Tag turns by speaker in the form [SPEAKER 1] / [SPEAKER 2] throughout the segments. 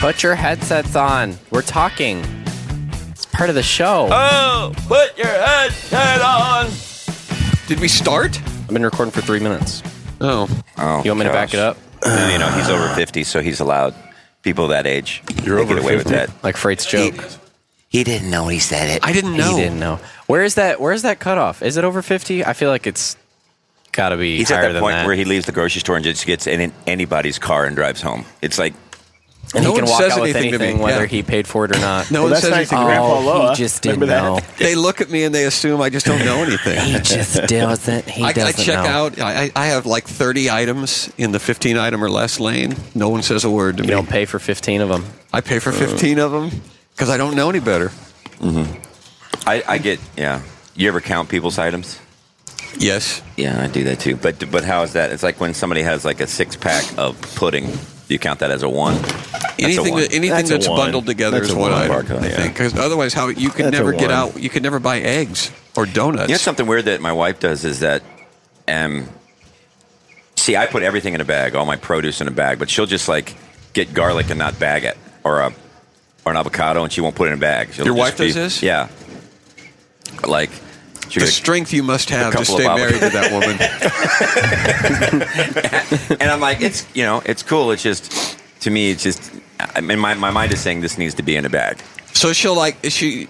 [SPEAKER 1] Put your headsets on. We're talking. It's part of the show.
[SPEAKER 2] Uh.
[SPEAKER 3] Oh, put your headset on.
[SPEAKER 2] Did we start?
[SPEAKER 1] I've been recording for three minutes.
[SPEAKER 2] Oh.
[SPEAKER 3] Oh,
[SPEAKER 1] You want me to back it up?
[SPEAKER 3] You know, he's over 50, so he's allowed people that age.
[SPEAKER 4] You're
[SPEAKER 3] They
[SPEAKER 4] over
[SPEAKER 3] get away
[SPEAKER 4] 50?
[SPEAKER 3] with that.
[SPEAKER 1] Like Freight's joke.
[SPEAKER 3] He didn't know he said it.
[SPEAKER 2] I didn't know.
[SPEAKER 1] He didn't know. Where is that? Where is that cutoff? Is it over fifty? I feel like it's got to be
[SPEAKER 3] He's
[SPEAKER 1] higher
[SPEAKER 3] at that
[SPEAKER 1] than
[SPEAKER 3] point
[SPEAKER 1] that.
[SPEAKER 3] where he leaves the grocery store and just gets in anybody's car and drives home. It's like,
[SPEAKER 1] and
[SPEAKER 2] No
[SPEAKER 1] he can
[SPEAKER 2] one
[SPEAKER 1] walk
[SPEAKER 2] says
[SPEAKER 1] out with
[SPEAKER 2] anything to me.
[SPEAKER 1] anything, whether
[SPEAKER 2] Yeah.
[SPEAKER 1] he paid for it or not.
[SPEAKER 2] No one
[SPEAKER 4] that's
[SPEAKER 2] says
[SPEAKER 4] nice
[SPEAKER 2] anything.
[SPEAKER 4] that Grandpa
[SPEAKER 1] oh,
[SPEAKER 4] Loa.
[SPEAKER 1] he just didn't
[SPEAKER 4] Remember that?
[SPEAKER 1] know.
[SPEAKER 2] They look at me and they assume I just don't know
[SPEAKER 1] He
[SPEAKER 2] anything.
[SPEAKER 1] just doesn't. He
[SPEAKER 2] I,
[SPEAKER 1] doesn't
[SPEAKER 2] I check
[SPEAKER 1] know.
[SPEAKER 2] out. I, I have like 30 items in the 15 item or less lane. No one says a word to
[SPEAKER 1] You
[SPEAKER 2] me.
[SPEAKER 1] don't pay for fifteen of them.
[SPEAKER 2] I pay for 15 of them because I don't know any better.
[SPEAKER 3] I, I get, yeah. You ever count people's items?
[SPEAKER 2] Yes.
[SPEAKER 3] Yeah, I do that too. But but how is that? It's like when somebody has like a six pack of pudding. Do you count that as a one? That's a
[SPEAKER 2] anything
[SPEAKER 3] one.
[SPEAKER 2] that, anything that's,
[SPEAKER 4] That's a one.
[SPEAKER 2] bundled together
[SPEAKER 4] That's
[SPEAKER 2] is
[SPEAKER 4] a
[SPEAKER 2] what
[SPEAKER 4] one
[SPEAKER 2] I,
[SPEAKER 3] barcode,
[SPEAKER 2] I
[SPEAKER 3] yeah.
[SPEAKER 2] think. Because otherwise, how you could
[SPEAKER 4] That's a
[SPEAKER 2] never get
[SPEAKER 4] one.
[SPEAKER 2] out. You could never buy eggs or donuts.
[SPEAKER 3] You know something weird that my wife does is that, um, see, I put everything in a bag, all my produce in a bag, but she'll just like get garlic and not bag it, or a or an avocado, and she won't put it in a bag. She'll
[SPEAKER 2] Your
[SPEAKER 3] just
[SPEAKER 2] wife
[SPEAKER 3] be-
[SPEAKER 2] does this?
[SPEAKER 3] Yeah, like she'll
[SPEAKER 2] the
[SPEAKER 3] get-
[SPEAKER 2] strength you must have to
[SPEAKER 3] couple of
[SPEAKER 2] stay
[SPEAKER 3] hours.
[SPEAKER 2] married to that woman.
[SPEAKER 3] and I'm like, it's you know, it's cool. It's just to me, it's just. I mean, my, my mind is saying this needs to be in a bag.
[SPEAKER 2] So she'll like she.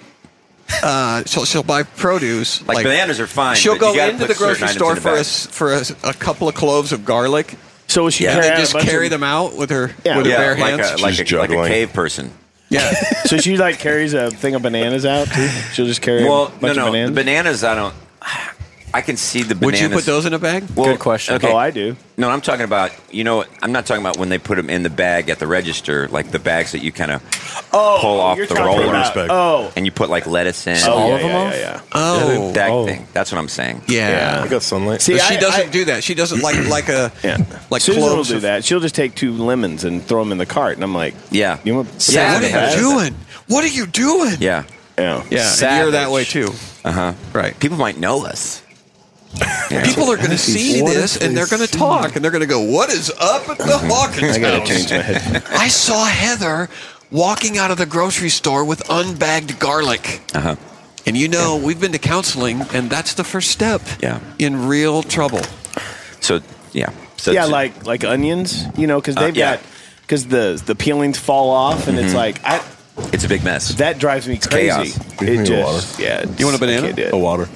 [SPEAKER 2] Uh, she'll, she'll buy produce.
[SPEAKER 3] Like, bananas are fine.
[SPEAKER 2] She'll
[SPEAKER 3] but you
[SPEAKER 2] go
[SPEAKER 3] gotta
[SPEAKER 2] into
[SPEAKER 3] put
[SPEAKER 2] the
[SPEAKER 3] certain
[SPEAKER 2] grocery
[SPEAKER 3] items
[SPEAKER 2] store
[SPEAKER 3] in a
[SPEAKER 2] for
[SPEAKER 3] bag.
[SPEAKER 2] a, s- for a, s- a couple of cloves of garlic,
[SPEAKER 4] So she
[SPEAKER 3] Yeah.
[SPEAKER 4] carried
[SPEAKER 3] They
[SPEAKER 4] out
[SPEAKER 2] and
[SPEAKER 4] a
[SPEAKER 2] just
[SPEAKER 4] bunch
[SPEAKER 2] carry
[SPEAKER 4] of-
[SPEAKER 2] them out with her
[SPEAKER 4] Yeah.
[SPEAKER 2] with her
[SPEAKER 3] yeah,
[SPEAKER 2] bare
[SPEAKER 3] like
[SPEAKER 2] hands.
[SPEAKER 3] a, like, a, like
[SPEAKER 4] She's
[SPEAKER 3] a
[SPEAKER 4] juggling.
[SPEAKER 3] cave person.
[SPEAKER 2] yeah,
[SPEAKER 4] So she like carries a thing of bananas out too. She'll just carry a
[SPEAKER 3] Well, no,
[SPEAKER 4] bunch
[SPEAKER 3] no,
[SPEAKER 4] of bananas.
[SPEAKER 3] the bananas. I don't. I can see the
[SPEAKER 2] would
[SPEAKER 3] bananas.
[SPEAKER 2] you put those in a bag?
[SPEAKER 3] Well,
[SPEAKER 1] Good question.
[SPEAKER 3] Okay.
[SPEAKER 4] Oh, I do.
[SPEAKER 3] No, I'm talking about you know. I'm not talking about when they put them in the bag at the register, like the bags that you kind of
[SPEAKER 4] Oh,
[SPEAKER 3] pull off
[SPEAKER 4] you're
[SPEAKER 3] the
[SPEAKER 4] talking
[SPEAKER 3] roller
[SPEAKER 4] about-
[SPEAKER 5] Respect.
[SPEAKER 4] Oh,
[SPEAKER 3] and you put like lettuce in.
[SPEAKER 4] oh,
[SPEAKER 1] all
[SPEAKER 4] yeah,
[SPEAKER 1] of them
[SPEAKER 4] yeah,
[SPEAKER 1] off?
[SPEAKER 4] yeah, yeah.
[SPEAKER 2] oh,
[SPEAKER 3] that
[SPEAKER 4] oh.
[SPEAKER 3] thing. That's what I'm saying.
[SPEAKER 2] yeah.
[SPEAKER 5] I got sunlight.
[SPEAKER 4] See,
[SPEAKER 2] But
[SPEAKER 4] I-
[SPEAKER 2] she doesn't
[SPEAKER 4] I-
[SPEAKER 2] do that. She doesn't like like a
[SPEAKER 4] Yeah.
[SPEAKER 2] like
[SPEAKER 4] Susan will
[SPEAKER 2] cloves.
[SPEAKER 4] do
[SPEAKER 2] of-
[SPEAKER 4] that. She'll just take two lemons and throw them in the cart, and I'm like,
[SPEAKER 3] Yeah.
[SPEAKER 4] you want
[SPEAKER 3] Say,
[SPEAKER 2] What
[SPEAKER 3] Yeah, they
[SPEAKER 2] are
[SPEAKER 3] have
[SPEAKER 2] you doing? What are you doing?
[SPEAKER 3] Yeah.
[SPEAKER 4] Yeah.
[SPEAKER 2] yeah. And you're
[SPEAKER 1] Savage.
[SPEAKER 2] that way too.
[SPEAKER 3] Uh huh.
[SPEAKER 2] Right.
[SPEAKER 3] People might know us.
[SPEAKER 2] People are going to see
[SPEAKER 4] What
[SPEAKER 2] this
[SPEAKER 4] if
[SPEAKER 2] and
[SPEAKER 4] they
[SPEAKER 2] they're going to
[SPEAKER 4] see
[SPEAKER 2] talk and they're going to go, "What is up at the Hawkins
[SPEAKER 4] Mm-hmm. I gotta
[SPEAKER 2] house?"
[SPEAKER 4] change my head.
[SPEAKER 2] I saw Heather walking out of the grocery store with unbagged garlic.
[SPEAKER 3] Uh huh.
[SPEAKER 2] And you know, we've been to counseling, and that's the first step
[SPEAKER 3] Yeah.
[SPEAKER 2] in real trouble.
[SPEAKER 3] So yeah. So
[SPEAKER 4] yeah,
[SPEAKER 3] it's-
[SPEAKER 4] like like onions, you know, because
[SPEAKER 3] Uh,
[SPEAKER 4] they've
[SPEAKER 3] yeah.
[SPEAKER 4] got because the the peelings fall off, and it's like I
[SPEAKER 3] it's a big mess.
[SPEAKER 4] that drives me
[SPEAKER 3] chaos.
[SPEAKER 4] crazy.
[SPEAKER 5] Give me
[SPEAKER 4] It
[SPEAKER 5] the
[SPEAKER 4] just yeah. it's-
[SPEAKER 2] You want a banana?
[SPEAKER 4] I can't do it.
[SPEAKER 5] a water.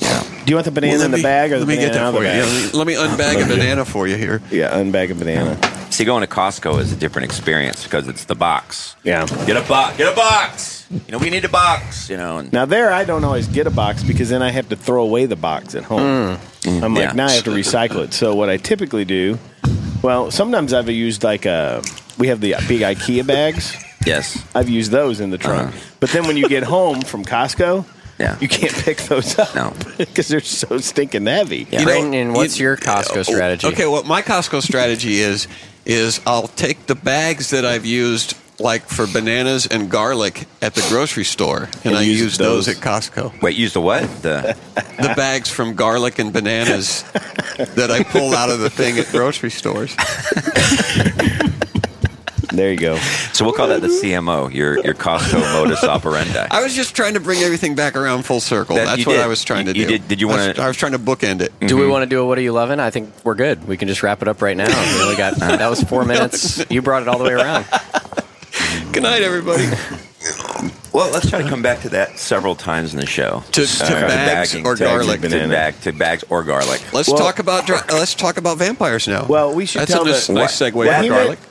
[SPEAKER 4] Do you want the banana Oh. in the bag or the banana out of the
[SPEAKER 2] for you.
[SPEAKER 4] bag?
[SPEAKER 2] Yeah, let, me, let me unbag a banana for you here.
[SPEAKER 4] Yeah, unbag a banana.
[SPEAKER 3] see, going to Costco is a different experience because it's the box.
[SPEAKER 4] Yeah.
[SPEAKER 3] Get a box. Get a box. You know, we need a box. You know. And,
[SPEAKER 4] Now there, I don't always get a box because then I have to throw away the box at home. I'm like,
[SPEAKER 3] Mm. Yeah.
[SPEAKER 4] now I have to recycle it. So what I typically do, well, sometimes I've used like a, we have the uh, big IKEA bags.
[SPEAKER 3] Yes.
[SPEAKER 4] I've used those in the trunk.
[SPEAKER 3] Uh-huh.
[SPEAKER 4] But then when you get home from Costco,
[SPEAKER 3] Yeah.
[SPEAKER 4] you can't pick those up
[SPEAKER 3] No.
[SPEAKER 4] because they're so stinking heavy.
[SPEAKER 3] Yeah.
[SPEAKER 1] Brandon, what's your Costco
[SPEAKER 2] oh,
[SPEAKER 1] strategy?
[SPEAKER 2] Okay, what my Costco strategy is is I'll take the bags that I've used like for bananas and garlic at the grocery store, and,
[SPEAKER 4] And
[SPEAKER 2] I
[SPEAKER 4] use
[SPEAKER 2] use, those.
[SPEAKER 4] those.
[SPEAKER 2] at Costco.
[SPEAKER 3] Wait, use the what? The
[SPEAKER 2] The bags from garlic and bananas that I pull out of the thing at grocery stores.
[SPEAKER 4] There you go.
[SPEAKER 3] so we'll call that the CMO. Your your Costco modus operandi.
[SPEAKER 2] I was just trying to bring everything back around full circle.
[SPEAKER 3] That-
[SPEAKER 2] That's
[SPEAKER 3] you
[SPEAKER 2] what
[SPEAKER 3] did.
[SPEAKER 2] I was trying to
[SPEAKER 3] You- you
[SPEAKER 2] do.
[SPEAKER 3] did- did you
[SPEAKER 2] I was-
[SPEAKER 3] wanna-
[SPEAKER 2] I was trying to bookend it.
[SPEAKER 1] Do we want to do a what are you loving? I think we're good. We can just wrap it up right now. We only got that was four minutes. You brought it all the way around.
[SPEAKER 3] Mm-hmm.
[SPEAKER 2] Good night, everybody.
[SPEAKER 3] Well, let's try to come back to that several times in the show. Uh,
[SPEAKER 2] To- to bags or
[SPEAKER 3] to
[SPEAKER 2] garlic.
[SPEAKER 3] To,
[SPEAKER 4] Banana.
[SPEAKER 3] bag, to bags or garlic.
[SPEAKER 2] Let's
[SPEAKER 4] Well-
[SPEAKER 2] talk about dra- let's talk about vampires now.
[SPEAKER 4] Well, we should
[SPEAKER 2] That's
[SPEAKER 4] tell
[SPEAKER 2] a nice,
[SPEAKER 4] the-
[SPEAKER 2] nice
[SPEAKER 3] What-
[SPEAKER 2] segue
[SPEAKER 3] what
[SPEAKER 2] for
[SPEAKER 4] he
[SPEAKER 2] garlic.
[SPEAKER 4] meant-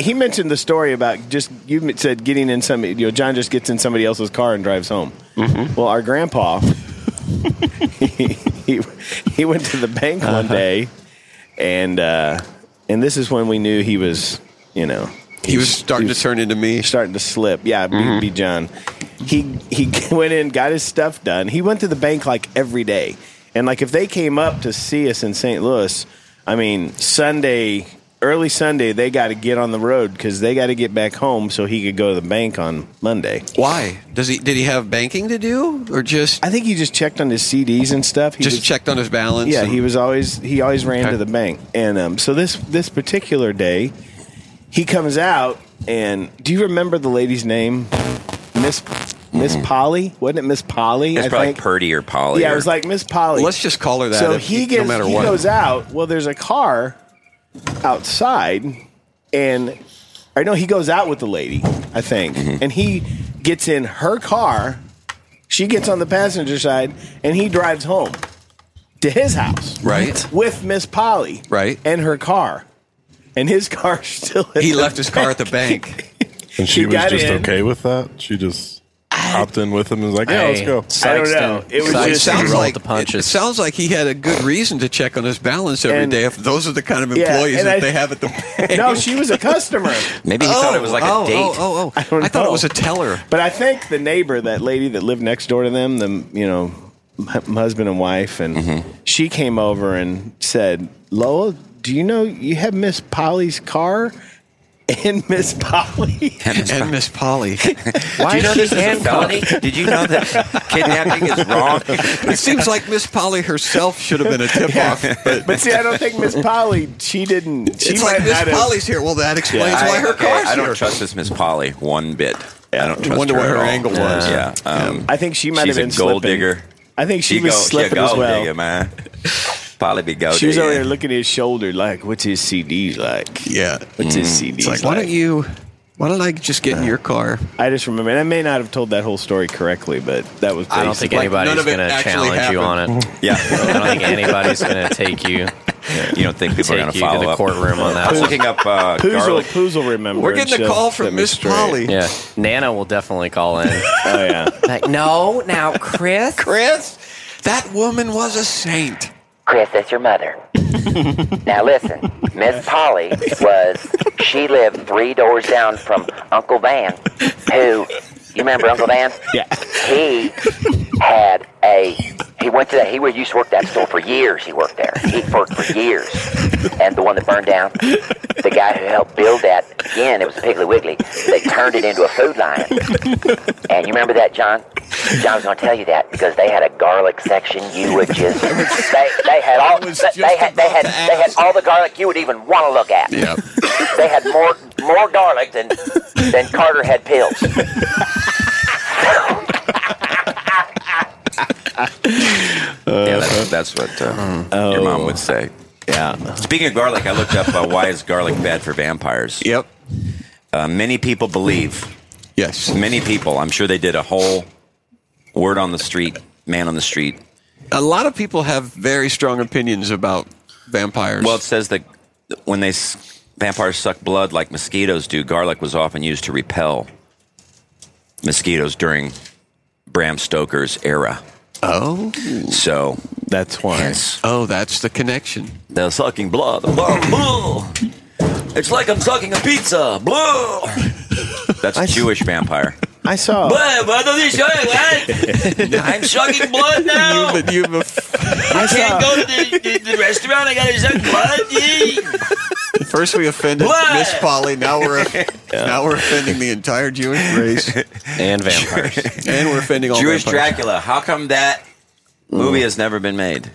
[SPEAKER 4] he mentioned the story about just you m- said getting in some. You know, John just gets in somebody else's car and drives home.
[SPEAKER 2] Mm-hmm.
[SPEAKER 4] Well, our grandpa, he, he he went to the bank
[SPEAKER 2] Uh-huh.
[SPEAKER 4] one day, and uh, and this is when we knew he was, you know,
[SPEAKER 2] He was starting to turn into me.
[SPEAKER 4] starting to slip. Yeah, be, be John. He he went in, got his stuff done. He went to the bank like every day, and like if they came up to see us in St. Louis, I mean Sunday, early Sunday, they got to get on the road because they got to get back home so he could go to the bank on Monday.
[SPEAKER 2] Why does he? Did he have banking to do, or just
[SPEAKER 4] I think he just checked on his CDs and stuff. He
[SPEAKER 2] just
[SPEAKER 4] was-
[SPEAKER 2] checked on his balance?
[SPEAKER 4] Yeah,
[SPEAKER 2] and-
[SPEAKER 4] he was always he always ran
[SPEAKER 2] Okay.
[SPEAKER 4] to the bank, and um, so this this particular day, he comes out, and do you remember the lady's name? Miss Miss Polly, wasn't it Miss Polly?
[SPEAKER 3] It's
[SPEAKER 4] I
[SPEAKER 3] probably
[SPEAKER 4] think.
[SPEAKER 3] Purdy or Polly.
[SPEAKER 4] Yeah,
[SPEAKER 3] or,
[SPEAKER 4] it was like Miss Polly.
[SPEAKER 2] Let's just call her that.
[SPEAKER 4] So
[SPEAKER 2] if-
[SPEAKER 4] he
[SPEAKER 2] no
[SPEAKER 4] gets
[SPEAKER 2] matter
[SPEAKER 4] he
[SPEAKER 2] what.
[SPEAKER 4] goes out. Well, there's a car outside, and I know he goes out with the lady, I think,
[SPEAKER 2] Mm-hmm.
[SPEAKER 4] and he gets in her car. She gets on the passenger side, and he drives home to his house,
[SPEAKER 2] Right.
[SPEAKER 4] with Miss Polly,
[SPEAKER 2] Right.
[SPEAKER 4] and her car, and his car still. at
[SPEAKER 2] He
[SPEAKER 4] the
[SPEAKER 2] left his car at the
[SPEAKER 4] back.
[SPEAKER 2] bank.
[SPEAKER 5] And she
[SPEAKER 4] He
[SPEAKER 5] was
[SPEAKER 4] got
[SPEAKER 5] just
[SPEAKER 4] in.
[SPEAKER 5] okay with that. She just hopped in with him and was like, "Yeah, let's
[SPEAKER 1] Hey,
[SPEAKER 5] go."
[SPEAKER 1] Sykes
[SPEAKER 4] I don't know.
[SPEAKER 1] didn't-
[SPEAKER 4] It was
[SPEAKER 1] Sykes
[SPEAKER 2] It
[SPEAKER 4] just-
[SPEAKER 1] didn't
[SPEAKER 2] sounds
[SPEAKER 1] roll
[SPEAKER 2] like
[SPEAKER 1] the punches.
[SPEAKER 2] It sounds like he had a good reason to check on his balance every
[SPEAKER 4] And-
[SPEAKER 2] day. If those are the kind of
[SPEAKER 4] Yeah,
[SPEAKER 2] employees
[SPEAKER 4] and
[SPEAKER 2] that
[SPEAKER 4] I-
[SPEAKER 2] they have at the bank.
[SPEAKER 4] No, she was a customer.
[SPEAKER 3] maybe he thought it was like
[SPEAKER 2] oh,
[SPEAKER 3] a date.
[SPEAKER 2] Oh, oh, oh. I,
[SPEAKER 4] don't
[SPEAKER 2] thought
[SPEAKER 4] know.
[SPEAKER 2] it was a teller.
[SPEAKER 4] But I think the neighbor, that lady that lived next door to them, the you know, hu- husband and wife, and
[SPEAKER 3] Mm-hmm.
[SPEAKER 4] she came over and said, "Lowell, do you know you have Miss Polly's car?" And Miss Polly,
[SPEAKER 2] And Miss Polly.
[SPEAKER 3] Did you know this is a
[SPEAKER 1] handcuffed?
[SPEAKER 3] felony? Did you know that kidnapping is wrong?
[SPEAKER 2] it seems like Miss Polly herself should have been a tip off. But
[SPEAKER 4] but see, I don't think Miss Polly. She didn't. She
[SPEAKER 2] it's like
[SPEAKER 4] might
[SPEAKER 2] Miss
[SPEAKER 4] not have-
[SPEAKER 2] Polly's here. Well, that explains
[SPEAKER 3] I-
[SPEAKER 2] why her
[SPEAKER 3] okay,
[SPEAKER 2] car's
[SPEAKER 3] I don't
[SPEAKER 2] here.
[SPEAKER 3] trust this Miss Polly one bit. I don't trust
[SPEAKER 2] Wonder
[SPEAKER 3] her
[SPEAKER 2] what
[SPEAKER 3] at
[SPEAKER 2] her
[SPEAKER 3] all.
[SPEAKER 2] angle was.
[SPEAKER 3] Yeah, um,
[SPEAKER 4] I think she might
[SPEAKER 3] she's
[SPEAKER 4] have been
[SPEAKER 3] a gold
[SPEAKER 4] slipping.
[SPEAKER 3] digger.
[SPEAKER 4] I think she,
[SPEAKER 3] She,
[SPEAKER 4] was
[SPEAKER 3] go, she a
[SPEAKER 4] slipping
[SPEAKER 3] gold
[SPEAKER 4] as well.
[SPEAKER 3] digger, man. Polly be gold
[SPEAKER 4] She was over
[SPEAKER 3] digger.
[SPEAKER 4] there looking at his shoulder, like, "What's his CDs like?
[SPEAKER 2] Yeah.
[SPEAKER 4] What's
[SPEAKER 3] Mm.
[SPEAKER 4] his CDs
[SPEAKER 2] It's like, why don't you? Why don't I just get in your car?
[SPEAKER 4] I just remember, and I may not have told that whole story correctly, but that was.
[SPEAKER 1] I don't
[SPEAKER 4] basically-
[SPEAKER 1] think
[SPEAKER 2] Like, none
[SPEAKER 1] anybody's
[SPEAKER 2] of it
[SPEAKER 1] going to
[SPEAKER 2] actually
[SPEAKER 1] challenge you on it.
[SPEAKER 3] yeah,
[SPEAKER 1] I don't think anybody's going to take you
[SPEAKER 3] you don't think people are going
[SPEAKER 1] take you
[SPEAKER 3] to
[SPEAKER 1] to
[SPEAKER 3] follow
[SPEAKER 1] the
[SPEAKER 3] up?
[SPEAKER 1] courtroom on
[SPEAKER 3] I was
[SPEAKER 1] that.
[SPEAKER 3] looking up uh,
[SPEAKER 4] Poozle,
[SPEAKER 3] garlic.
[SPEAKER 4] Poozle remembers.
[SPEAKER 2] We're getting a
[SPEAKER 4] She'll
[SPEAKER 2] call from
[SPEAKER 4] set me
[SPEAKER 2] Miss
[SPEAKER 4] straight.
[SPEAKER 2] Polly.
[SPEAKER 1] Yeah, Nana will definitely call in.
[SPEAKER 4] Oh yeah.
[SPEAKER 1] Like, no, now Chris.
[SPEAKER 2] Chris, that woman was a saint.
[SPEAKER 6] Chris, that's your mother. now listen, Miss Polly was she lived three doors down from Uncle Van, who you remember Uncle Van?
[SPEAKER 4] Yeah.
[SPEAKER 6] He had a he went to that he was used to work that store for years. He worked there. He worked for years. And the one that burned down, the guy who helped build that again, it was a Piggly Wiggly. They turned it into a food line. And you remember that, John? John's going to tell you that because they had a garlic section. You would just they, they had all
[SPEAKER 2] was
[SPEAKER 6] they,
[SPEAKER 2] just
[SPEAKER 6] had they
[SPEAKER 2] about
[SPEAKER 6] had
[SPEAKER 2] to
[SPEAKER 6] they had
[SPEAKER 2] ask.
[SPEAKER 6] all the garlic you would even want to look at.
[SPEAKER 2] Yeah.
[SPEAKER 6] They had more more garlic than than Carter had pills.
[SPEAKER 3] Yeah, that's, that's what uh, your mom would say.
[SPEAKER 4] Yeah.
[SPEAKER 3] Speaking of garlic, I looked up uh, why is garlic bad for vampires.
[SPEAKER 2] Yep.
[SPEAKER 3] Uh, many people believe
[SPEAKER 2] Yes.
[SPEAKER 3] many people. I'm sure they did a whole word on the street, man on the street.
[SPEAKER 2] A lot of people have very strong opinions about vampires.
[SPEAKER 3] Well, it says that when they s- vampires suck blood like mosquitoes do, garlic was often used to repel mosquitoes during Bram Stoker's era.
[SPEAKER 2] oh,
[SPEAKER 3] So,
[SPEAKER 4] That's why.
[SPEAKER 3] hence
[SPEAKER 2] oh, that's the connection.
[SPEAKER 3] they're sucking blood. Blah, blah. It's like I'm sucking a pizza. Blah. That's a Jewish vampire.
[SPEAKER 4] I saw.
[SPEAKER 3] I'm sucking blood now.
[SPEAKER 2] You've, you've aff-
[SPEAKER 4] I saw.
[SPEAKER 3] to the, the, the restaurant. I gotta suck blood.
[SPEAKER 2] first we offended
[SPEAKER 3] What?
[SPEAKER 2] Miss Polly. Now we're now we're offending the entire Jewish race,
[SPEAKER 1] and vampires.
[SPEAKER 2] and we're offending all
[SPEAKER 3] Jewish
[SPEAKER 2] vampires.
[SPEAKER 3] Dracula. How come that movie has never been made?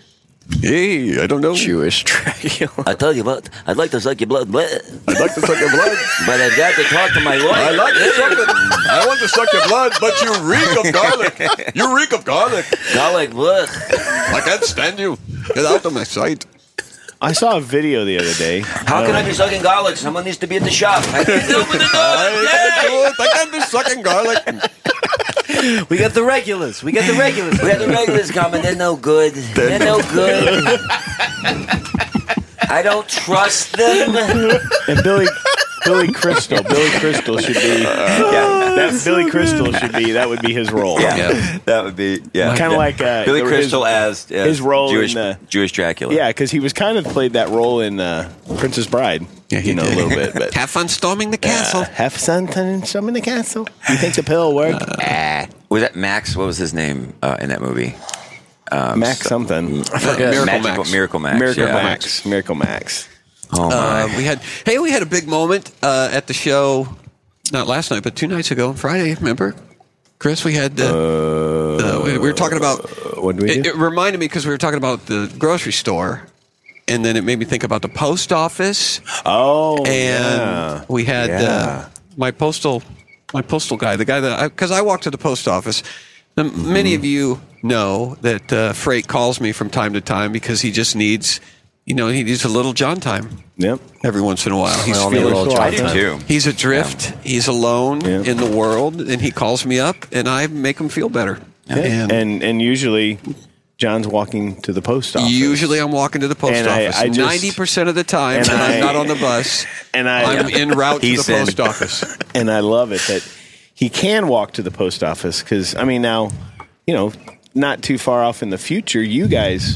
[SPEAKER 2] Hey, I don't know.
[SPEAKER 1] Jewish Dracula.
[SPEAKER 3] I tell you what, I'd like to suck your blood, but
[SPEAKER 2] I'd like to suck your blood.
[SPEAKER 3] but I've got to talk to my wife.
[SPEAKER 2] I like to suck it. I want to suck your blood, but you reek of garlic. You reek of garlic.
[SPEAKER 3] garlic blood.
[SPEAKER 2] I can't stand you. Get out of my sight.
[SPEAKER 4] I saw a video the other day.
[SPEAKER 3] How can I be sucking garlic? Someone needs to be at the shop. I can't open the
[SPEAKER 2] I can't do it. I can't be sucking garlic.
[SPEAKER 1] We got the regulars. We got the regulars.
[SPEAKER 3] We had the regulars coming. They're no good. They're no good. I don't trust them.
[SPEAKER 4] Um, And Billy, Billy Crystal. Billy Crystal should be. That Billy Crystal should be. That would be his role.
[SPEAKER 3] that would be yeah.
[SPEAKER 4] Kinda like, uh,
[SPEAKER 3] Billy
[SPEAKER 4] the- his-
[SPEAKER 3] Crystal as uh,
[SPEAKER 4] his role in
[SPEAKER 3] Jewish
[SPEAKER 4] the-
[SPEAKER 3] Jewish Dracula.
[SPEAKER 4] Yeah, because he was kind of played that role in uh, Princess Bride. Yeah, you know a little bit, but. uh,
[SPEAKER 2] Have fun storming the castle.
[SPEAKER 4] Have fun and summon the castle. You think the pill worked?
[SPEAKER 3] Was that Max? What was his name uh, in that movie?
[SPEAKER 4] Max something.
[SPEAKER 2] Miracle
[SPEAKER 3] uh, Magical-
[SPEAKER 2] Max.
[SPEAKER 3] Mm, Miracle Max.
[SPEAKER 4] Miracle
[SPEAKER 3] yeah.
[SPEAKER 4] Max. Miracle Max.
[SPEAKER 3] Oh my.
[SPEAKER 2] Uh, we had hey, we had a big moment uh, at the show, not last night, but two nights ago on Friday. Remember, Chris? We had uh, uh, we, we were talking about.
[SPEAKER 4] What do we
[SPEAKER 2] It,
[SPEAKER 4] do?
[SPEAKER 2] it reminded me because we were talking about the grocery store, and then it made me think about the post office.
[SPEAKER 4] Oh,
[SPEAKER 2] and
[SPEAKER 4] yeah.
[SPEAKER 2] we had
[SPEAKER 4] Yeah.
[SPEAKER 2] uh, my postal my postal guy, the guy that because I, walked to the post office. Um, Many
[SPEAKER 4] Mm-hmm.
[SPEAKER 2] of you know that uh, Freight calls me from time to time because he just needs, you know, he needs a little John time
[SPEAKER 4] Yep.
[SPEAKER 2] every once in a while. He's
[SPEAKER 1] all need a
[SPEAKER 2] feeling
[SPEAKER 1] little
[SPEAKER 4] cool.
[SPEAKER 1] John
[SPEAKER 3] I do
[SPEAKER 1] time.
[SPEAKER 3] too.
[SPEAKER 2] He's adrift. He's alone
[SPEAKER 4] Yeah.
[SPEAKER 2] in the world, and he calls me up, and I make him feel better.
[SPEAKER 4] And,
[SPEAKER 2] And,
[SPEAKER 4] and usually, John's walking to the post office.
[SPEAKER 2] usually, I'm walking to the post
[SPEAKER 4] And I- I
[SPEAKER 2] office
[SPEAKER 4] just-
[SPEAKER 2] ninety percent of the time,
[SPEAKER 4] and
[SPEAKER 2] and, I,
[SPEAKER 4] I-
[SPEAKER 2] am not on the bus.
[SPEAKER 4] and I
[SPEAKER 2] I'm en route to the
[SPEAKER 3] He's in.
[SPEAKER 2] post office.
[SPEAKER 4] and I love it that he can walk to the post office because I mean now, you know, not too far off in the future, you guys,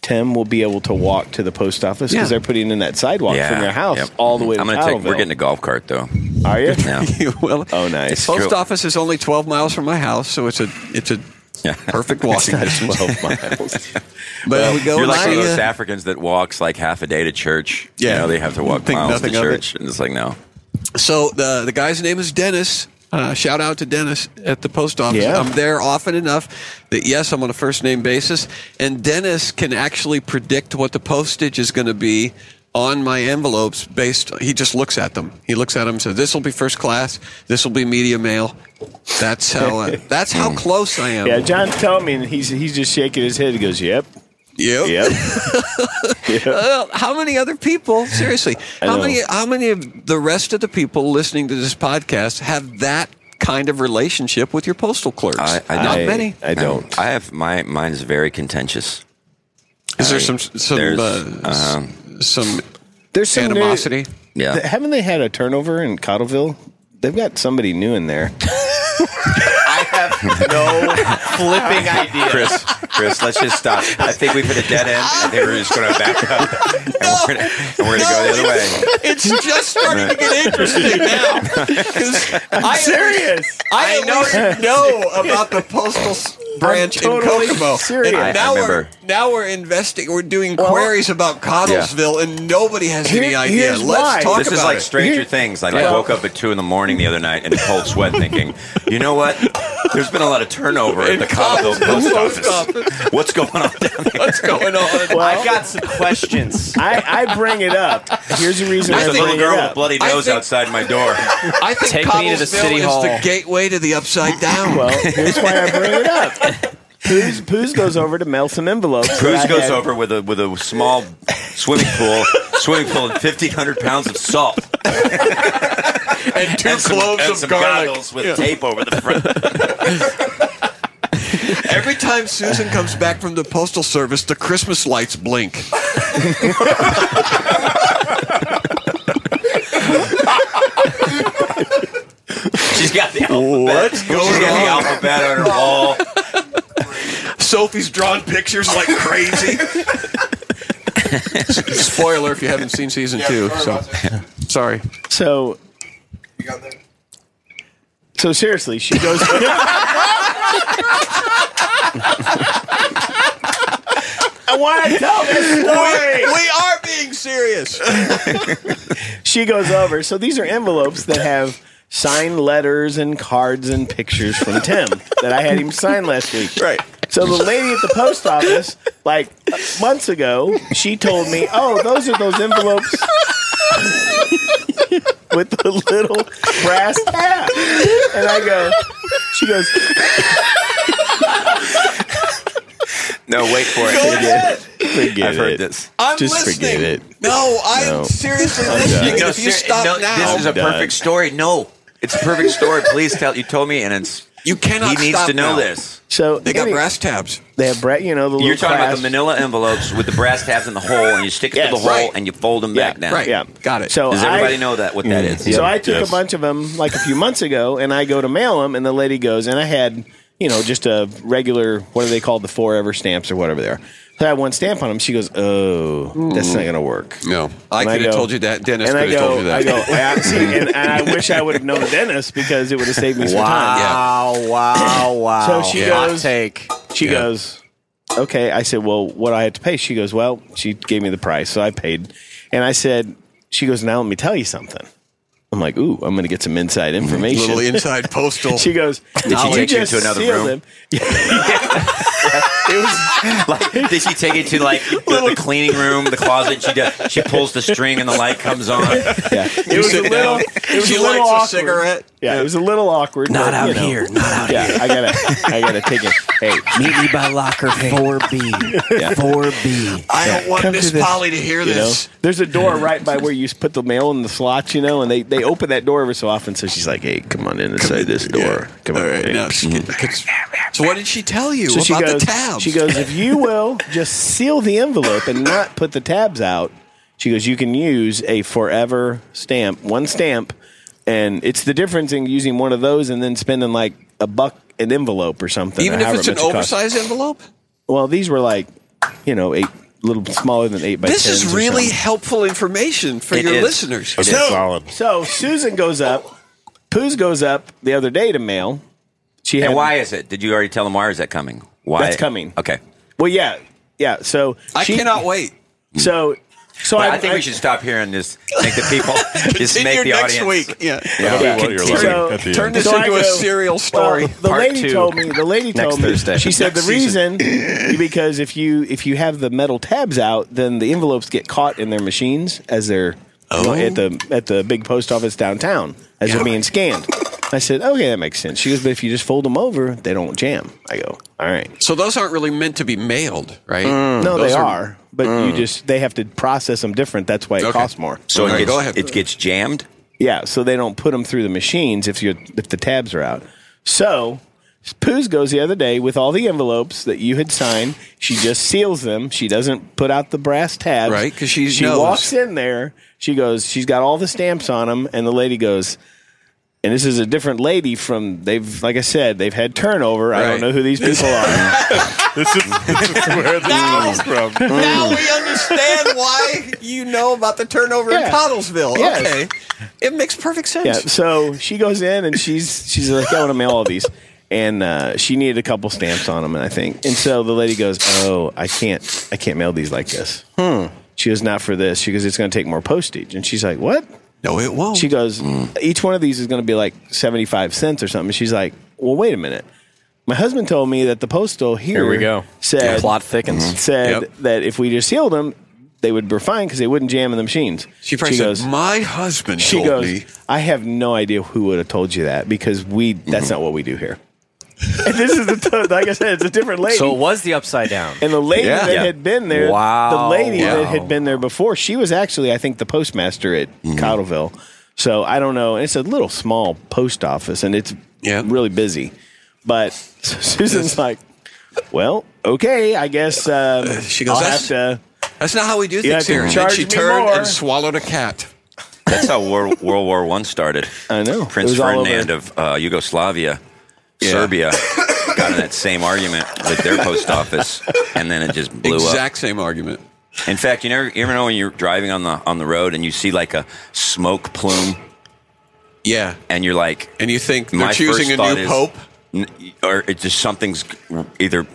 [SPEAKER 4] Tim will be able to walk to the post office because
[SPEAKER 2] Yeah.
[SPEAKER 4] they're putting in that sidewalk from your house
[SPEAKER 3] yep.
[SPEAKER 4] all the way. To
[SPEAKER 3] I'm gonna take. We're
[SPEAKER 4] Paddleville.
[SPEAKER 3] getting a golf cart though.
[SPEAKER 4] Are you?
[SPEAKER 3] Yeah.
[SPEAKER 2] well,
[SPEAKER 4] Oh, nice.
[SPEAKER 2] It's post
[SPEAKER 3] Cool.
[SPEAKER 2] office is only 12 miles from my house, so it's a it's a
[SPEAKER 3] Yeah.
[SPEAKER 2] perfect walking distance.
[SPEAKER 4] Twelve miles.
[SPEAKER 2] But we go
[SPEAKER 3] You're like
[SPEAKER 2] see,
[SPEAKER 3] one of those
[SPEAKER 2] uh,
[SPEAKER 3] Africans that walks like half a day to church.
[SPEAKER 2] Yeah.
[SPEAKER 3] You know, they have to walk
[SPEAKER 2] Think
[SPEAKER 3] miles to
[SPEAKER 2] nothing of it.
[SPEAKER 3] church, and it's like no.
[SPEAKER 2] So the the guy's name is Dennis. Uh, shout out to Dennis at the post office.
[SPEAKER 4] Yeah.
[SPEAKER 2] I'm there often enough that yes, I'm on a first name basis, and Dennis can actually predict what the postage is going to be on my envelopes. Based, he just looks at them. He looks at them. and says, "This will be first class. This will be media mail." That's how. Uh, that's how close I am.
[SPEAKER 4] yeah, John told me, and he's he's just shaking his head. He goes, "Yep,
[SPEAKER 2] Yep.
[SPEAKER 4] yep." yep.
[SPEAKER 2] Well, how many other people? Seriously,
[SPEAKER 4] I
[SPEAKER 2] how
[SPEAKER 4] know.
[SPEAKER 2] many? How many of the rest of the people listening to this podcast have that kind of relationship with your postal clerks?
[SPEAKER 3] I- I
[SPEAKER 2] Not
[SPEAKER 3] don't.
[SPEAKER 2] many.
[SPEAKER 4] I don't.
[SPEAKER 3] I have my mine's very contentious.
[SPEAKER 2] Is there some some
[SPEAKER 3] There's, uh-huh,
[SPEAKER 2] uh, s- some
[SPEAKER 4] There's some uh-huh. new-
[SPEAKER 2] animosity?
[SPEAKER 3] Yeah.
[SPEAKER 4] Haven't they had a turnover in Cottleville? They've got somebody new in there.
[SPEAKER 3] flipping idea. Chris, Chris, let's just stop. I think we've hit a dead end. I think we're just going to back up and we're going to we're gonna go the other way.
[SPEAKER 2] It's just starting to get interesting now. 'Cause I
[SPEAKER 4] Serious.
[SPEAKER 2] I know know about the postal s- branch
[SPEAKER 4] totally
[SPEAKER 2] in Kokomo.
[SPEAKER 4] serious.
[SPEAKER 2] And
[SPEAKER 4] I- I
[SPEAKER 2] now we're
[SPEAKER 3] remember.
[SPEAKER 2] now we're investing. We're doing queries about Cottlesville, and nobody has any
[SPEAKER 4] Here-
[SPEAKER 2] idea.
[SPEAKER 4] here's
[SPEAKER 2] Let's
[SPEAKER 4] why.
[SPEAKER 2] talk
[SPEAKER 3] This
[SPEAKER 2] about
[SPEAKER 3] is like
[SPEAKER 2] it.
[SPEAKER 3] Stranger Things. Like, I woke up at 2 in the morning the other night in a cold sweat thinking, you know what? There's been a lot of turnover at the Cottleville Post Office. What's going on down there?
[SPEAKER 2] What's going on?
[SPEAKER 7] I've got some questions.
[SPEAKER 4] I, I bring it up. Here's the reason
[SPEAKER 3] There's
[SPEAKER 4] I
[SPEAKER 3] a
[SPEAKER 4] bring
[SPEAKER 3] little girl
[SPEAKER 4] it
[SPEAKER 3] with a
[SPEAKER 4] up.
[SPEAKER 3] bloody
[SPEAKER 2] I
[SPEAKER 3] nose
[SPEAKER 2] think-
[SPEAKER 3] outside my door.
[SPEAKER 2] I think
[SPEAKER 1] Take me to the
[SPEAKER 2] Cottlesville
[SPEAKER 1] city
[SPEAKER 2] is the
[SPEAKER 1] hall.
[SPEAKER 2] gateway to the upside down.
[SPEAKER 4] Well, here's why I bring it up. Poos, Poos goes over to mail some envelopes. that
[SPEAKER 3] Cruz
[SPEAKER 4] I
[SPEAKER 3] goes
[SPEAKER 4] had.
[SPEAKER 3] over with a with a small swimming pool, swimming pool, and fifteen hundred pounds of salt,
[SPEAKER 2] and two
[SPEAKER 3] and some,
[SPEAKER 2] cloves
[SPEAKER 3] and
[SPEAKER 2] of
[SPEAKER 3] some
[SPEAKER 2] garlic.
[SPEAKER 3] goggles with tape over the front.
[SPEAKER 2] Every time Susan comes back from the postal service, the Christmas lights blink.
[SPEAKER 3] She's got the alphabet.
[SPEAKER 2] What's
[SPEAKER 3] She's
[SPEAKER 2] going
[SPEAKER 3] got the
[SPEAKER 2] on?
[SPEAKER 3] alphabet on her wall.
[SPEAKER 2] Sophie's drawing pictures like crazy. Spoiler if you haven't seen season two. So sorry.
[SPEAKER 4] So, so seriously, she goes. I want to tell this story.
[SPEAKER 2] We are being serious.
[SPEAKER 4] she goes over. So these are envelopes that have signed letters and cards and pictures from Tim that I had him sign last week.
[SPEAKER 2] Right.
[SPEAKER 4] So the lady at the post office, like months ago, she told me, "Oh, those are those envelopes with the little brass tab," and I go. She goes,
[SPEAKER 3] No, wait for it.
[SPEAKER 4] "Forget
[SPEAKER 3] I've heard
[SPEAKER 4] it.
[SPEAKER 3] this.
[SPEAKER 2] I'm
[SPEAKER 4] Just
[SPEAKER 2] listening.
[SPEAKER 4] forget it.
[SPEAKER 2] No, I'm
[SPEAKER 4] No.
[SPEAKER 2] seriously listening.
[SPEAKER 3] No,
[SPEAKER 2] if you
[SPEAKER 3] ser-
[SPEAKER 2] stop
[SPEAKER 3] no,
[SPEAKER 2] now,
[SPEAKER 3] this is a
[SPEAKER 4] I'm done.
[SPEAKER 3] perfect story. No, it's a perfect story. Please tell. You told me, and it's
[SPEAKER 2] you
[SPEAKER 3] he
[SPEAKER 2] cannot
[SPEAKER 3] needs
[SPEAKER 2] stop
[SPEAKER 3] to know
[SPEAKER 2] now.
[SPEAKER 3] this.
[SPEAKER 4] So
[SPEAKER 2] They got
[SPEAKER 4] any-
[SPEAKER 2] brass tabs.
[SPEAKER 4] They have brass. You know the little.
[SPEAKER 3] You're talking about
[SPEAKER 4] clasp.
[SPEAKER 3] the Manila envelopes with the brass tabs in the hole, and you stick it
[SPEAKER 4] Yes.
[SPEAKER 3] through the hole,
[SPEAKER 2] Right.
[SPEAKER 3] and you fold them
[SPEAKER 4] Yeah,
[SPEAKER 3] back down.
[SPEAKER 2] Right.
[SPEAKER 4] Yeah,
[SPEAKER 2] Got it.
[SPEAKER 4] So
[SPEAKER 3] Does everybody
[SPEAKER 4] I, Mm.
[SPEAKER 3] know that what that is?
[SPEAKER 4] So I took
[SPEAKER 5] Yes.
[SPEAKER 4] a bunch of them like a few months ago, and I go to mail them, and the lady goes, and I had you know just a regular what are they called the forever stamps or whatever they are. So I had one stamp on them. She goes, "Oh, that's not gonna work."
[SPEAKER 2] No, Mm. I
[SPEAKER 4] And
[SPEAKER 2] could
[SPEAKER 4] go-
[SPEAKER 2] have told you that. Dennis
[SPEAKER 4] and I
[SPEAKER 2] could have
[SPEAKER 4] go,
[SPEAKER 2] told you that.
[SPEAKER 4] I go, "Yeah, see, and, and I wish I would have known Dennis because it would have saved me some time.
[SPEAKER 7] Wow, wow, wow.
[SPEAKER 4] So she
[SPEAKER 7] Hot
[SPEAKER 4] goes-
[SPEAKER 7] take.
[SPEAKER 4] She
[SPEAKER 2] Yeah.
[SPEAKER 4] goes, okay. I said, well, what do I have to pay? She goes, well, she gave me the price, so I paid. And I said, she goes, now let me tell you something. I'm like, ooh, I'm going to get some inside information.
[SPEAKER 2] Mm-hmm. Little inside postal.
[SPEAKER 4] She goes, did
[SPEAKER 3] she take you
[SPEAKER 4] just
[SPEAKER 3] to another
[SPEAKER 4] seal
[SPEAKER 3] room?"
[SPEAKER 4] them?"
[SPEAKER 3] Like, did she take it to like the, the cleaning room, the closet? She does, she pulls the string and the light comes on.
[SPEAKER 4] Yeah. It was a
[SPEAKER 2] sit
[SPEAKER 4] little.
[SPEAKER 2] down.
[SPEAKER 4] It was
[SPEAKER 2] she
[SPEAKER 4] a little
[SPEAKER 2] lights
[SPEAKER 4] awkward.
[SPEAKER 2] a cigarette.
[SPEAKER 4] Yeah, it was a little awkward.
[SPEAKER 7] Not
[SPEAKER 4] but,
[SPEAKER 7] out
[SPEAKER 4] you know.
[SPEAKER 7] here. Not out
[SPEAKER 4] Yeah, I gotta, I gotta take it. Hey,
[SPEAKER 7] Meet me by locker 4B. 4B.
[SPEAKER 2] I don't want
[SPEAKER 4] Come
[SPEAKER 2] Miss
[SPEAKER 4] to this,
[SPEAKER 2] Polly to hear
[SPEAKER 4] you know,
[SPEAKER 2] this.
[SPEAKER 4] there's a door right by where you s- put the mail in the slots, you know, and they, they open that door every so often. So she's like, "Hey, come on in inside this door. Come on."
[SPEAKER 2] All right,
[SPEAKER 4] in."
[SPEAKER 2] now she can- so what did she tell you
[SPEAKER 4] So she
[SPEAKER 2] about
[SPEAKER 4] goes,
[SPEAKER 2] the tabs?
[SPEAKER 4] she goes, if you will just seal the envelope and not put the tabs out, she goes, you can use a forever stamp, one stamp, and it's the difference in using one of those and then spending like a buck an envelope or something.
[SPEAKER 2] even
[SPEAKER 4] or
[SPEAKER 2] if
[SPEAKER 4] however
[SPEAKER 2] it's an
[SPEAKER 4] much it costs.
[SPEAKER 2] oversized envelope.
[SPEAKER 4] Well, these were like, you know, eight little smaller than eight by.
[SPEAKER 2] This is
[SPEAKER 4] 10s or
[SPEAKER 2] really
[SPEAKER 4] something.
[SPEAKER 2] helpful information for
[SPEAKER 3] It
[SPEAKER 2] your
[SPEAKER 3] is.
[SPEAKER 2] listeners.
[SPEAKER 5] That's solid.
[SPEAKER 4] So Susan goes up. Poos goes up the other day to mail. She had
[SPEAKER 3] And why is it? Did you already tell them why is that coming? Why
[SPEAKER 4] That's coming.
[SPEAKER 3] Okay.
[SPEAKER 4] Well, yeah, yeah. So
[SPEAKER 2] I
[SPEAKER 4] she-
[SPEAKER 2] cannot wait.
[SPEAKER 4] So, so
[SPEAKER 3] But I, think we should stop here and just make the people just
[SPEAKER 2] Continue
[SPEAKER 3] make the
[SPEAKER 2] next
[SPEAKER 3] audience.
[SPEAKER 2] week. Yeah.
[SPEAKER 5] That'll be what you're
[SPEAKER 3] Continue.
[SPEAKER 5] learning
[SPEAKER 4] So,
[SPEAKER 5] at the
[SPEAKER 2] Turn
[SPEAKER 5] end.
[SPEAKER 2] this
[SPEAKER 4] So I
[SPEAKER 2] into a
[SPEAKER 4] go-
[SPEAKER 2] serial story.
[SPEAKER 4] Well, the
[SPEAKER 1] Part
[SPEAKER 4] lady
[SPEAKER 1] two.
[SPEAKER 4] told me. The lady
[SPEAKER 1] Next
[SPEAKER 4] told me.
[SPEAKER 1] Thursday.
[SPEAKER 4] She said
[SPEAKER 2] Next
[SPEAKER 4] the reason because if you if you have the metal tabs out, then the envelopes get caught in their machines as they're at the
[SPEAKER 2] Oh.
[SPEAKER 4] at the big post office downtown as they're being scanned. I said, okay, that makes sense. She goes, but if you just fold them over, they don't jam. I go, all right.
[SPEAKER 2] so those aren't really meant to be mailed, right?
[SPEAKER 4] No,
[SPEAKER 2] Mm, Those Mm.
[SPEAKER 4] they are, but you just they have to process them different. That's why it
[SPEAKER 2] Okay.
[SPEAKER 4] costs more.
[SPEAKER 3] So
[SPEAKER 2] All
[SPEAKER 3] it
[SPEAKER 2] right,
[SPEAKER 3] gets,
[SPEAKER 2] go ahead.
[SPEAKER 3] it gets jammed.
[SPEAKER 4] Yeah, so they don't put them through the machines if you if the tabs are out. So Poos goes the other day with all the envelopes that you had signed. She just seals them. She doesn't put out the brass tabs,
[SPEAKER 2] Right, 'cause she
[SPEAKER 4] she
[SPEAKER 2] knows.
[SPEAKER 4] walks in there. She goes. She's got all the stamps on them, and the lady goes. And this is a different lady from they've like I said they've had turnover. I
[SPEAKER 2] Right.
[SPEAKER 4] don't know who these people are.
[SPEAKER 5] This is, this is where this comes from.
[SPEAKER 2] Now
[SPEAKER 4] Mm.
[SPEAKER 2] we understand why you know about the turnover
[SPEAKER 4] Yeah.
[SPEAKER 2] in Cottlesville.
[SPEAKER 4] Yes.
[SPEAKER 2] Okay. It makes perfect sense.
[SPEAKER 4] yeah. So she goes in and she's she's like, I want to mail all these. And uh, she needed a couple stamps on them, and I think. And so the lady goes, "Oh, I can't, I can't mail these like this." Hmm. She goes, "Not for this." She goes, "It's going to take more postage." And she's like, "What?"
[SPEAKER 2] No, it won't.
[SPEAKER 4] She goes, "Each one of these is going to be like seventy-five cents or something." And she's like, "Well, wait a minute." My husband told me that the postal here,
[SPEAKER 1] Here we go.
[SPEAKER 4] said
[SPEAKER 1] Plot thickens.
[SPEAKER 4] said
[SPEAKER 2] Yep.
[SPEAKER 4] that if we just sealed them, they would be fine because they wouldn't jam in the machines.
[SPEAKER 2] she probably said, My husband
[SPEAKER 4] She
[SPEAKER 2] told
[SPEAKER 4] goes,
[SPEAKER 2] me.
[SPEAKER 4] I have no idea who would have told you that because we
[SPEAKER 2] Mm-hmm.
[SPEAKER 4] that's not what we do here. and this is the t- like I said, it's a different lady.
[SPEAKER 1] So it was the upside down.
[SPEAKER 4] and the lady
[SPEAKER 2] Yeah.
[SPEAKER 4] that
[SPEAKER 2] Yeah.
[SPEAKER 4] had been there,
[SPEAKER 1] Wow.
[SPEAKER 4] the lady
[SPEAKER 1] Wow.
[SPEAKER 4] that had been there before, she was actually, I think, the postmaster at
[SPEAKER 2] Mm-hmm.
[SPEAKER 4] Cottleville. So I don't know. It's a little small post office, and it's
[SPEAKER 2] Yeah.
[SPEAKER 4] really busy. But Susan's like, "Well, okay, I guess." Um,
[SPEAKER 2] She goes,
[SPEAKER 4] "I'll have
[SPEAKER 2] "That's-
[SPEAKER 4] to."
[SPEAKER 2] That's not how we do
[SPEAKER 4] Yeah,
[SPEAKER 2] things
[SPEAKER 4] they
[SPEAKER 2] here. And then
[SPEAKER 4] charge
[SPEAKER 2] she
[SPEAKER 4] me
[SPEAKER 2] turned
[SPEAKER 4] more.
[SPEAKER 2] and swallowed a cat.
[SPEAKER 3] That's how World, World War One started.
[SPEAKER 4] I know.
[SPEAKER 3] Prince
[SPEAKER 4] It was all over.
[SPEAKER 3] Ferdinand of uh, Yugoslavia, Serbia, got in that same argument with their post office, and then it just blew
[SPEAKER 2] Exact same argument.
[SPEAKER 3] up. In fact, you never you ever know when you're driving on the on the road and you see like a smoke plume,
[SPEAKER 2] Yeah.
[SPEAKER 3] and you're like,
[SPEAKER 2] And you think they're
[SPEAKER 3] My
[SPEAKER 2] choosing a
[SPEAKER 3] first
[SPEAKER 2] new
[SPEAKER 3] thought is-
[SPEAKER 2] pope?
[SPEAKER 3] N- or it just something's either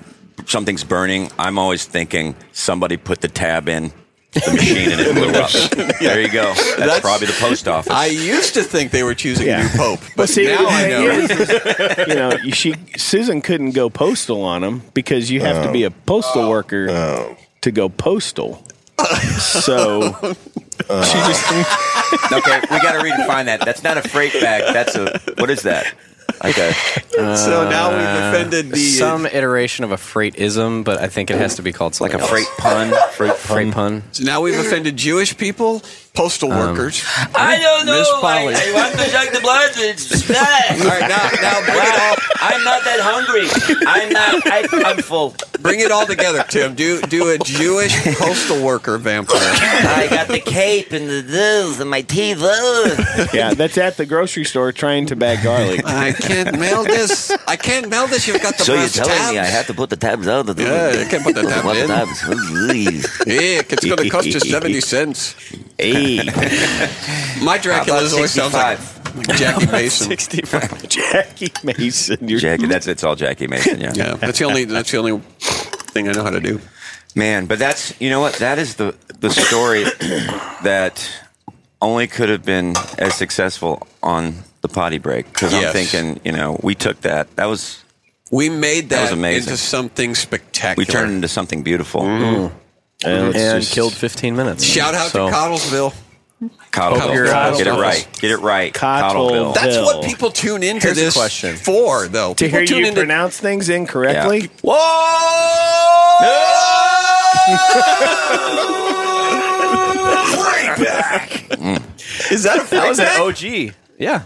[SPEAKER 3] something's burning. I'm always thinking somebody put the tab in the machine and it blew up. There you go. That's, probably the post office.
[SPEAKER 2] I used to think they were choosing
[SPEAKER 4] Yeah.
[SPEAKER 2] a new pope, but
[SPEAKER 4] Well, see,
[SPEAKER 2] now
[SPEAKER 4] the
[SPEAKER 2] I
[SPEAKER 4] thing
[SPEAKER 2] know.
[SPEAKER 4] is, is, you know, you- she Susan couldn't go postal on them because you have to be a
[SPEAKER 2] Oh.
[SPEAKER 4] postal worker to go postal. so she just
[SPEAKER 3] okay, we got to redefine that. That's not a freight bag. That's a what is that? Like a
[SPEAKER 2] so now we've offended the
[SPEAKER 3] uh,
[SPEAKER 1] Some iteration of a freightism, but I think it has to be called
[SPEAKER 3] like
[SPEAKER 1] something
[SPEAKER 3] a freight
[SPEAKER 1] else.
[SPEAKER 3] pun. Freight
[SPEAKER 1] Freight pun.
[SPEAKER 2] So now we've offended Jewish people, postal
[SPEAKER 4] Um.
[SPEAKER 2] workers.
[SPEAKER 8] I don't know.
[SPEAKER 1] Miss Polly.
[SPEAKER 8] I, I want to Jack the Blood. It's that.
[SPEAKER 2] All right, now, now bring it all
[SPEAKER 8] I'm not that hungry. I'm not. I, I'm full.
[SPEAKER 2] bring it all together, Tim. Do do a Jewish postal worker vampire.
[SPEAKER 8] I got the cape and the this and my teeth. Ugh.
[SPEAKER 4] yeah, that's at the grocery store trying to bag garlic.
[SPEAKER 2] I can't mail this. I can't mail this. You've got the
[SPEAKER 8] So you're
[SPEAKER 2] brass
[SPEAKER 8] telling me I
[SPEAKER 2] tabs.
[SPEAKER 8] have to put the tabs out? Of the
[SPEAKER 2] Yeah, you can't put the tab
[SPEAKER 8] What
[SPEAKER 2] in.
[SPEAKER 8] tabs? Please.
[SPEAKER 2] Yeah, it's going to cost you seventy cents.
[SPEAKER 4] hey,
[SPEAKER 3] How
[SPEAKER 2] My Dracula
[SPEAKER 3] about
[SPEAKER 2] always sounds like
[SPEAKER 3] 65?
[SPEAKER 2] Jackie Mason.
[SPEAKER 4] Jackie Mason, you're
[SPEAKER 3] Jackie, that's it's all Jackie Mason. Yeah.
[SPEAKER 2] Yeah, that's the only that's the only thing I know how to do.
[SPEAKER 3] man. But that's you know what that is the the story that only could have been as successful on the potty break because
[SPEAKER 2] Yes.
[SPEAKER 3] I'm thinking, you know, we took that. That was
[SPEAKER 2] We made
[SPEAKER 3] That was
[SPEAKER 2] that,
[SPEAKER 3] amazing.
[SPEAKER 2] into something spectacular.
[SPEAKER 3] we turned it into something beautiful.
[SPEAKER 2] Mm.
[SPEAKER 4] And,
[SPEAKER 1] and killed 15 minutes.
[SPEAKER 2] Shout out
[SPEAKER 1] So-
[SPEAKER 2] to Cottlesville.
[SPEAKER 3] Coddle
[SPEAKER 1] Hope
[SPEAKER 3] Bill.
[SPEAKER 1] you're out
[SPEAKER 3] Get it
[SPEAKER 1] of
[SPEAKER 3] right. Get it right.
[SPEAKER 4] Coddle
[SPEAKER 3] Coddle Bill.
[SPEAKER 4] Bill.
[SPEAKER 2] That's
[SPEAKER 4] Bill.
[SPEAKER 2] what people tune into
[SPEAKER 1] Here's a
[SPEAKER 2] this
[SPEAKER 1] question.
[SPEAKER 2] for, though.
[SPEAKER 4] to
[SPEAKER 2] people
[SPEAKER 4] hear
[SPEAKER 2] tune
[SPEAKER 4] you
[SPEAKER 2] into
[SPEAKER 4] pronounce things incorrectly.
[SPEAKER 3] Yeah. Whoa!
[SPEAKER 2] Is that a
[SPEAKER 1] That was an
[SPEAKER 2] fact?
[SPEAKER 1] OG. Yeah.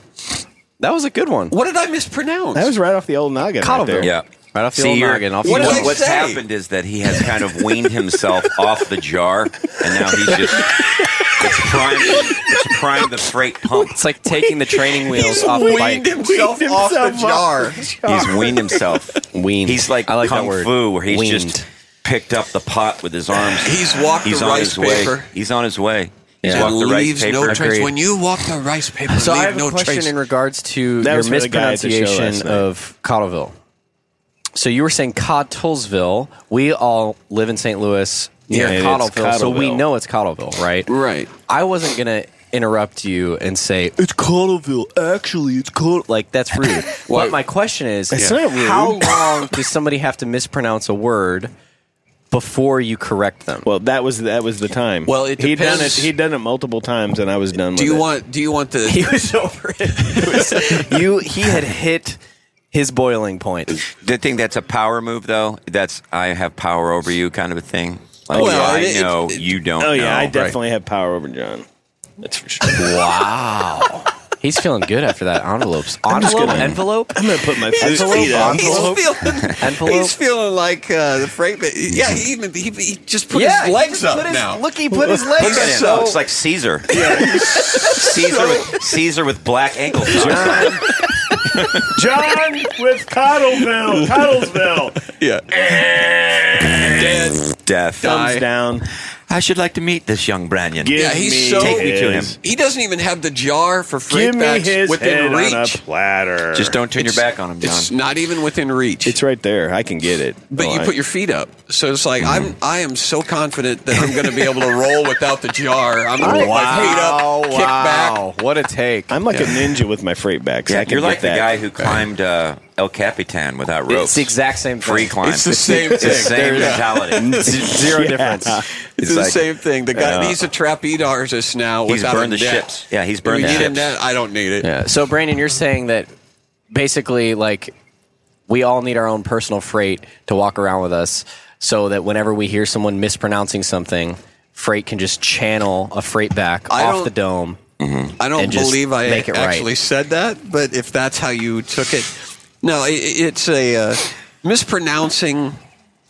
[SPEAKER 1] That was a good one.
[SPEAKER 2] What did I mispronounce?
[SPEAKER 4] That was right off the old noggin. Right
[SPEAKER 1] Cottleville.
[SPEAKER 4] there.
[SPEAKER 3] yeah.
[SPEAKER 1] Right off the
[SPEAKER 3] See,
[SPEAKER 1] old
[SPEAKER 3] you're-
[SPEAKER 1] noggin. Off
[SPEAKER 3] you
[SPEAKER 1] the
[SPEAKER 2] What
[SPEAKER 3] know,
[SPEAKER 2] did I
[SPEAKER 1] old.
[SPEAKER 3] what's
[SPEAKER 2] say?
[SPEAKER 3] happened is that he has kind of weaned himself off the jar, and now he's just it's prime it's prime the freight pump.
[SPEAKER 1] It's like taking the training wheels
[SPEAKER 2] He's
[SPEAKER 1] off the
[SPEAKER 2] weaned
[SPEAKER 1] bike.
[SPEAKER 2] himself,
[SPEAKER 4] Weaned
[SPEAKER 2] off the
[SPEAKER 4] himself
[SPEAKER 2] jar.
[SPEAKER 3] He's weaned himself.
[SPEAKER 1] Weaned.
[SPEAKER 3] He's like,
[SPEAKER 1] I like that
[SPEAKER 3] kung
[SPEAKER 1] word.
[SPEAKER 3] fu, where he's
[SPEAKER 1] Weaned.
[SPEAKER 3] just picked up the pot with his arms.
[SPEAKER 2] He's walked
[SPEAKER 3] He's
[SPEAKER 2] the
[SPEAKER 3] on
[SPEAKER 2] rice
[SPEAKER 3] his way.
[SPEAKER 2] paper.
[SPEAKER 3] He's on his way. He's
[SPEAKER 1] Yeah.
[SPEAKER 3] walked
[SPEAKER 2] and
[SPEAKER 3] the rice
[SPEAKER 2] leaves
[SPEAKER 3] paper.
[SPEAKER 2] no trace.
[SPEAKER 1] Agreed.
[SPEAKER 2] When you walk the rice paper,
[SPEAKER 1] So
[SPEAKER 2] leave
[SPEAKER 1] I have
[SPEAKER 2] no
[SPEAKER 1] a question
[SPEAKER 2] trace.
[SPEAKER 1] in regards to
[SPEAKER 4] That
[SPEAKER 1] your
[SPEAKER 4] was for the guy at the show last
[SPEAKER 1] mispronunciation
[SPEAKER 4] night.
[SPEAKER 1] of Cottleville. So you were saying Cottlesville. We all live in St. Louis near
[SPEAKER 4] Yeah, it's
[SPEAKER 1] Cottleville, so we
[SPEAKER 4] Cottleville.
[SPEAKER 1] know it's Cottleville, right?
[SPEAKER 2] Right.
[SPEAKER 1] I wasn't gonna interrupt you and say it's Cottleville. Actually, it's Cott. Like that's rude. but my question is,
[SPEAKER 4] It's not rude.
[SPEAKER 1] how long does somebody have to mispronounce a word before you correct them?
[SPEAKER 4] Well, that was that was the time.
[SPEAKER 2] Well, it
[SPEAKER 4] he'd done it.
[SPEAKER 2] depends.
[SPEAKER 4] He'd done it multiple times, and I was done.
[SPEAKER 2] Do
[SPEAKER 4] with
[SPEAKER 2] you
[SPEAKER 4] it.
[SPEAKER 2] want? Do you want the?
[SPEAKER 1] he was over it. It was- you, he had hit his boiling point.
[SPEAKER 3] The thing that's a power move, though, that's I have power over you kind of a thing. Like,
[SPEAKER 2] Well,
[SPEAKER 3] I
[SPEAKER 2] it- it-
[SPEAKER 3] know
[SPEAKER 2] it-
[SPEAKER 3] you don't.
[SPEAKER 4] Oh yeah,
[SPEAKER 3] know.
[SPEAKER 4] I definitely have power over John. That's for sure.
[SPEAKER 1] He's feeling good after that envelopes. Envelope,
[SPEAKER 4] gonna-
[SPEAKER 1] envelope,
[SPEAKER 4] I'm gonna put my food
[SPEAKER 1] Envelope,
[SPEAKER 4] feet up.
[SPEAKER 1] envelope.
[SPEAKER 2] He's feeling,
[SPEAKER 1] envelope.
[SPEAKER 2] he's feeling like uh, the freight. But yeah, he even he, he just put
[SPEAKER 1] yeah,
[SPEAKER 2] his legs
[SPEAKER 1] he just
[SPEAKER 2] up
[SPEAKER 1] put his,
[SPEAKER 2] now.
[SPEAKER 1] Look, he put his
[SPEAKER 3] Look
[SPEAKER 1] legs
[SPEAKER 3] at
[SPEAKER 1] up.
[SPEAKER 3] him.
[SPEAKER 1] So-
[SPEAKER 3] Looks like Caesar. Caesar, with, Caesar with black ankle socks.
[SPEAKER 4] John with Cottleville, Cottlesville.
[SPEAKER 2] yeah. Dead.
[SPEAKER 3] Death.
[SPEAKER 2] Dumb.
[SPEAKER 4] Thumbs down.
[SPEAKER 3] I should like to meet this young Branyan.
[SPEAKER 4] Give
[SPEAKER 2] Yeah, he's
[SPEAKER 4] me
[SPEAKER 2] so-
[SPEAKER 3] Take me to him.
[SPEAKER 4] his-
[SPEAKER 2] He doesn't even have the jar for freight
[SPEAKER 4] Give me
[SPEAKER 2] bags
[SPEAKER 4] his head
[SPEAKER 2] within reach.
[SPEAKER 4] on a platter.
[SPEAKER 3] Just don't turn your back on him,
[SPEAKER 2] It's
[SPEAKER 3] John.
[SPEAKER 2] not even within reach.
[SPEAKER 4] It's right there. I can get it.
[SPEAKER 2] but
[SPEAKER 4] Oh,
[SPEAKER 2] you
[SPEAKER 4] I-
[SPEAKER 2] put your feet up, so it's like I'm.
[SPEAKER 3] Mm-hmm.
[SPEAKER 2] I am so confident that I'm going to be able to roll without the jar. I'm going to put my feet up, kick back.
[SPEAKER 1] What a take.
[SPEAKER 4] I'm like a ninja with my freight bags. I
[SPEAKER 3] Yeah,
[SPEAKER 4] can
[SPEAKER 3] you're
[SPEAKER 4] get
[SPEAKER 3] like the
[SPEAKER 4] that.
[SPEAKER 3] guy who climbed uh, El Capitan without ropes.
[SPEAKER 1] It's the exact same thing.
[SPEAKER 3] free climb.
[SPEAKER 2] It's the same
[SPEAKER 3] It's the
[SPEAKER 2] thing.
[SPEAKER 3] same mentality.
[SPEAKER 1] Zero difference.
[SPEAKER 2] It's,
[SPEAKER 3] It's
[SPEAKER 2] the
[SPEAKER 3] like-
[SPEAKER 2] same thing. The guy. he's a trapeze artist now.
[SPEAKER 3] He's
[SPEAKER 2] without
[SPEAKER 3] burned
[SPEAKER 2] a
[SPEAKER 3] the
[SPEAKER 2] net.
[SPEAKER 3] ships. Yeah, he's
[SPEAKER 2] We
[SPEAKER 3] burned the
[SPEAKER 2] need a
[SPEAKER 3] ships.
[SPEAKER 2] net. I don't need it.
[SPEAKER 1] Yeah. So, Brandon, you're saying that basically, like, we all need our own personal freight to walk around with us, so that whenever we hear someone mispronouncing something, freight can just channel a freight back
[SPEAKER 2] I
[SPEAKER 1] off
[SPEAKER 2] don't-
[SPEAKER 1] the dome.
[SPEAKER 2] I don't
[SPEAKER 1] and just
[SPEAKER 2] believe I
[SPEAKER 1] make it right.
[SPEAKER 2] actually said that, but if that's how you took it, no, i i- it's a uh, mispronouncing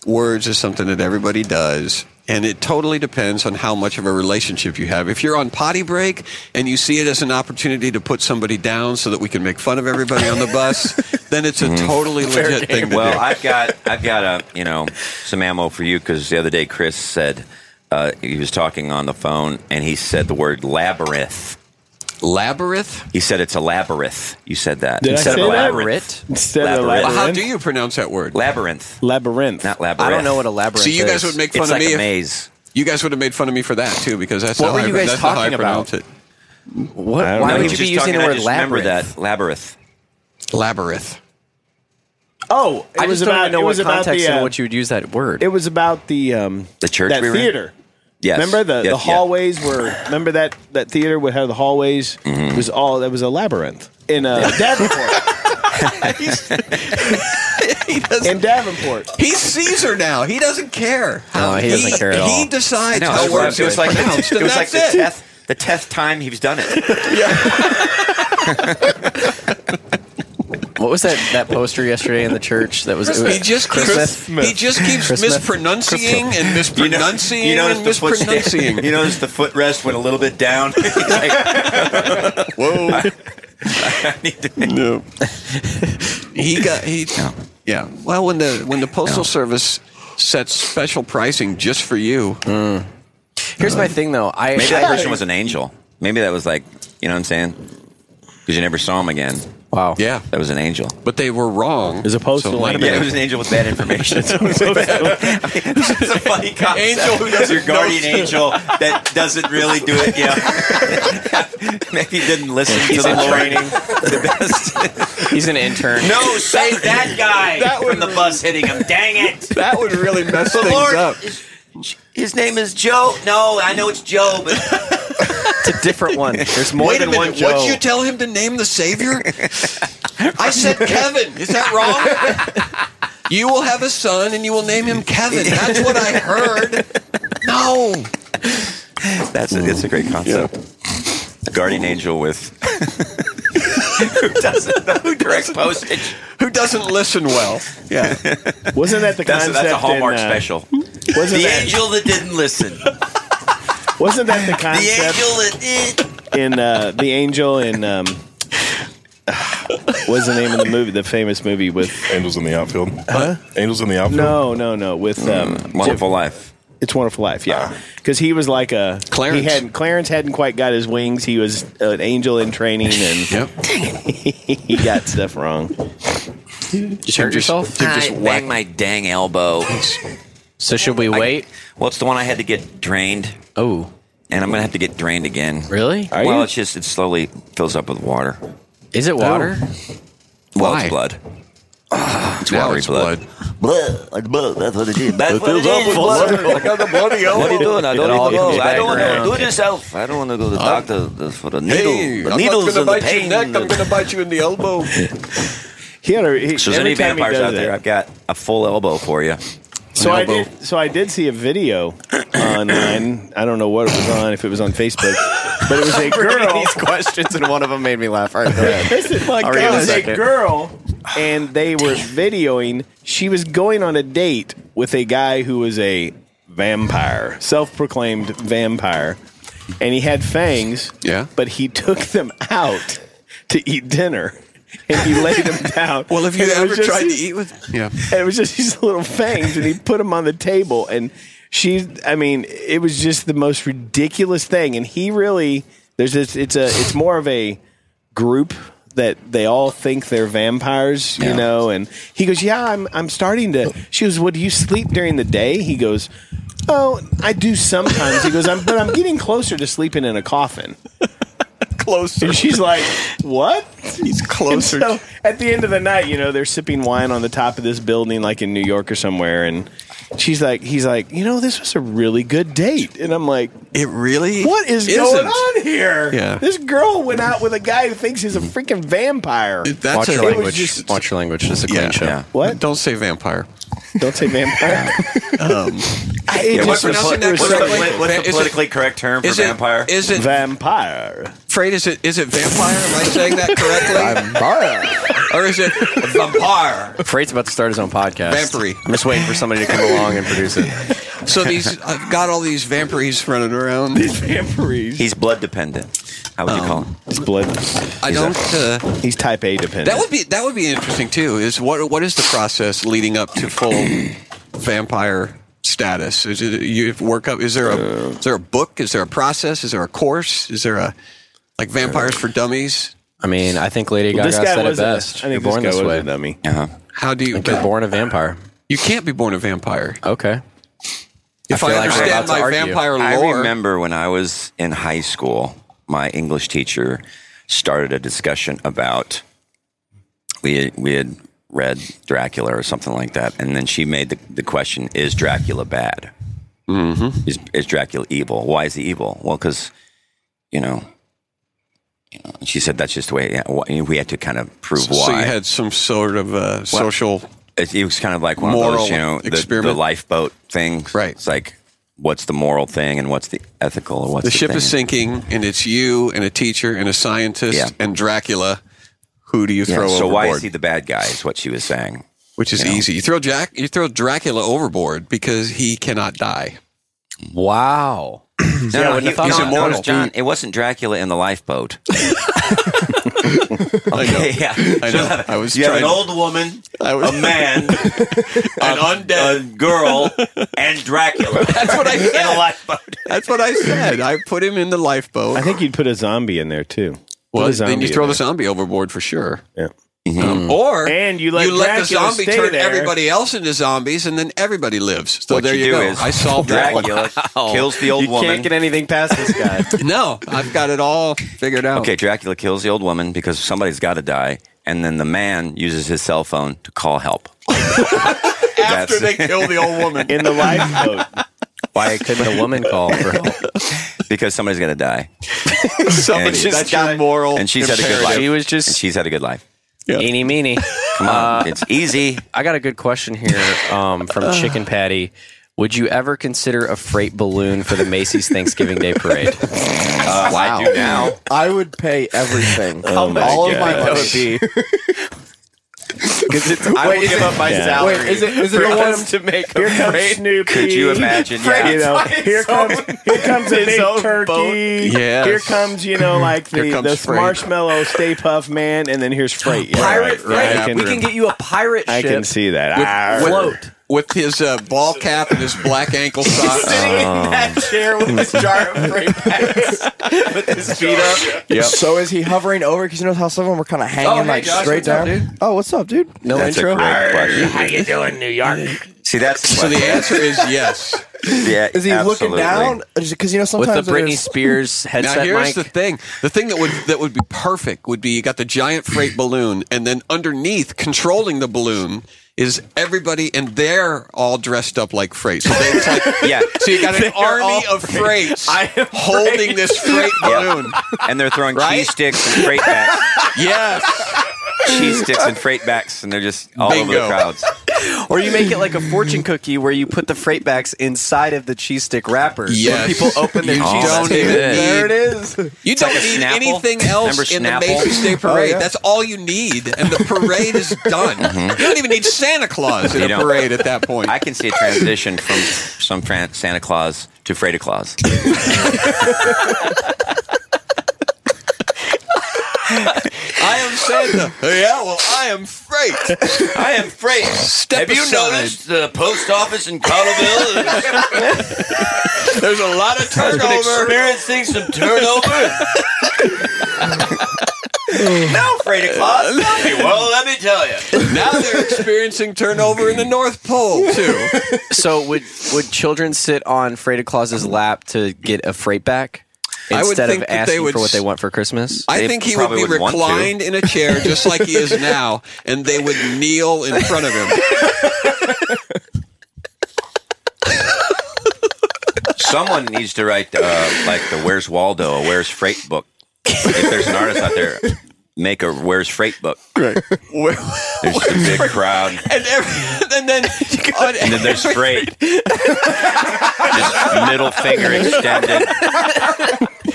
[SPEAKER 2] words is something that everybody does, and it totally depends on how much of a relationship you have. If you're on potty break and you see it as an opportunity to put somebody down so that we can make fun of everybody on the bus, then it's
[SPEAKER 1] Mm-hmm.
[SPEAKER 2] a totally legit thing to
[SPEAKER 3] Well,
[SPEAKER 2] do.
[SPEAKER 3] I've got I've got a you know some ammo for you because the other day Chris said uh, he was talking on the phone and he said the word labyrinth.
[SPEAKER 2] Labyrinth.
[SPEAKER 3] He said it's a labyrinth. You said that.
[SPEAKER 4] Did I
[SPEAKER 3] Instead
[SPEAKER 4] say
[SPEAKER 3] of
[SPEAKER 4] that?
[SPEAKER 3] labyrinth.
[SPEAKER 4] Instead of
[SPEAKER 3] Labyrinth.
[SPEAKER 2] Well, how
[SPEAKER 4] labyrinth,
[SPEAKER 2] do you pronounce that word?
[SPEAKER 3] Labyrinth,
[SPEAKER 4] labyrinth.
[SPEAKER 3] not labyrinth.
[SPEAKER 1] I don't know what a labyrinth
[SPEAKER 2] See, you guys
[SPEAKER 1] is.
[SPEAKER 2] would make fun
[SPEAKER 3] It's
[SPEAKER 2] of
[SPEAKER 3] like
[SPEAKER 2] me.
[SPEAKER 3] a
[SPEAKER 2] If,
[SPEAKER 3] maze.
[SPEAKER 2] you guys would have made fun of me for that too, because that's
[SPEAKER 1] What
[SPEAKER 2] how
[SPEAKER 1] were
[SPEAKER 2] I,
[SPEAKER 1] you guys
[SPEAKER 2] that's not how I
[SPEAKER 1] talking about?
[SPEAKER 2] pronounce it.
[SPEAKER 1] What?
[SPEAKER 4] I don't
[SPEAKER 1] Why
[SPEAKER 4] know.
[SPEAKER 1] would you
[SPEAKER 4] He was
[SPEAKER 1] be
[SPEAKER 3] just
[SPEAKER 1] using
[SPEAKER 3] talking,
[SPEAKER 1] the
[SPEAKER 3] I
[SPEAKER 1] word
[SPEAKER 3] just remembered
[SPEAKER 1] labyrinth?
[SPEAKER 3] That labyrinth.
[SPEAKER 2] Labyrinth.
[SPEAKER 4] Oh, it
[SPEAKER 1] I
[SPEAKER 4] was
[SPEAKER 1] just
[SPEAKER 4] about,
[SPEAKER 1] don't even know
[SPEAKER 4] it
[SPEAKER 1] what
[SPEAKER 4] was about
[SPEAKER 1] context
[SPEAKER 4] the,
[SPEAKER 1] and
[SPEAKER 4] uh,
[SPEAKER 1] what you would use that word.
[SPEAKER 4] It was about the um,
[SPEAKER 3] The church
[SPEAKER 4] that
[SPEAKER 3] we were in?
[SPEAKER 4] theater.
[SPEAKER 3] Yes.
[SPEAKER 4] Remember the,
[SPEAKER 3] Yes,
[SPEAKER 4] the
[SPEAKER 3] yeah.
[SPEAKER 4] hallways were. Remember that that theater would have the hallways
[SPEAKER 3] Mm-hmm.
[SPEAKER 4] It was all that was a labyrinth in uh, Davenport.
[SPEAKER 2] He doesn't.
[SPEAKER 4] in Davenport,
[SPEAKER 2] He's Caesar now. He doesn't care.
[SPEAKER 1] No, he doesn't care at all.
[SPEAKER 2] He decides
[SPEAKER 3] No,
[SPEAKER 2] how
[SPEAKER 3] it was,
[SPEAKER 2] words
[SPEAKER 3] it was like
[SPEAKER 2] pronounced,
[SPEAKER 3] it
[SPEAKER 2] and
[SPEAKER 3] was like
[SPEAKER 2] that's
[SPEAKER 3] the
[SPEAKER 2] it.
[SPEAKER 3] tenth the tenth time he's done it.
[SPEAKER 1] what was that, that poster yesterday in the church that was? It was
[SPEAKER 2] He just keeps, he just keeps
[SPEAKER 1] Christmas.
[SPEAKER 2] mispronouncing and mispronouncing and mispronouncing.
[SPEAKER 3] You notice the footrest went a little bit down. He's like,
[SPEAKER 2] Whoa!
[SPEAKER 3] I need to-
[SPEAKER 2] he got he. Yeah. Well, when the when the postal service sets special pricing just for you,
[SPEAKER 1] Here's my thing, though. I,
[SPEAKER 3] Maybe
[SPEAKER 1] I-
[SPEAKER 3] that person was an angel. Maybe that was like, you know what I'm saying? Because you never saw him again.
[SPEAKER 1] Wow.
[SPEAKER 2] Yeah,
[SPEAKER 3] That was an angel.
[SPEAKER 2] but they were wrong.
[SPEAKER 4] As opposed to
[SPEAKER 2] it might
[SPEAKER 4] like-
[SPEAKER 2] be-
[SPEAKER 3] Yeah, it was an angel with bad information. It's a funny concept.
[SPEAKER 2] Angel who
[SPEAKER 3] Your
[SPEAKER 2] doesn't know
[SPEAKER 3] guardian angel that doesn't really do it. Yeah, maybe he didn't listen to the Lord. The best.
[SPEAKER 1] He's an intern.
[SPEAKER 3] No, save that guy from the bus hitting him. Dang it!
[SPEAKER 2] that would really mess
[SPEAKER 3] The
[SPEAKER 2] things
[SPEAKER 3] Lord.
[SPEAKER 2] up.
[SPEAKER 3] His name is Joe. No, I know it's Joe, but
[SPEAKER 1] It's a different one. There's more
[SPEAKER 2] Wait a
[SPEAKER 1] than
[SPEAKER 2] minute,
[SPEAKER 1] one Joe.
[SPEAKER 2] what'd you tell him to name the Savior? I said Kevin. Is that wrong? You will have a son and you will name him Kevin. That's what I heard. No.
[SPEAKER 3] that's a, it's a great concept. A guardian angel with who doesn't know direct postage.
[SPEAKER 2] Who doesn't listen well? Yeah.
[SPEAKER 4] Wasn't that the
[SPEAKER 3] That's,
[SPEAKER 4] concept?
[SPEAKER 3] that's a Hallmark
[SPEAKER 4] in, uh,
[SPEAKER 3] special.
[SPEAKER 4] Wasn't
[SPEAKER 3] The
[SPEAKER 4] that,
[SPEAKER 3] angel that didn't listen.
[SPEAKER 4] wasn't that the
[SPEAKER 3] The
[SPEAKER 4] concept
[SPEAKER 3] angel that
[SPEAKER 4] in uh, the angel in um, what's the name of the movie? The famous movie with
[SPEAKER 5] Angels in the outfield. Angels in the outfield.
[SPEAKER 4] no, no, no, with um,
[SPEAKER 3] did. Mm, Wonderful life. Uh-huh.
[SPEAKER 4] It's Wonderful Life, yeah, because he was like a
[SPEAKER 2] Clarence.
[SPEAKER 4] He hadn't Clarence hadn't quite got his wings. He was an angel in training, and
[SPEAKER 2] Yep.
[SPEAKER 4] he got stuff wrong.
[SPEAKER 1] Did you hurt yourself?
[SPEAKER 3] I banged my dang elbow.
[SPEAKER 1] So should we wait?
[SPEAKER 3] well, it's the one I had to get drained,
[SPEAKER 1] oh,
[SPEAKER 3] and I'm gonna have to get drained again.
[SPEAKER 1] really?
[SPEAKER 4] Are
[SPEAKER 3] well,
[SPEAKER 4] you?
[SPEAKER 3] it's just it slowly fills up with water.
[SPEAKER 1] Is it water?
[SPEAKER 3] Well,
[SPEAKER 2] Why?
[SPEAKER 3] it's blood. It's
[SPEAKER 2] Now
[SPEAKER 3] watery
[SPEAKER 2] it's
[SPEAKER 3] blood.
[SPEAKER 2] blood.
[SPEAKER 8] Blah, like blah, that's what it is. That's
[SPEAKER 3] It
[SPEAKER 8] what
[SPEAKER 3] fills
[SPEAKER 8] it
[SPEAKER 3] up
[SPEAKER 8] is.
[SPEAKER 3] with
[SPEAKER 8] blah.
[SPEAKER 3] blood. What are you doing? I don't
[SPEAKER 1] all
[SPEAKER 3] want to
[SPEAKER 1] comes
[SPEAKER 3] go. I
[SPEAKER 1] back
[SPEAKER 3] don't want
[SPEAKER 1] around.
[SPEAKER 3] to do this self. I don't want to go to the doctor uh, for the needle.
[SPEAKER 2] Hey,
[SPEAKER 3] the
[SPEAKER 2] I'm not
[SPEAKER 3] needles
[SPEAKER 2] gonna
[SPEAKER 3] and the
[SPEAKER 2] bite
[SPEAKER 3] pain.
[SPEAKER 2] your neck. I'm going to bite you in the elbow.
[SPEAKER 4] He had a, he,
[SPEAKER 3] so there's
[SPEAKER 4] every
[SPEAKER 3] any
[SPEAKER 4] time he
[SPEAKER 3] vampires
[SPEAKER 4] does
[SPEAKER 3] out there,
[SPEAKER 4] that-
[SPEAKER 3] I've got a full elbow for you.
[SPEAKER 4] So I
[SPEAKER 2] elbow.
[SPEAKER 4] did. So I did see a video online. I don't know what it was on. If it was on Facebook, but it was a girl.
[SPEAKER 1] These questions and one of them made me laugh. All right, go ahead.
[SPEAKER 4] my
[SPEAKER 1] I'll read in
[SPEAKER 4] It
[SPEAKER 1] a
[SPEAKER 4] was a
[SPEAKER 1] second.
[SPEAKER 4] girl, and they were videoing. She was going on a date with a guy who was a vampire, self-proclaimed vampire, and he had fangs.
[SPEAKER 2] Yeah.
[SPEAKER 4] but he took them out to eat dinner, and he laid them down.
[SPEAKER 2] Well, have you
[SPEAKER 4] And it
[SPEAKER 2] ever
[SPEAKER 4] was just-
[SPEAKER 2] tried to eat with? Yeah.
[SPEAKER 4] and it was just these little fangs, and he put them on the table. And she, I mean, it was just the most ridiculous thing. And he really, there's this, it's a, it's more of a group that they all think they're vampires, you know. And he goes, "Yeah, I'm, I'm starting to." She goes, "What do you sleep during the day?" He goes. Oh, I do sometimes. He goes, I'm, but I'm getting closer to sleeping in a coffin.
[SPEAKER 2] Closer.
[SPEAKER 4] And she's like, "What?"
[SPEAKER 2] He's closer.
[SPEAKER 4] So at the end of the night, you know, they're sipping wine on the top of this building, like in New York or somewhere, and she's like, he's like, you know, this was a really good date, and I'm like,
[SPEAKER 2] it really.
[SPEAKER 4] what is
[SPEAKER 2] isn't.
[SPEAKER 4] going on here?
[SPEAKER 2] Yeah.
[SPEAKER 4] This girl went out with a guy who thinks he's a freaking vampire.
[SPEAKER 2] That's
[SPEAKER 1] Watch
[SPEAKER 2] a
[SPEAKER 1] your
[SPEAKER 4] was
[SPEAKER 1] language.
[SPEAKER 4] just-
[SPEAKER 1] Watch your language. This is a clean
[SPEAKER 2] Yeah.
[SPEAKER 1] show.
[SPEAKER 3] Yeah.
[SPEAKER 4] What?
[SPEAKER 2] Don't say vampire.
[SPEAKER 4] Don't say vampire.
[SPEAKER 2] Um,
[SPEAKER 4] I it
[SPEAKER 3] what's
[SPEAKER 4] just
[SPEAKER 3] the,
[SPEAKER 4] was
[SPEAKER 3] poli-
[SPEAKER 2] pronouncing that
[SPEAKER 4] super
[SPEAKER 3] what's the,
[SPEAKER 2] correctly?
[SPEAKER 4] strange.
[SPEAKER 3] poli- what's the
[SPEAKER 2] Is it-
[SPEAKER 3] politically correct term for
[SPEAKER 2] Is
[SPEAKER 3] vampire?
[SPEAKER 2] it? Is it?
[SPEAKER 4] vampire.
[SPEAKER 2] Freight, is it? Is it vampire? Am I saying that correctly? or is it vampire?
[SPEAKER 1] Freight's about to start his own podcast.
[SPEAKER 2] Vampiry.
[SPEAKER 1] I'm just waiting for somebody to come along and produce it.
[SPEAKER 2] So these, I've got all these vampires running around.
[SPEAKER 4] Vampires.
[SPEAKER 3] He's blood dependent. How would you call him?
[SPEAKER 4] He's blood.
[SPEAKER 2] I don't. Uh,
[SPEAKER 4] He's type A dependent.
[SPEAKER 2] that would be that would be interesting too. Is what what is the process leading up to full vampire status? Is it you work up? Is there a is there a book? Is there a process? Is there a course? Is there a like vampires for dummies?
[SPEAKER 1] I mean, I think Lady Gaga
[SPEAKER 4] this guy
[SPEAKER 1] said it
[SPEAKER 4] was
[SPEAKER 1] best.
[SPEAKER 4] I think
[SPEAKER 1] you're born
[SPEAKER 4] this
[SPEAKER 1] this,
[SPEAKER 4] guy was
[SPEAKER 1] way.
[SPEAKER 4] a dummy.
[SPEAKER 3] Uh-huh.
[SPEAKER 2] How do you?
[SPEAKER 1] You're born a vampire.
[SPEAKER 2] You can't be born a vampire.
[SPEAKER 1] Okay.
[SPEAKER 2] If I,
[SPEAKER 1] feel like we're
[SPEAKER 2] understand
[SPEAKER 1] about to
[SPEAKER 2] my
[SPEAKER 1] argue.
[SPEAKER 2] vampire
[SPEAKER 3] I
[SPEAKER 2] lore,
[SPEAKER 3] remember when I was in high school, my English teacher started a discussion about we we had read Dracula or something like that, and then she made the, the question: Is Dracula bad? Mm-hmm. Is is Dracula evil? Why is he evil? Well, because you know. you know, She said that's just the way yeah, wh- we had to kind of prove why.
[SPEAKER 2] so you had some sort of uh, social.
[SPEAKER 3] it, it was kind of like one of
[SPEAKER 2] Moral
[SPEAKER 3] those, you know, the, the
[SPEAKER 2] experiment?
[SPEAKER 3] lifeboat thing.
[SPEAKER 2] Right.
[SPEAKER 3] It's like, what's the moral thing and what's the ethical? and What's
[SPEAKER 2] The
[SPEAKER 3] the,
[SPEAKER 2] ship
[SPEAKER 3] thing?
[SPEAKER 2] is sinking, and it's you and a teacher and a scientist
[SPEAKER 3] Yeah.
[SPEAKER 2] and Dracula. Who do you
[SPEAKER 3] Yeah,
[SPEAKER 2] throw
[SPEAKER 3] so
[SPEAKER 2] overboard?
[SPEAKER 3] why is he the bad guy? Is what she was saying.
[SPEAKER 2] Which is easy. You throw Jack, you throw Dracula overboard because he cannot die.
[SPEAKER 1] Wow.
[SPEAKER 3] No, no,
[SPEAKER 1] wouldn't have
[SPEAKER 3] he,
[SPEAKER 1] thought
[SPEAKER 3] he's
[SPEAKER 1] about
[SPEAKER 3] no,
[SPEAKER 1] that.
[SPEAKER 3] it was John. It wasn't Dracula in the lifeboat. okay, yeah.
[SPEAKER 2] I
[SPEAKER 3] So
[SPEAKER 2] know. I was
[SPEAKER 3] you have
[SPEAKER 2] trying.
[SPEAKER 3] an old woman,
[SPEAKER 2] I was-
[SPEAKER 3] a man, an undead girl, and Dracula. That's
[SPEAKER 2] what I
[SPEAKER 3] in
[SPEAKER 2] said.
[SPEAKER 3] a lifeboat.
[SPEAKER 2] That's what I said. I put him in the lifeboat.
[SPEAKER 4] I think you'd put a zombie in there too.
[SPEAKER 2] Well,
[SPEAKER 4] the
[SPEAKER 2] then you
[SPEAKER 4] zombie
[SPEAKER 2] throw
[SPEAKER 4] in
[SPEAKER 2] the
[SPEAKER 4] there.
[SPEAKER 2] zombie overboard for sure.
[SPEAKER 4] Yeah.
[SPEAKER 2] Um, or
[SPEAKER 4] And you let
[SPEAKER 2] the
[SPEAKER 4] Dracula
[SPEAKER 2] zombie
[SPEAKER 4] stay
[SPEAKER 2] turn
[SPEAKER 4] there.
[SPEAKER 2] everybody else into zombies, and then everybody lives. So
[SPEAKER 3] what
[SPEAKER 2] there
[SPEAKER 3] you,
[SPEAKER 2] you,
[SPEAKER 3] do
[SPEAKER 2] go.
[SPEAKER 3] is
[SPEAKER 2] I solved that one.
[SPEAKER 3] Dracula kills the old
[SPEAKER 1] you
[SPEAKER 3] woman.
[SPEAKER 1] can't get anything past this guy.
[SPEAKER 2] No, I've got it all figured out.
[SPEAKER 3] Okay, Dracula kills the old woman because somebody's got to die, and then the man uses his cell phone to call help.
[SPEAKER 2] after
[SPEAKER 3] That's-
[SPEAKER 2] they kill the old woman.
[SPEAKER 4] in the lifeboat.
[SPEAKER 1] Why couldn't a woman call for help?
[SPEAKER 3] because somebody's gonna die,
[SPEAKER 2] Somebody,
[SPEAKER 3] And she's
[SPEAKER 2] that's your moral.
[SPEAKER 3] and she's had a good life.
[SPEAKER 1] She was just-
[SPEAKER 3] and she's had a good life.
[SPEAKER 2] Yeah.
[SPEAKER 1] Eeny meeny.
[SPEAKER 3] Come on, Uh, it's easy.
[SPEAKER 1] I got a good question here um, from Chicken Patty. Would you ever consider a freight balloon for the Macy's Thanksgiving Day Parade?
[SPEAKER 3] wow. I Uh, do now.
[SPEAKER 7] I would pay everything.
[SPEAKER 1] Oh
[SPEAKER 3] my
[SPEAKER 7] All of
[SPEAKER 3] God.
[SPEAKER 7] my
[SPEAKER 3] That
[SPEAKER 7] money.
[SPEAKER 3] would
[SPEAKER 1] I will give up my salary.
[SPEAKER 7] Wait, is it, is it the one?
[SPEAKER 1] to make
[SPEAKER 4] Here comes Snoopy.
[SPEAKER 3] Could you imagine? Yeah.
[SPEAKER 4] You know, here comes here comes a big
[SPEAKER 1] own
[SPEAKER 4] turkey.
[SPEAKER 2] Yes.
[SPEAKER 4] Here comes you know like
[SPEAKER 2] Here
[SPEAKER 4] the,
[SPEAKER 2] comes
[SPEAKER 4] the
[SPEAKER 2] Freight.
[SPEAKER 4] marshmallow Stay Puff man, and then here's Freight. Yeah,
[SPEAKER 1] pirate
[SPEAKER 4] right, right.
[SPEAKER 1] freight.
[SPEAKER 4] I can,
[SPEAKER 1] we can get you a pirate ship.
[SPEAKER 4] I can see that. Arr.
[SPEAKER 2] with,
[SPEAKER 1] Float.
[SPEAKER 2] with his uh, ball cap and his black ankle Uh, socks.
[SPEAKER 1] in that chair with his jar of freight packs with his feet up.
[SPEAKER 2] Yep.
[SPEAKER 7] So is he hovering over? Because you know how some of them were kind of hanging
[SPEAKER 2] Oh, hey,
[SPEAKER 7] like
[SPEAKER 2] Josh,
[SPEAKER 7] straight
[SPEAKER 2] what's up,
[SPEAKER 7] down.
[SPEAKER 2] dude?
[SPEAKER 7] Oh, what's up, dude?
[SPEAKER 1] No
[SPEAKER 3] That's
[SPEAKER 1] intro.
[SPEAKER 3] a great question.
[SPEAKER 8] How you doing, New York?
[SPEAKER 3] See, that's
[SPEAKER 2] So the answer is yes.
[SPEAKER 3] yeah,
[SPEAKER 7] Is he
[SPEAKER 3] absolutely.
[SPEAKER 7] looking down? Because you know
[SPEAKER 1] With
[SPEAKER 7] sometimes
[SPEAKER 1] the
[SPEAKER 7] it
[SPEAKER 1] Britney
[SPEAKER 7] is-
[SPEAKER 1] Spears
[SPEAKER 2] Now
[SPEAKER 1] headset mic.
[SPEAKER 2] here's the thing: the thing that would that would be perfect would be you got the giant freight balloon, and then underneath, controlling the balloon, is everybody, and they're all dressed up like freight. So they, it's like,
[SPEAKER 3] Yeah.
[SPEAKER 2] so you got an army of freights holding this freight balloon.
[SPEAKER 3] And they're throwing
[SPEAKER 2] Right?
[SPEAKER 3] cheese sticks and freight backs,
[SPEAKER 2] yes,
[SPEAKER 3] cheese sticks and freight backs, and they're just all over
[SPEAKER 2] Bingo.
[SPEAKER 3] the crowds.
[SPEAKER 1] Or you make it like a fortune cookie where you put the freight backs inside of the cheese stick wrapper.
[SPEAKER 2] yes.
[SPEAKER 1] When people open their
[SPEAKER 2] You
[SPEAKER 1] cheese
[SPEAKER 2] don't
[SPEAKER 1] sticks,
[SPEAKER 2] even
[SPEAKER 1] there it
[SPEAKER 2] need-
[SPEAKER 1] is.
[SPEAKER 2] You don't
[SPEAKER 3] like a
[SPEAKER 2] need
[SPEAKER 3] Snapple.
[SPEAKER 2] anything else
[SPEAKER 3] Remember
[SPEAKER 2] in the
[SPEAKER 3] Snapple?
[SPEAKER 2] Macy's Day Parade.
[SPEAKER 7] yeah.
[SPEAKER 2] That's all you need, and the parade is done. You don't even need Santa Claus in
[SPEAKER 3] Mm-hmm. You
[SPEAKER 2] a
[SPEAKER 3] don't.
[SPEAKER 2] parade at that point.
[SPEAKER 3] I can see a transition from some Fran- Santa Claus to Freda Claus.
[SPEAKER 2] I am Santa. yeah, well, I am freight.
[SPEAKER 3] I am freight.
[SPEAKER 2] Step aside.
[SPEAKER 3] the post office in Colorville is
[SPEAKER 2] There's a lot of turnover.
[SPEAKER 3] experiencing some turnover? no, Freda Claus. well, let me tell you.
[SPEAKER 2] Now they're experiencing turnover in the North Pole too.
[SPEAKER 1] So would would children sit on Freighted Claus's lap to get a freight back
[SPEAKER 2] I would
[SPEAKER 1] instead of
[SPEAKER 2] think that they
[SPEAKER 1] asking
[SPEAKER 2] would
[SPEAKER 1] for what they
[SPEAKER 2] s-
[SPEAKER 1] want for Christmas?
[SPEAKER 2] I
[SPEAKER 3] They
[SPEAKER 2] think he would
[SPEAKER 3] probably
[SPEAKER 2] be
[SPEAKER 3] wouldn't want to.
[SPEAKER 2] reclined in a chair just like he is now, and they would kneel in front of him.
[SPEAKER 3] Someone needs to write uh, like the Where's Waldo, a Where's Freight book. If there's an artist out there, make a Where's Freight book.
[SPEAKER 2] Where-
[SPEAKER 3] There's a big crowd,
[SPEAKER 2] and, every, and then on
[SPEAKER 3] and then there's Freight. Just middle finger extended.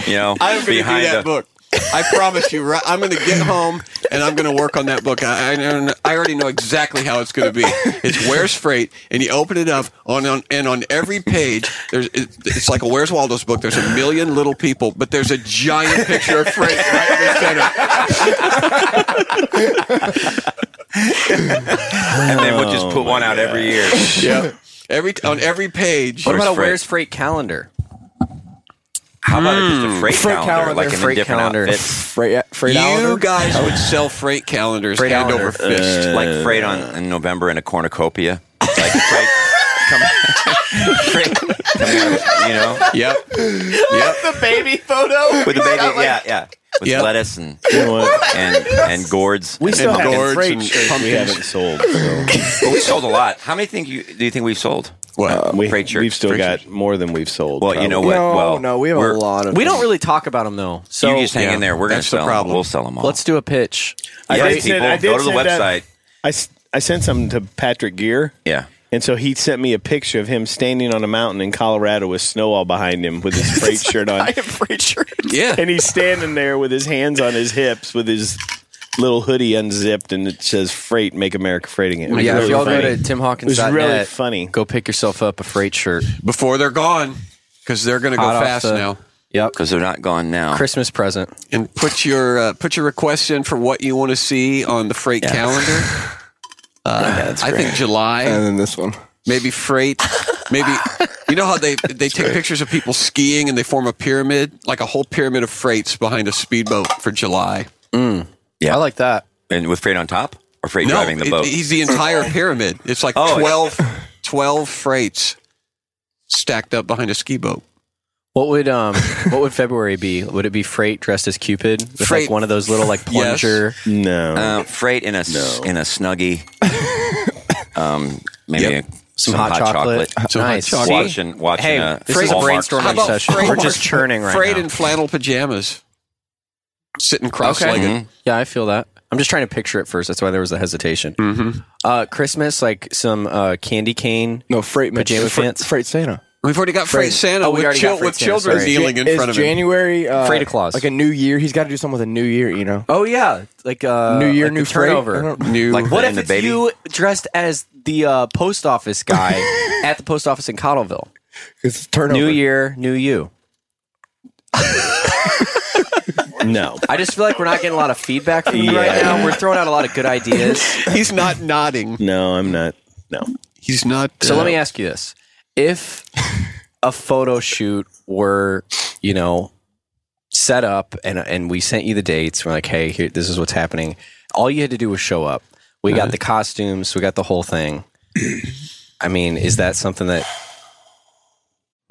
[SPEAKER 3] You know,
[SPEAKER 2] I'm going to do
[SPEAKER 3] behind
[SPEAKER 2] that
[SPEAKER 3] the-
[SPEAKER 2] book. I promise you. right- I'm going to get home and I'm going to work on that book. I, I, know- I already know exactly how it's going to be. It's Where's Freight, and you open it up on, on and on every page, there's it, it's like a Where's Waldo's book. There's a million little people, but there's a giant picture of Freight right in the center.
[SPEAKER 3] and then we'll just put one out
[SPEAKER 2] Oh
[SPEAKER 3] every year.
[SPEAKER 2] Yeah. Every on every page.
[SPEAKER 1] what
[SPEAKER 3] Where's
[SPEAKER 1] about a
[SPEAKER 3] Freight?
[SPEAKER 1] Where's Freight calendar?
[SPEAKER 3] How about just a freight,
[SPEAKER 7] Freight
[SPEAKER 3] calendar,
[SPEAKER 7] calendar,
[SPEAKER 3] like in
[SPEAKER 1] freight
[SPEAKER 3] a different
[SPEAKER 1] calendar.
[SPEAKER 3] outfit,
[SPEAKER 7] Freight, freight
[SPEAKER 2] You
[SPEAKER 7] Allender?
[SPEAKER 2] guys would sell freight calendars
[SPEAKER 1] Freight
[SPEAKER 2] hand
[SPEAKER 1] calendar.
[SPEAKER 2] over fist.
[SPEAKER 3] like freight on in November in a cornucopia, like freight. Come, freight, coming out of- you know,
[SPEAKER 2] yep. Yep.
[SPEAKER 1] Baby photo.
[SPEAKER 3] with the baby, yeah, yeah, with
[SPEAKER 2] Yeah.
[SPEAKER 3] lettuce and
[SPEAKER 4] You know what?
[SPEAKER 3] and and gourds.
[SPEAKER 4] We still
[SPEAKER 2] And
[SPEAKER 4] have
[SPEAKER 2] gourds
[SPEAKER 4] freight
[SPEAKER 2] and
[SPEAKER 4] shirts we
[SPEAKER 2] pumpkins.
[SPEAKER 4] haven't sold. So.
[SPEAKER 3] Well, we sold a lot. How many think you do you think we've sold?
[SPEAKER 2] Well,
[SPEAKER 4] We,
[SPEAKER 3] Freight shirts,
[SPEAKER 4] we've still
[SPEAKER 3] freight
[SPEAKER 4] got
[SPEAKER 3] shirts.
[SPEAKER 4] more than we've sold.
[SPEAKER 3] Well, you know what?
[SPEAKER 4] probably.
[SPEAKER 7] Uh, No,
[SPEAKER 3] well,
[SPEAKER 7] no, we have
[SPEAKER 3] we're-
[SPEAKER 7] a lot of.
[SPEAKER 1] We don't really talk about them though. So
[SPEAKER 3] You just hang
[SPEAKER 2] Yeah.
[SPEAKER 3] in there. We're going to
[SPEAKER 2] That's the
[SPEAKER 3] sell them.
[SPEAKER 2] problem.
[SPEAKER 3] We'll sell them all.
[SPEAKER 1] let's do a pitch.
[SPEAKER 4] I
[SPEAKER 3] yeah,
[SPEAKER 4] did send- I
[SPEAKER 3] people,
[SPEAKER 4] did
[SPEAKER 3] go to the
[SPEAKER 4] send that-
[SPEAKER 3] website.
[SPEAKER 4] I, s- I sent something to Patrick Gear.
[SPEAKER 3] Yeah.
[SPEAKER 4] And so he sent me a picture of him standing on a mountain in Colorado with snow all behind him with his freight shirt on.
[SPEAKER 2] yeah.
[SPEAKER 4] and he's standing there with his hands on his hips with his little hoodie unzipped and it says freight make america freight again It was
[SPEAKER 1] Yeah, if
[SPEAKER 4] really
[SPEAKER 1] y'all
[SPEAKER 4] funny.
[SPEAKER 1] go to timhawkins.net,
[SPEAKER 4] It was really funny.
[SPEAKER 1] Go pick yourself up a freight shirt.
[SPEAKER 2] Before they're gone, because they're going to go
[SPEAKER 1] Hot off
[SPEAKER 2] fast
[SPEAKER 1] the-
[SPEAKER 2] now.
[SPEAKER 1] Yep.
[SPEAKER 3] Because they're not gone now.
[SPEAKER 1] Christmas present.
[SPEAKER 2] and put your uh, put your requests in for what you want to see on the freight calendar. Uh, I think July.
[SPEAKER 7] And then this one.
[SPEAKER 2] maybe freight, maybe you know how they they take pictures of people skiing and they form a pyramid, like a whole pyramid of freights behind a speedboat for July.
[SPEAKER 1] I like that.
[SPEAKER 3] And with freight on top or freight
[SPEAKER 2] no,
[SPEAKER 3] driving the
[SPEAKER 2] it-
[SPEAKER 3] boat?
[SPEAKER 2] he's the entire pyramid. It's like
[SPEAKER 3] Oh,
[SPEAKER 2] 12, 12 freights stacked up behind a ski boat.
[SPEAKER 1] What would um what would February be? Would it be freight dressed as Cupid with
[SPEAKER 2] Freight.
[SPEAKER 1] like one of those little like
[SPEAKER 2] Yes.
[SPEAKER 1] plunger?
[SPEAKER 4] No.
[SPEAKER 3] Uh, freight in a s- in a snuggie. um, maybe
[SPEAKER 2] Yep.
[SPEAKER 3] a-
[SPEAKER 1] Some, hot, chocolate.
[SPEAKER 2] Some hot
[SPEAKER 1] nice.
[SPEAKER 2] chocolate.
[SPEAKER 3] Watching, watching. uh,
[SPEAKER 1] Hey,
[SPEAKER 3] a,
[SPEAKER 1] this is a
[SPEAKER 3] Hallmark-
[SPEAKER 1] brainstorming
[SPEAKER 2] How about
[SPEAKER 1] session.
[SPEAKER 2] freight-
[SPEAKER 1] We're just churning right
[SPEAKER 2] freight
[SPEAKER 1] now.
[SPEAKER 2] and flannel pajamas, sitting cross-legged.
[SPEAKER 3] Mhm.
[SPEAKER 1] yeah, I feel that. I'm just trying to picture it first. That's why there was the hesitation.
[SPEAKER 3] Mm-hmm.
[SPEAKER 1] Uh, Christmas, like some uh, candy cane.
[SPEAKER 5] No, freight
[SPEAKER 1] Pajama
[SPEAKER 5] Mitch- fre-
[SPEAKER 1] pants?
[SPEAKER 5] Freight Santa.
[SPEAKER 2] We've already got Freight Santa
[SPEAKER 1] Oh, we
[SPEAKER 2] with,
[SPEAKER 1] already
[SPEAKER 2] chil-
[SPEAKER 1] got Freight
[SPEAKER 2] with
[SPEAKER 1] Santa,
[SPEAKER 2] children
[SPEAKER 1] sorry.
[SPEAKER 2] kneeling in
[SPEAKER 5] It's
[SPEAKER 2] front of him.
[SPEAKER 5] January. Uh,
[SPEAKER 1] Freda Claus.
[SPEAKER 5] Like a new year. He's got to do something with a new year, you know?
[SPEAKER 1] Oh yeah, like uh,
[SPEAKER 5] New year,
[SPEAKER 1] like the
[SPEAKER 5] new freight? I
[SPEAKER 1] turnover.
[SPEAKER 5] don't-
[SPEAKER 2] New
[SPEAKER 3] Like
[SPEAKER 1] What
[SPEAKER 3] And
[SPEAKER 1] if
[SPEAKER 3] the
[SPEAKER 1] it's
[SPEAKER 3] baby?
[SPEAKER 1] you dressed as the uh, post office guy at the post office in Cottleville?
[SPEAKER 5] It's turnover.
[SPEAKER 1] New year, new you.
[SPEAKER 4] no.
[SPEAKER 1] I just feel like we're not getting a lot of feedback from you right
[SPEAKER 4] Yeah.
[SPEAKER 1] now. We're throwing out a lot of good ideas.
[SPEAKER 2] he's not nodding.
[SPEAKER 4] No, I'm not. No.
[SPEAKER 2] He's not.
[SPEAKER 1] So
[SPEAKER 2] uh,
[SPEAKER 1] let me ask you this: If a photo shoot were, you know, set up and and we sent you the dates, we're like, hey, here, this is what's happening. All you had to do was show up. We
[SPEAKER 5] Uh-huh.
[SPEAKER 1] got the costumes, we got the whole thing. I mean, is that something that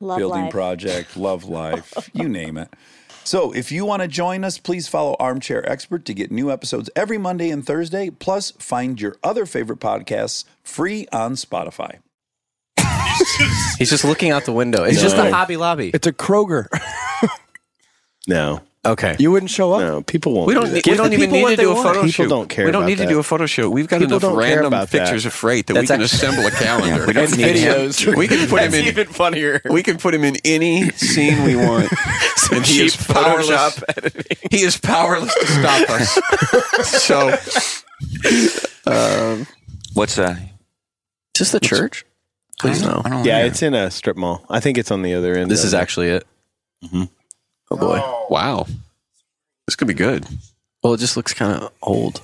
[SPEAKER 9] Love
[SPEAKER 10] building
[SPEAKER 9] life.
[SPEAKER 10] project, love life, you name it. So, if you want to join us, please follow Armchair Expert to get new episodes every Monday and Thursday. Plus, find your other favorite podcasts free on Spotify.
[SPEAKER 1] he's just looking out the window? It's just a Hobby Lobby.
[SPEAKER 5] It's a Kroger.
[SPEAKER 4] No.
[SPEAKER 1] Okay.
[SPEAKER 5] You wouldn't show up.
[SPEAKER 4] No. People won't.
[SPEAKER 2] We don't.
[SPEAKER 4] do
[SPEAKER 2] need-
[SPEAKER 4] that.
[SPEAKER 2] we
[SPEAKER 1] Give
[SPEAKER 2] don't
[SPEAKER 1] the
[SPEAKER 2] even
[SPEAKER 1] people
[SPEAKER 2] need
[SPEAKER 1] what
[SPEAKER 2] to
[SPEAKER 1] they
[SPEAKER 2] do a
[SPEAKER 1] want.
[SPEAKER 2] photo
[SPEAKER 4] People
[SPEAKER 2] shoot.
[SPEAKER 4] don't care
[SPEAKER 2] We don't
[SPEAKER 4] about
[SPEAKER 2] need to
[SPEAKER 4] that.
[SPEAKER 2] do a photo shoot. We've got
[SPEAKER 4] People don't
[SPEAKER 2] enough
[SPEAKER 4] care
[SPEAKER 2] random
[SPEAKER 4] about that.
[SPEAKER 2] pictures of freight that
[SPEAKER 1] That's
[SPEAKER 2] we can
[SPEAKER 1] actually-
[SPEAKER 2] assemble a calendar. we,
[SPEAKER 5] And videos.
[SPEAKER 2] we can put him in.
[SPEAKER 1] even funnier.
[SPEAKER 2] We can put him in any scene we want, and he is powerless. He is powerless to stop us. so
[SPEAKER 3] What's uh?
[SPEAKER 1] Just the church? Please no.
[SPEAKER 3] I don't
[SPEAKER 4] Yeah,
[SPEAKER 3] know.
[SPEAKER 4] it's in a strip mall. I think it's on the other end.
[SPEAKER 1] This is
[SPEAKER 4] of it.
[SPEAKER 1] actually it. Oh boy.
[SPEAKER 2] wow, this could be good.
[SPEAKER 1] Well, it just looks kind of old.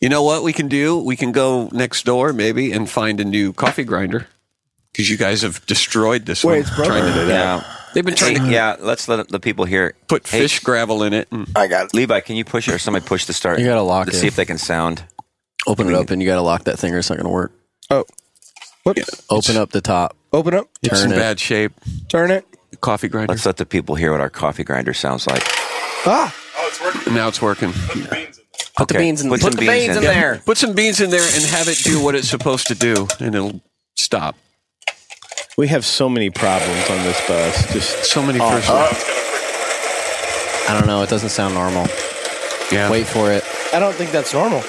[SPEAKER 2] You know what we can do? We can go next door maybe and find a new coffee grinder because you guys have destroyed this one.
[SPEAKER 5] Wait, it's broken.
[SPEAKER 2] Trying to-
[SPEAKER 3] yeah.
[SPEAKER 2] they've been trying
[SPEAKER 3] Hey,
[SPEAKER 2] to
[SPEAKER 3] yeah, let's let the people hear.
[SPEAKER 2] put
[SPEAKER 3] Hey,
[SPEAKER 2] fish gravel in it. and-
[SPEAKER 3] Levi, can you push it or somebody push the start?
[SPEAKER 1] You gotta lock
[SPEAKER 3] to
[SPEAKER 1] it.
[SPEAKER 3] see if they can sound.
[SPEAKER 1] Open it up, and you got to lock that thing, or it's not going to work.
[SPEAKER 5] Oh. Whoops.
[SPEAKER 1] Open up the top.
[SPEAKER 5] Open up.
[SPEAKER 2] It's
[SPEAKER 1] Turn
[SPEAKER 2] in
[SPEAKER 1] it.
[SPEAKER 2] bad shape.
[SPEAKER 5] Turn it.
[SPEAKER 2] The coffee grinder.
[SPEAKER 3] Let's let the people hear what our coffee grinder sounds like.
[SPEAKER 5] Ah.
[SPEAKER 2] now it's working.
[SPEAKER 1] Put the
[SPEAKER 3] Okay,
[SPEAKER 1] beans in.
[SPEAKER 3] put
[SPEAKER 1] Put,
[SPEAKER 3] some
[SPEAKER 1] the
[SPEAKER 3] beans
[SPEAKER 1] beans in,
[SPEAKER 3] in.
[SPEAKER 1] there.
[SPEAKER 2] Put some beans in there and have it do what it's supposed to do, and it'll stop.
[SPEAKER 4] We have so many problems on this bus. Just
[SPEAKER 2] So many
[SPEAKER 1] Oh,
[SPEAKER 2] personal.
[SPEAKER 1] uh, I don't know. It doesn't sound normal.
[SPEAKER 2] yeah.
[SPEAKER 1] Wait for it.
[SPEAKER 5] I don't think that's normal.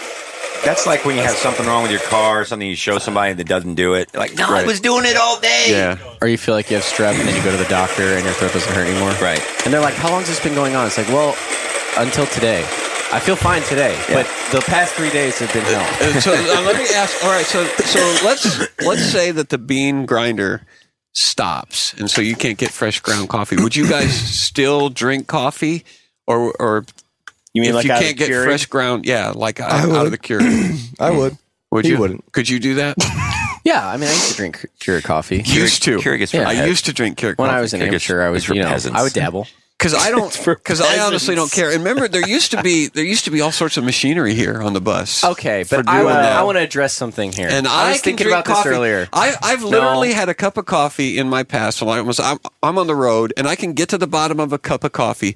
[SPEAKER 3] That's like when you have something wrong with your car or something you show somebody that doesn't do it. Like, no,
[SPEAKER 8] I was doing it all day.
[SPEAKER 2] Yeah.
[SPEAKER 1] Or you feel like you have strep, and then you go to the doctor, and your throat doesn't hurt anymore.
[SPEAKER 3] Right.
[SPEAKER 1] And they're like, "How long's this been going on?" It's like, "Well, until today. I feel fine today, but the past three days have been hell."
[SPEAKER 2] Uh, so uh, let me ask. All right. So so let's let's say that the bean grinder stops, and so you can't get fresh ground coffee. Would you guys still drink coffee, or or
[SPEAKER 4] you mean
[SPEAKER 2] if
[SPEAKER 4] like
[SPEAKER 2] you
[SPEAKER 4] out of
[SPEAKER 2] can't
[SPEAKER 4] the
[SPEAKER 2] get
[SPEAKER 4] Keurig?
[SPEAKER 2] fresh ground? Yeah, like out,
[SPEAKER 5] would.
[SPEAKER 2] out of the cure.
[SPEAKER 5] I would.
[SPEAKER 2] Would
[SPEAKER 5] He
[SPEAKER 2] you?
[SPEAKER 5] wouldn't.
[SPEAKER 2] Could you do that?
[SPEAKER 1] yeah, I mean, I used to drink cure coffee
[SPEAKER 2] used to.
[SPEAKER 3] Keurig is for
[SPEAKER 1] Yeah.
[SPEAKER 2] I
[SPEAKER 3] heads.
[SPEAKER 2] used to drink cure
[SPEAKER 1] when
[SPEAKER 2] coffee.
[SPEAKER 1] I was an
[SPEAKER 3] Keurig is-
[SPEAKER 1] amateur. I
[SPEAKER 3] is
[SPEAKER 1] was,
[SPEAKER 3] for
[SPEAKER 1] you know,
[SPEAKER 3] peasants.
[SPEAKER 1] I would dabble.
[SPEAKER 2] Because I don't, because I honestly don't
[SPEAKER 4] peasants.
[SPEAKER 2] care. And remember, there used to be there used to be all sorts of machinery here on the bus.
[SPEAKER 1] Okay, but I,
[SPEAKER 2] doing
[SPEAKER 1] wanna-
[SPEAKER 2] that.
[SPEAKER 1] I want to address something here.
[SPEAKER 2] And I,
[SPEAKER 1] I was
[SPEAKER 2] can
[SPEAKER 1] thinking
[SPEAKER 2] drink
[SPEAKER 1] about this
[SPEAKER 2] coffee.
[SPEAKER 1] earlier.
[SPEAKER 2] I, I've literally had a cup of coffee in my past. When I was, I'm, I'm on the road and I can get to the bottom of a cup of coffee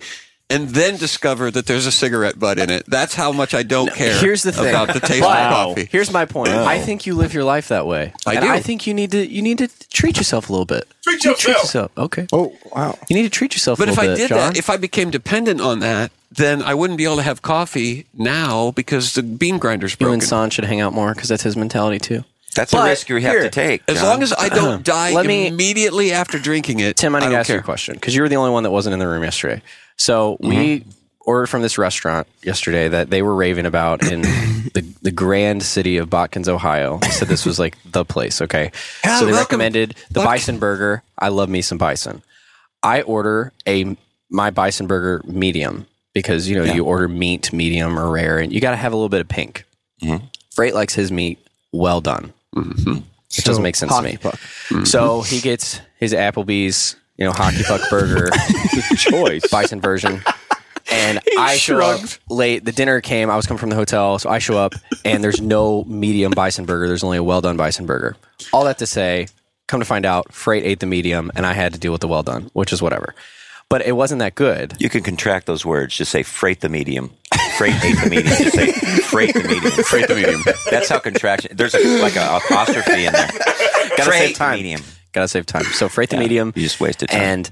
[SPEAKER 2] and then discover that there's a cigarette butt in it. That's how much I don't care
[SPEAKER 1] Here's the thing
[SPEAKER 2] about the taste
[SPEAKER 1] But
[SPEAKER 2] of coffee. Oh.
[SPEAKER 1] Here's my point. I think you live your life that way.
[SPEAKER 2] I
[SPEAKER 1] and
[SPEAKER 2] do.
[SPEAKER 1] I think you need to you need to treat yourself a little bit. Treat yourself. Treat yourself. Okay.
[SPEAKER 5] Oh, wow.
[SPEAKER 1] You need to treat yourself.
[SPEAKER 2] But
[SPEAKER 1] a
[SPEAKER 2] if
[SPEAKER 1] little
[SPEAKER 2] I
[SPEAKER 1] bit,
[SPEAKER 2] did
[SPEAKER 1] John.
[SPEAKER 2] that, if I became dependent on that, then I wouldn't be able to have coffee now because the bean grinder's
[SPEAKER 1] you
[SPEAKER 2] broken.
[SPEAKER 1] and San should hang out more because that's his mentality too.
[SPEAKER 3] That's a
[SPEAKER 1] But
[SPEAKER 3] risk you have
[SPEAKER 1] here,
[SPEAKER 3] to take.
[SPEAKER 2] As
[SPEAKER 3] John.
[SPEAKER 2] long as I don't die
[SPEAKER 1] Let me-
[SPEAKER 2] immediately after drinking it,
[SPEAKER 1] Tim, I need
[SPEAKER 2] I
[SPEAKER 1] to
[SPEAKER 2] don't
[SPEAKER 1] ask you
[SPEAKER 2] care.
[SPEAKER 1] a question because you were the only one that wasn't in the room yesterday. So we
[SPEAKER 2] Mm-hmm.
[SPEAKER 1] ordered from this restaurant yesterday that they were raving about in the, the grand city of Watkins, Ohio. They said this was like the place. Okay.
[SPEAKER 2] Yeah,
[SPEAKER 1] so they
[SPEAKER 2] welcome.
[SPEAKER 1] recommended the
[SPEAKER 2] Welcome.
[SPEAKER 1] bison burger. I love me some bison. I order a my bison burger medium because you know you order meat medium or rare and you got to have a little bit of pink. Freight likes his meat well done. It doesn't make sense to me. So he gets his Applebee's, you know, hockey puck burger,
[SPEAKER 4] choice.
[SPEAKER 1] bison version. And I show up late. The dinner came. I was coming from the hotel, so I show up, and there's no medium bison burger. There's only a well done bison burger. All that to say, come to find out, Freight ate the medium, and I had to deal with the well done, which is whatever. But it wasn't that good.
[SPEAKER 3] you can contract those words. Just say freight the medium. Freight ate the medium. Just say freight the medium. Freight the medium. That's how contraction. There's a, like an apostrophe in there.
[SPEAKER 1] Gotta
[SPEAKER 3] Freight
[SPEAKER 1] save time.
[SPEAKER 3] medium.
[SPEAKER 1] Gotta save time. So Freight the medium.
[SPEAKER 3] You just wasted time.
[SPEAKER 1] and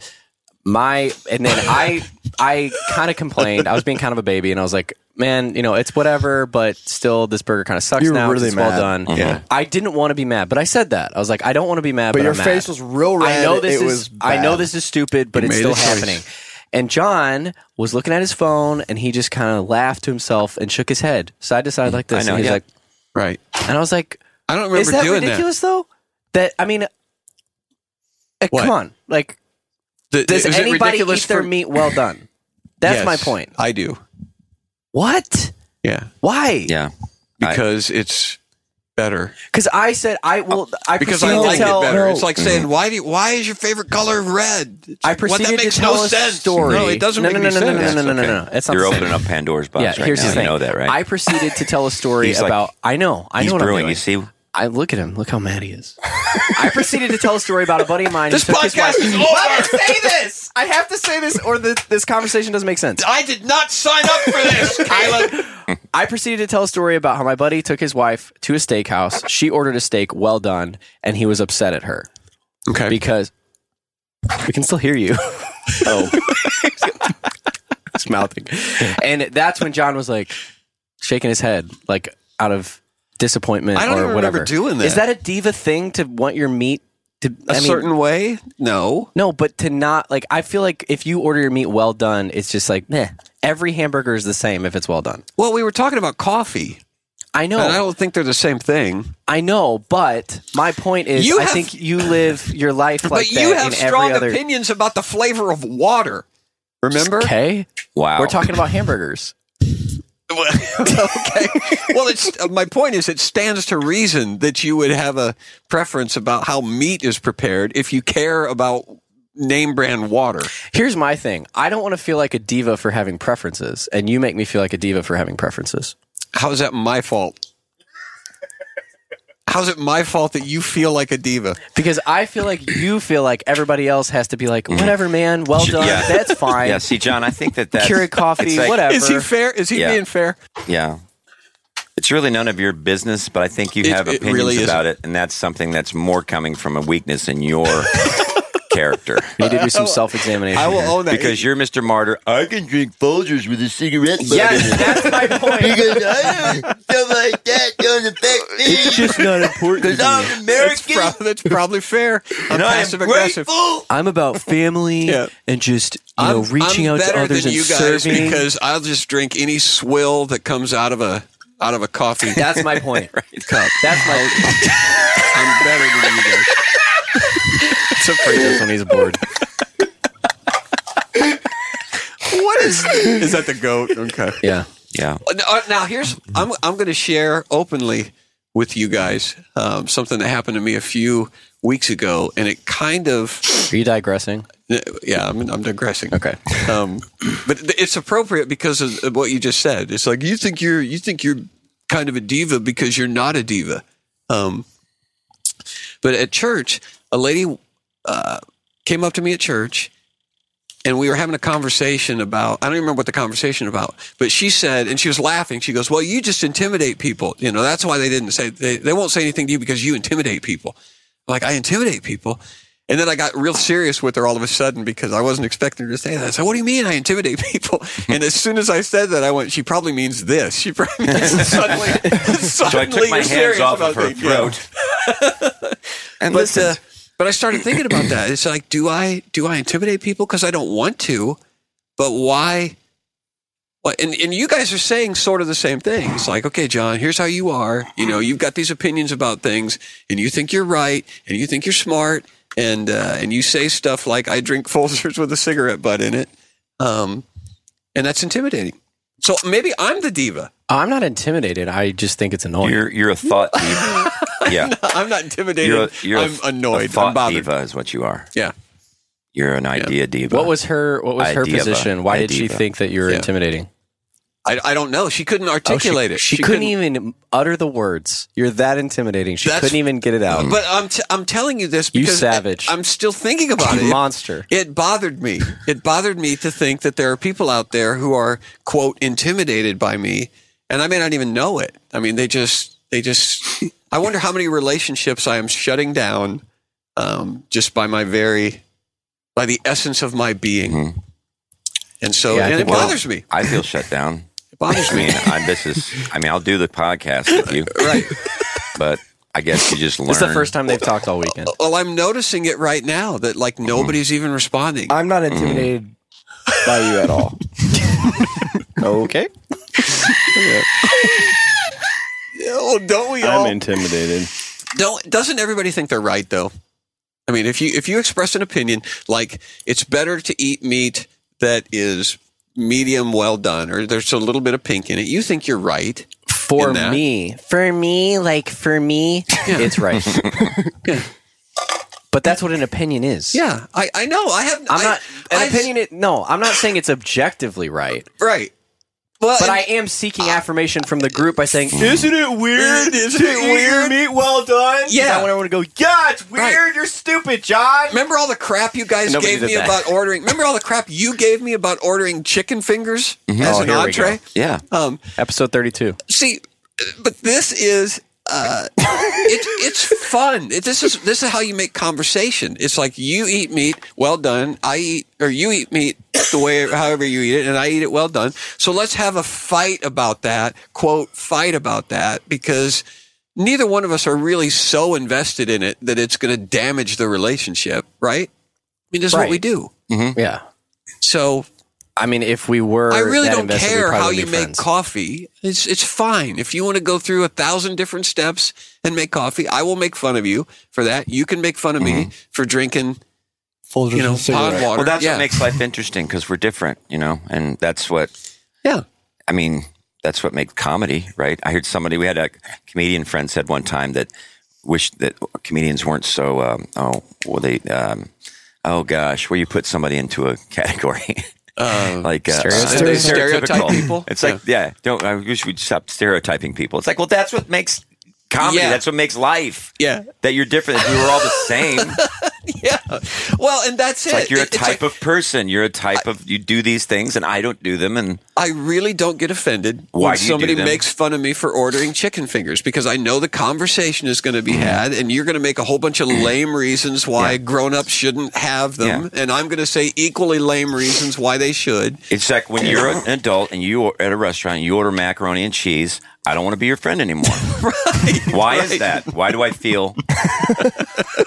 [SPEAKER 1] my and then i i kind of complained i was being kind of a baby and i was like man you know it's whatever but still this burger kind of sucks
[SPEAKER 5] You were
[SPEAKER 1] now 'cause
[SPEAKER 5] really
[SPEAKER 1] it's
[SPEAKER 5] mad. Uh-huh.
[SPEAKER 1] well done
[SPEAKER 5] Yeah.
[SPEAKER 1] i didn't want to be mad but i said that i was like i don't want to be mad but,
[SPEAKER 5] But your
[SPEAKER 1] I'm mad.
[SPEAKER 5] face was real red.
[SPEAKER 1] i know this
[SPEAKER 5] It
[SPEAKER 1] is
[SPEAKER 5] was
[SPEAKER 1] i know
[SPEAKER 5] bad.
[SPEAKER 1] this is stupid but it's
[SPEAKER 2] made
[SPEAKER 1] still
[SPEAKER 2] a choice.
[SPEAKER 1] happening and john was looking at his phone and he just kind of laughed to himself and shook his head so i decided like this
[SPEAKER 3] Mm-hmm. I know,
[SPEAKER 1] and he's
[SPEAKER 3] yeah.
[SPEAKER 1] like
[SPEAKER 2] Right.
[SPEAKER 1] and i was like
[SPEAKER 2] I don't remember
[SPEAKER 1] is that
[SPEAKER 2] doing
[SPEAKER 1] ridiculous though that i mean eh,
[SPEAKER 2] What?
[SPEAKER 1] come on like
[SPEAKER 2] that. Th-
[SPEAKER 1] does
[SPEAKER 2] is it
[SPEAKER 1] anybody
[SPEAKER 2] ridiculous
[SPEAKER 1] eat their
[SPEAKER 2] for-
[SPEAKER 1] meat well done? That's
[SPEAKER 2] Yes,
[SPEAKER 1] my point.
[SPEAKER 2] I do.
[SPEAKER 1] What?
[SPEAKER 2] Yeah.
[SPEAKER 1] Why?
[SPEAKER 3] Yeah.
[SPEAKER 2] Because it's better.
[SPEAKER 1] Because I said I will. I
[SPEAKER 2] Because
[SPEAKER 1] proceeded
[SPEAKER 2] I
[SPEAKER 1] to
[SPEAKER 2] like
[SPEAKER 1] tell.
[SPEAKER 2] it better. It's like saying, why do you, why is your favorite color red? It's
[SPEAKER 1] I
[SPEAKER 2] like, what,
[SPEAKER 1] proceeded
[SPEAKER 2] that makes
[SPEAKER 1] to tell
[SPEAKER 2] no
[SPEAKER 1] a
[SPEAKER 2] sense.
[SPEAKER 1] story.
[SPEAKER 2] No, it doesn't
[SPEAKER 1] No,
[SPEAKER 2] make
[SPEAKER 1] no,
[SPEAKER 2] any
[SPEAKER 1] no, no, no,
[SPEAKER 2] sense.
[SPEAKER 1] no, no, no, no, no. It's not
[SPEAKER 3] You're
[SPEAKER 1] the same.
[SPEAKER 3] opening up Pandora's box
[SPEAKER 1] Yeah.
[SPEAKER 3] right
[SPEAKER 1] here's
[SPEAKER 3] now.
[SPEAKER 1] the thing.
[SPEAKER 3] You know that, right?
[SPEAKER 1] I proceeded to tell a story
[SPEAKER 3] He's like-
[SPEAKER 1] about. I know. I
[SPEAKER 3] He's
[SPEAKER 1] know what I'm
[SPEAKER 3] brewing.
[SPEAKER 1] doing.
[SPEAKER 3] You see,
[SPEAKER 1] I look at him. Look how mad he is. I proceeded to tell a story about a buddy of mine.
[SPEAKER 2] This
[SPEAKER 1] who took his
[SPEAKER 2] podcast
[SPEAKER 1] wife-
[SPEAKER 2] is
[SPEAKER 1] Let
[SPEAKER 2] over.
[SPEAKER 1] me say this. I have to say this, or the, this conversation doesn't make sense.
[SPEAKER 2] I did not sign up for this, Caleb.
[SPEAKER 1] I proceeded to tell a story about how my buddy took his wife to a steakhouse. She ordered a steak, well done, and he was upset at her.
[SPEAKER 2] Okay.
[SPEAKER 1] because we can still hear you. oh, it's mouthing, and that's when John was like shaking his head, like out of disappointment
[SPEAKER 2] I don't
[SPEAKER 1] or
[SPEAKER 2] even remember
[SPEAKER 1] whatever.
[SPEAKER 2] doing that.
[SPEAKER 1] Is that a diva thing to want your meat to
[SPEAKER 2] a
[SPEAKER 1] I mean,
[SPEAKER 2] certain way? No.
[SPEAKER 1] No, but to not like, I feel like if you order your meat well done, it's just like meh. Every hamburger is the same if it's well done.
[SPEAKER 2] Well, we were talking about coffee,
[SPEAKER 1] I know,
[SPEAKER 2] and I don't think they're the same thing.
[SPEAKER 1] I know, but my point is,
[SPEAKER 2] You
[SPEAKER 1] I
[SPEAKER 2] have-
[SPEAKER 1] think you live your life like
[SPEAKER 2] but you
[SPEAKER 1] that
[SPEAKER 2] have
[SPEAKER 1] in
[SPEAKER 2] strong
[SPEAKER 1] every other.
[SPEAKER 2] opinions about the flavor of water. Remember? Oh.
[SPEAKER 1] Okay,
[SPEAKER 3] wow.
[SPEAKER 1] we're talking about hamburgers.
[SPEAKER 2] okay. Well, it's uh, my point is it stands to reason that you would have a preference about how meat is prepared if you care about name brand water.
[SPEAKER 1] Here's my thing. I don't want to feel like a diva for having preferences, and you make me feel like a diva for having preferences.
[SPEAKER 2] How is that my fault? How's it my fault that you feel like a diva?
[SPEAKER 1] Because I feel like you feel like everybody else has to be like,
[SPEAKER 2] Mm-hmm.
[SPEAKER 1] whatever, man, well done,
[SPEAKER 3] yeah.
[SPEAKER 1] that's fine.
[SPEAKER 3] Yeah. See, John, I think that that's
[SPEAKER 1] Keurig coffee,
[SPEAKER 3] it's like-
[SPEAKER 1] whatever.
[SPEAKER 2] Is he fair? Is he
[SPEAKER 3] Yeah.
[SPEAKER 2] being fair?
[SPEAKER 3] Yeah. It's really none of your business, but I think you
[SPEAKER 2] It-
[SPEAKER 3] have
[SPEAKER 2] it
[SPEAKER 3] opinions
[SPEAKER 2] really isn't.
[SPEAKER 3] about it, and that's something that's more coming from a weakness in your character.
[SPEAKER 1] You need to do some self examination.
[SPEAKER 2] I will own that.
[SPEAKER 3] Because you're Mr. Martyr. I can drink Folgers with a cigarette butt in it.
[SPEAKER 1] that's my point.
[SPEAKER 3] Because I don't, stuff like that don't affect me. It's just not important. Because I'm
[SPEAKER 2] that's,
[SPEAKER 3] American.
[SPEAKER 2] prob- that's probably fair. I'm
[SPEAKER 3] and I am
[SPEAKER 2] passive aggressive.
[SPEAKER 3] grateful.
[SPEAKER 1] I'm about family
[SPEAKER 2] Yeah.
[SPEAKER 1] and just you know reaching out to
[SPEAKER 2] better
[SPEAKER 1] others
[SPEAKER 2] than
[SPEAKER 1] and
[SPEAKER 2] you guys
[SPEAKER 1] serving.
[SPEAKER 2] because I'll just drink any swill that comes out of a out of a coffee
[SPEAKER 1] that's my point.
[SPEAKER 2] cup.
[SPEAKER 1] That's my.
[SPEAKER 2] I'm better than you guys.
[SPEAKER 1] It's afraid this when he's bored.
[SPEAKER 2] What is? is that the goat? Okay.
[SPEAKER 1] Yeah.
[SPEAKER 3] Yeah.
[SPEAKER 2] Now, uh, now here's I'm I'm going to share openly with you guys um, something that happened to me a few weeks ago, and it kind of
[SPEAKER 1] Are you digressing?
[SPEAKER 2] yeah I'm I'm digressing.
[SPEAKER 1] Okay.
[SPEAKER 2] Um, but th- it's appropriate because of of what you just said. It's like you think you're you think you're kind of a diva because you're not a diva. Um, but at church, a lady uh, came up to me at church, and we were having a conversation about I don't even remember what the conversation about, but she said, and she was laughing. She goes, "Well, you just intimidate people. You know that's why they didn't say they, they won't say anything to you because you intimidate people." I'm like I intimidate people, And then I got real serious with her all of a sudden because I wasn't expecting her to say that. I said, "What do you mean I intimidate people?" And as soon as I said that, I went, "She probably means this." She probably means suddenly. suddenly
[SPEAKER 3] So I took
[SPEAKER 2] you're
[SPEAKER 3] my hands
[SPEAKER 2] serious
[SPEAKER 3] off of
[SPEAKER 2] about
[SPEAKER 3] her
[SPEAKER 2] things. Yeah.
[SPEAKER 3] throat.
[SPEAKER 2] And but, uh, but I started thinking about that. It's like, do I do I intimidate people because I don't want to? But why? Well, and, and you guys are saying sort of the same thing. It's like, okay, John, here's how you are. You know, you've got these opinions about things, and you think you're right, and you think you're smart, and uh, and you say stuff like, "I drink Folgers with a cigarette butt in it," um, and that's intimidating. So maybe I'm the diva.
[SPEAKER 1] I'm not intimidated. I just think it's annoying.
[SPEAKER 3] You're you're a thought diva. Yeah,
[SPEAKER 2] I'm not intimidated.
[SPEAKER 3] you're a, you're a-
[SPEAKER 2] I'm annoyed.
[SPEAKER 3] A thought
[SPEAKER 2] I'm bothered.
[SPEAKER 3] diva is what you are.
[SPEAKER 2] Yeah.
[SPEAKER 3] You're an idea diva.
[SPEAKER 1] what was her What was her
[SPEAKER 3] Idea,
[SPEAKER 1] position? Why did she
[SPEAKER 3] idea.
[SPEAKER 1] think that you were
[SPEAKER 2] Yeah.
[SPEAKER 1] intimidating?
[SPEAKER 2] I, I don't know. She couldn't
[SPEAKER 1] Oh, she,
[SPEAKER 2] articulate it.
[SPEAKER 1] She, couldn't, even utter the words. You're that intimidating. She
[SPEAKER 2] That's- Mm.
[SPEAKER 1] couldn't even get it out.
[SPEAKER 2] But I'm t- I'm telling you this
[SPEAKER 1] You
[SPEAKER 2] because
[SPEAKER 1] savage.
[SPEAKER 2] I, am still thinking about
[SPEAKER 1] You
[SPEAKER 2] it.
[SPEAKER 1] monster.
[SPEAKER 2] It, it bothered me. It bothered me to think that there are people out there who are quote intimidated by me, and I may not even know it. I mean, they just they just. I wonder how many relationships I am shutting down um, just by my very by the essence of my being. And
[SPEAKER 1] Mm-hmm.
[SPEAKER 2] so
[SPEAKER 1] Yeah, I
[SPEAKER 2] and it
[SPEAKER 1] think-
[SPEAKER 2] bothers me.
[SPEAKER 3] I feel shut down.
[SPEAKER 2] It bothers
[SPEAKER 3] I
[SPEAKER 2] me.
[SPEAKER 3] mean, I, this is. I mean, I'll do the podcast with you,
[SPEAKER 2] right.
[SPEAKER 3] but I guess you just learn.
[SPEAKER 1] It's the first time they've talked all weekend.
[SPEAKER 2] Well, I'm noticing it right now that like
[SPEAKER 1] Mm-hmm.
[SPEAKER 2] nobody's even responding.
[SPEAKER 7] I'm not intimidated
[SPEAKER 2] Mm.
[SPEAKER 7] by you at all.
[SPEAKER 4] Okay.
[SPEAKER 2] oh, don't we all?
[SPEAKER 4] I'm intimidated.
[SPEAKER 2] don't doesn't everybody think they're right though? I mean, if you if you express an opinion like it's better to eat meat that is medium well done or there's a little bit of pink in it, you think you're right.
[SPEAKER 1] For
[SPEAKER 2] In that.
[SPEAKER 1] me, for me, like for me, it's right. But that's what an opinion is.
[SPEAKER 2] Yeah, I, I know. I have
[SPEAKER 1] I'm
[SPEAKER 2] I,
[SPEAKER 1] not an
[SPEAKER 2] I-
[SPEAKER 1] opinion. It, no, I'm not saying it's objectively right.
[SPEAKER 2] right. Well,
[SPEAKER 1] But
[SPEAKER 2] and-
[SPEAKER 1] I am seeking affirmation from the group by saying, Mm. "Is
[SPEAKER 4] Mm. Isn't it weird?
[SPEAKER 2] Isn't it weird?
[SPEAKER 4] Meat well done.
[SPEAKER 2] Yeah.
[SPEAKER 4] Is that when I want to go. Yeah, it's weird.
[SPEAKER 2] Right.
[SPEAKER 4] You're stupid, John.
[SPEAKER 2] remember all the crap you guys
[SPEAKER 1] Nobody
[SPEAKER 2] gave
[SPEAKER 1] did
[SPEAKER 2] me
[SPEAKER 1] that.
[SPEAKER 2] about ordering. Remember all the crap you gave me about ordering chicken fingers as
[SPEAKER 1] Oh,
[SPEAKER 2] an
[SPEAKER 1] here we
[SPEAKER 2] entree.
[SPEAKER 3] Yeah.
[SPEAKER 2] Um,
[SPEAKER 1] episode 32."
[SPEAKER 2] see, but this is uh, it, it's fun. It, this is this is how you make conversation. It's like you eat meat, well done. I eat or you eat meat the way however you eat it, and I eat it well done. So let's have a fight about that. Quote fight about that because neither one of us are really so invested in it that it's going to damage the relationship, right? I mean, this is what
[SPEAKER 1] Right.
[SPEAKER 2] we do.
[SPEAKER 4] Mm-hmm.
[SPEAKER 1] Yeah.
[SPEAKER 2] So
[SPEAKER 1] I mean, if we were,
[SPEAKER 2] I really
[SPEAKER 1] that
[SPEAKER 2] don't
[SPEAKER 1] invested, we'd
[SPEAKER 2] care
[SPEAKER 1] probably
[SPEAKER 2] how
[SPEAKER 1] be
[SPEAKER 2] you make
[SPEAKER 1] friends.
[SPEAKER 2] coffee. It's it's fine. If you want to go through a thousand different steps and make coffee, I will make fun of you for that. You can make fun of
[SPEAKER 1] Mm-hmm.
[SPEAKER 2] me for drinking,
[SPEAKER 5] Folgers
[SPEAKER 2] you know,
[SPEAKER 5] and cigarette.
[SPEAKER 2] pond water.
[SPEAKER 3] Well, that's
[SPEAKER 2] yeah.
[SPEAKER 3] what makes life interesting because we're different, you know, and that's what
[SPEAKER 2] yeah.
[SPEAKER 3] I mean, that's what makes comedy, right? I heard somebody, we had a comedian friend said one time that wished that comedians weren't so, um, oh, well, they, um, oh gosh, where you put somebody into a category.
[SPEAKER 2] Um,
[SPEAKER 3] like uh,
[SPEAKER 2] Stereotype. Stereotype people?
[SPEAKER 3] It's like, yeah, don't, I wish we'd stop stereotyping people. It's like, well, that's what makes comedy.
[SPEAKER 2] Yeah.
[SPEAKER 3] That's what makes life.
[SPEAKER 2] Yeah.
[SPEAKER 3] That you're different. If we were all the same, it's
[SPEAKER 2] Yeah. Well, and that's it.
[SPEAKER 3] like you're a
[SPEAKER 2] It- it's
[SPEAKER 3] type of person. You're a type of, you do these things and I don't do them. And
[SPEAKER 2] I really don't get offended
[SPEAKER 3] Why
[SPEAKER 2] when
[SPEAKER 3] do you do
[SPEAKER 2] somebody
[SPEAKER 3] them?
[SPEAKER 2] makes fun of me for ordering chicken fingers because I know the conversation is going to be
[SPEAKER 3] Mm-hmm.
[SPEAKER 2] had and you're going to make a whole bunch of lame reasons why grown-ups shouldn't have them and I'm going to say equally lame reasons why they should.
[SPEAKER 3] It's like when you're an adult and you are at a restaurant, you order macaroni and cheese. I don't want to be your friend anymore. Why is that? Why do I feel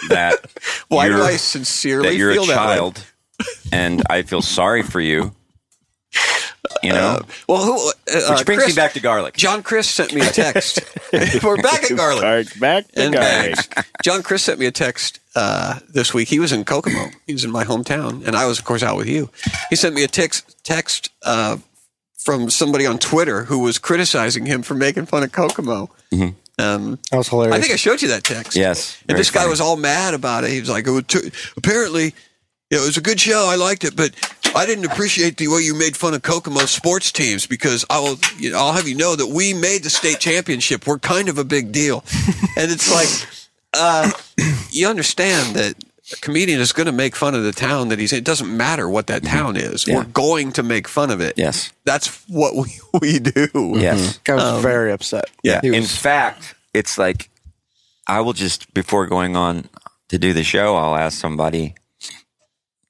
[SPEAKER 3] that?
[SPEAKER 2] Why do
[SPEAKER 3] you're-
[SPEAKER 2] I sincerely
[SPEAKER 3] that you're
[SPEAKER 2] feel
[SPEAKER 3] a
[SPEAKER 2] that way?
[SPEAKER 3] child, and I feel sorry for you? You know,
[SPEAKER 2] Well, who, uh,
[SPEAKER 3] which
[SPEAKER 2] uh,
[SPEAKER 3] brings
[SPEAKER 2] Chris,
[SPEAKER 3] me back to garlic.
[SPEAKER 2] John Chris sent me a text. We're back at Garland.
[SPEAKER 4] Alright, back to
[SPEAKER 2] And
[SPEAKER 4] garlic.
[SPEAKER 2] bags. John Chris sent me a text uh, this week. He was in Kokomo. He was in my hometown, and I was, of course, out with you. He sent me a text text uh, from somebody on Twitter who was criticizing him for making fun of Kokomo. Um,
[SPEAKER 5] That was hilarious.
[SPEAKER 2] I think I showed you that text.
[SPEAKER 3] Yes,
[SPEAKER 2] And
[SPEAKER 3] very
[SPEAKER 2] this guy
[SPEAKER 3] funny.
[SPEAKER 2] was all mad about it. He was like, it was too, apparently, you know, it was a good show. I liked it, but I didn't appreciate the way you made fun of Kokomo sports teams because I will, you know, I'll have you know that we made the state championship. We're kind of a big deal. And it's like, uh, you understand that a comedian is going to make fun of the town that he's in. It doesn't matter what
[SPEAKER 3] Mm-hmm.
[SPEAKER 2] that town is. We're going to make fun of it.
[SPEAKER 3] Yes.
[SPEAKER 2] That's what we, we do.
[SPEAKER 3] Yes,
[SPEAKER 7] I was
[SPEAKER 2] Um,
[SPEAKER 7] very upset.
[SPEAKER 2] Yeah.
[SPEAKER 7] He
[SPEAKER 3] in
[SPEAKER 7] was,
[SPEAKER 3] fact, it's like I will just before going on to do the show, I'll ask somebody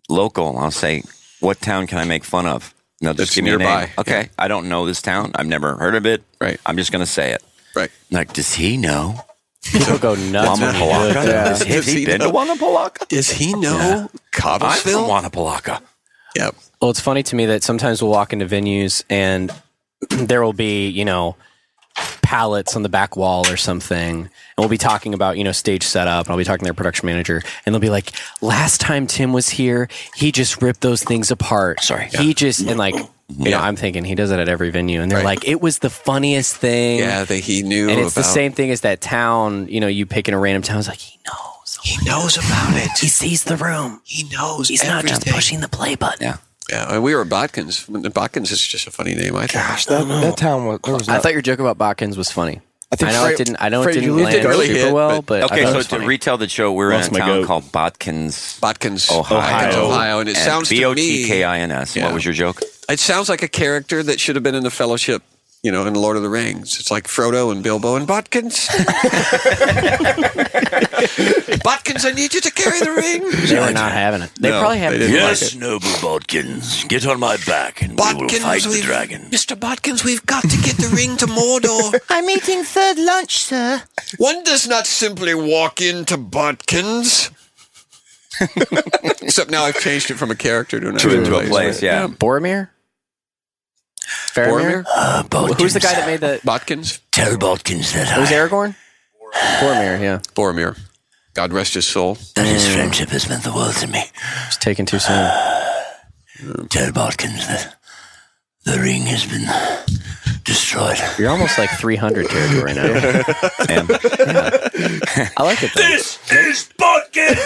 [SPEAKER 3] local. I'll say, "What town can I make fun of?" No, just
[SPEAKER 2] That's
[SPEAKER 3] give me a
[SPEAKER 2] nearby.
[SPEAKER 3] name. Okay, I don't know this town. I've never heard of it.
[SPEAKER 2] Right.
[SPEAKER 3] I'm just going to say it.
[SPEAKER 2] Right.
[SPEAKER 3] Like, does he know?
[SPEAKER 1] People go nuts.
[SPEAKER 3] Wama
[SPEAKER 1] when you do it,
[SPEAKER 3] Palaka?
[SPEAKER 1] though.
[SPEAKER 3] Has he, has he been to Wama Palaka?
[SPEAKER 2] Does he know
[SPEAKER 3] I'm from
[SPEAKER 2] Cottlesville?
[SPEAKER 3] Wama Palaka.
[SPEAKER 2] Yep.
[SPEAKER 1] Well, it's funny to me that sometimes we'll walk into venues and there will be, you know, pallets on the back wall or something. And we'll be talking about, you know, stage setup. And I'll be talking to their production manager. And they'll be like, last time Tim was here, he just ripped those things apart. Sorry. He just, and like, you know, I'm thinking he does it at every venue. And they're
[SPEAKER 2] Right.
[SPEAKER 1] like, it was the funniest thing.
[SPEAKER 2] Yeah, that he knew
[SPEAKER 1] And it's the
[SPEAKER 2] about.
[SPEAKER 1] same thing as that town, you know, you pick in a random town. It's like, he knows.
[SPEAKER 2] He knows about it.
[SPEAKER 1] He sees the room.
[SPEAKER 2] He knows.
[SPEAKER 1] He's not just
[SPEAKER 2] everything.
[SPEAKER 1] pushing the play button.
[SPEAKER 2] Yeah, and we were Botkins. Botkins is just a funny name, I think. Uh-huh.
[SPEAKER 5] That, that town was. There was
[SPEAKER 1] I
[SPEAKER 5] not-
[SPEAKER 1] thought your joke about Botkins was funny. I,
[SPEAKER 5] think
[SPEAKER 1] know
[SPEAKER 5] Fred-
[SPEAKER 1] it didn't. I know it
[SPEAKER 5] Fred, you
[SPEAKER 1] didn't
[SPEAKER 5] did
[SPEAKER 1] land super
[SPEAKER 2] really hit,
[SPEAKER 1] well, but I
[SPEAKER 3] Okay,
[SPEAKER 1] thought it
[SPEAKER 3] so
[SPEAKER 1] was
[SPEAKER 3] to
[SPEAKER 1] funny.
[SPEAKER 3] retell the show, we're
[SPEAKER 4] Lost
[SPEAKER 3] in a
[SPEAKER 4] my
[SPEAKER 3] town
[SPEAKER 4] goat.
[SPEAKER 3] called Botkins,
[SPEAKER 2] Botkins,
[SPEAKER 3] Ohio.
[SPEAKER 2] Ohio, and it sounds
[SPEAKER 3] B O
[SPEAKER 2] to
[SPEAKER 3] T K
[SPEAKER 2] me,
[SPEAKER 3] I N S.
[SPEAKER 2] Yeah.
[SPEAKER 3] What was your joke?
[SPEAKER 2] it sounds like a character that should have been in the Fellowship, you know, in Lord of the Rings. It's like Frodo and Bilbo and Botkins. Botkins, I need you to carry the ring.
[SPEAKER 1] they were not having it. They
[SPEAKER 2] No,
[SPEAKER 1] probably have.
[SPEAKER 2] they didn't.
[SPEAKER 1] Yeah.
[SPEAKER 2] Yes,
[SPEAKER 3] noble Botkins, get on my back and
[SPEAKER 2] Botkins, we've, Mr. Botkins, we've got to get the ring to Mordor.
[SPEAKER 8] I'm eating third lunch, sir.
[SPEAKER 2] One does not simply walk into Botkins. Except now I've changed it from a character to, an actual
[SPEAKER 3] Into a place, yeah.
[SPEAKER 1] Boromir. Faramir.
[SPEAKER 2] Boromir?
[SPEAKER 1] Who's the guy that made the?
[SPEAKER 2] Botkins?
[SPEAKER 3] Tell Botkins that
[SPEAKER 8] uh,
[SPEAKER 1] It was Aragorn. Boromir. Yeah,
[SPEAKER 2] Boromir. God rest his soul.
[SPEAKER 3] that his friendship has meant the world to me.
[SPEAKER 1] it's taken too soon.
[SPEAKER 3] Tell Botkins that the ring has been destroyed.
[SPEAKER 1] You're almost like 300 character right now. I like it. Though.
[SPEAKER 3] This is Botkins!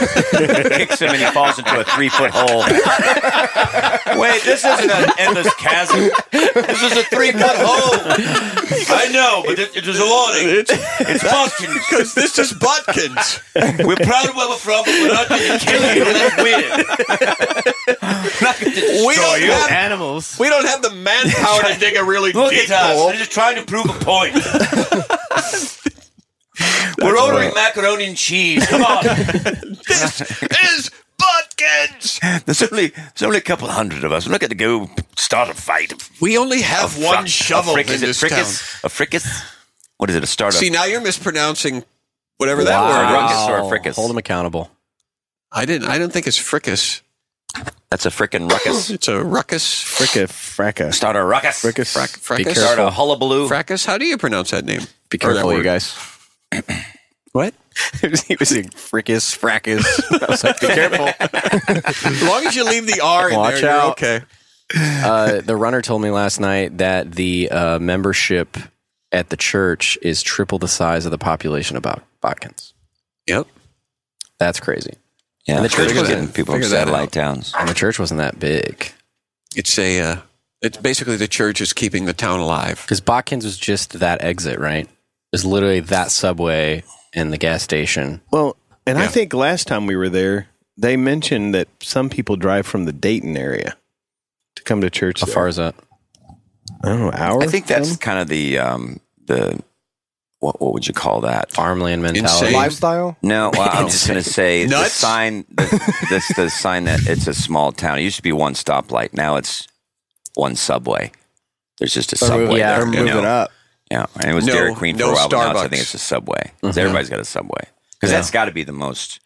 [SPEAKER 3] Kicks him and he falls into a three foot hole. Wait, this isn't an endless chasm. This is a three foot hole. I know, but it, it is a warning. It's Botkins.
[SPEAKER 2] Because this is Botkins.
[SPEAKER 3] We're proud of where we're from, but we're not going to kill you. That's weird. not going to
[SPEAKER 2] We
[SPEAKER 3] destroy
[SPEAKER 2] don't,
[SPEAKER 3] you.
[SPEAKER 2] have,
[SPEAKER 1] Animals.
[SPEAKER 2] we don't have the manpower to dig a really
[SPEAKER 3] Look
[SPEAKER 2] deep
[SPEAKER 3] at us.
[SPEAKER 2] hole.
[SPEAKER 3] We're just trying to prove a point. We're ordering macaroni and cheese. Come on.
[SPEAKER 2] This is Botkins.
[SPEAKER 3] There's only, there's only a couple hundred of us. We're not going to go start a fight.
[SPEAKER 2] We only have
[SPEAKER 3] Frick-
[SPEAKER 2] one shovel in
[SPEAKER 3] frick- is it
[SPEAKER 2] this
[SPEAKER 3] frickus? A
[SPEAKER 2] town.
[SPEAKER 3] frickus? What is it? A startup?
[SPEAKER 2] See, now you're mispronouncing whatever that
[SPEAKER 3] Wow.
[SPEAKER 2] word is.
[SPEAKER 3] ruckus or a frickus?
[SPEAKER 1] Hold them accountable.
[SPEAKER 2] I didn't. I don't think it's frickus.
[SPEAKER 3] That's a frickin' ruckus.
[SPEAKER 2] It's a ruckus.
[SPEAKER 4] Fricka fracka.
[SPEAKER 3] start a ruckus.
[SPEAKER 4] Frickus.
[SPEAKER 2] Frac, frackus.
[SPEAKER 3] Start a hullabaloo.
[SPEAKER 2] Frackus. How do you pronounce that name?
[SPEAKER 1] Be
[SPEAKER 2] Or that
[SPEAKER 1] careful, you
[SPEAKER 2] word?
[SPEAKER 1] guys.
[SPEAKER 2] What?
[SPEAKER 1] he was in frickus, frackus. I was like, be careful.
[SPEAKER 2] As long as you leave the R in
[SPEAKER 1] Watch
[SPEAKER 2] there,
[SPEAKER 1] out.
[SPEAKER 2] you're okay.
[SPEAKER 1] uh, the runner told me last night that the uh, membership at the church is triple the size of the population of Bot- Botkins.
[SPEAKER 2] Yep.
[SPEAKER 1] That's crazy.
[SPEAKER 3] Yeah, the church
[SPEAKER 2] figure
[SPEAKER 3] was
[SPEAKER 2] that-
[SPEAKER 3] getting people from
[SPEAKER 2] figure that
[SPEAKER 3] satellite
[SPEAKER 2] out.
[SPEAKER 3] towns.
[SPEAKER 1] And the church wasn't that big
[SPEAKER 2] It's a. Uh, it's basically the church is keeping the town alive.
[SPEAKER 1] because Botkins was just that exit, right? It was literally that subway and the gas station.
[SPEAKER 4] Well, and I
[SPEAKER 2] Yeah.
[SPEAKER 4] think last time we were there, they mentioned that some people drive from the Dayton area to come to church.
[SPEAKER 1] How
[SPEAKER 4] there.
[SPEAKER 1] far is that?
[SPEAKER 4] I don't know, hour.
[SPEAKER 3] I think that's kind of the um, the what what would you call that?
[SPEAKER 1] Farmland mentality.
[SPEAKER 2] Insane.
[SPEAKER 5] lifestyle.
[SPEAKER 3] No, well, I'm just going to say the
[SPEAKER 2] Nuts?
[SPEAKER 3] sign. The, this the sign that it's a small town. It used to be one stoplight. Now it's one subway. There's just a subway.
[SPEAKER 1] yeah,
[SPEAKER 3] there,
[SPEAKER 5] They're
[SPEAKER 3] you
[SPEAKER 5] moving
[SPEAKER 3] know?
[SPEAKER 5] up.
[SPEAKER 3] Yeah, and it was
[SPEAKER 2] No-
[SPEAKER 3] Dairy Queen for
[SPEAKER 2] no
[SPEAKER 3] a while. But now it's- I
[SPEAKER 2] Starbucks.
[SPEAKER 3] think it's a subway. 'Cause Everybody's got a subway because that's got to be the most,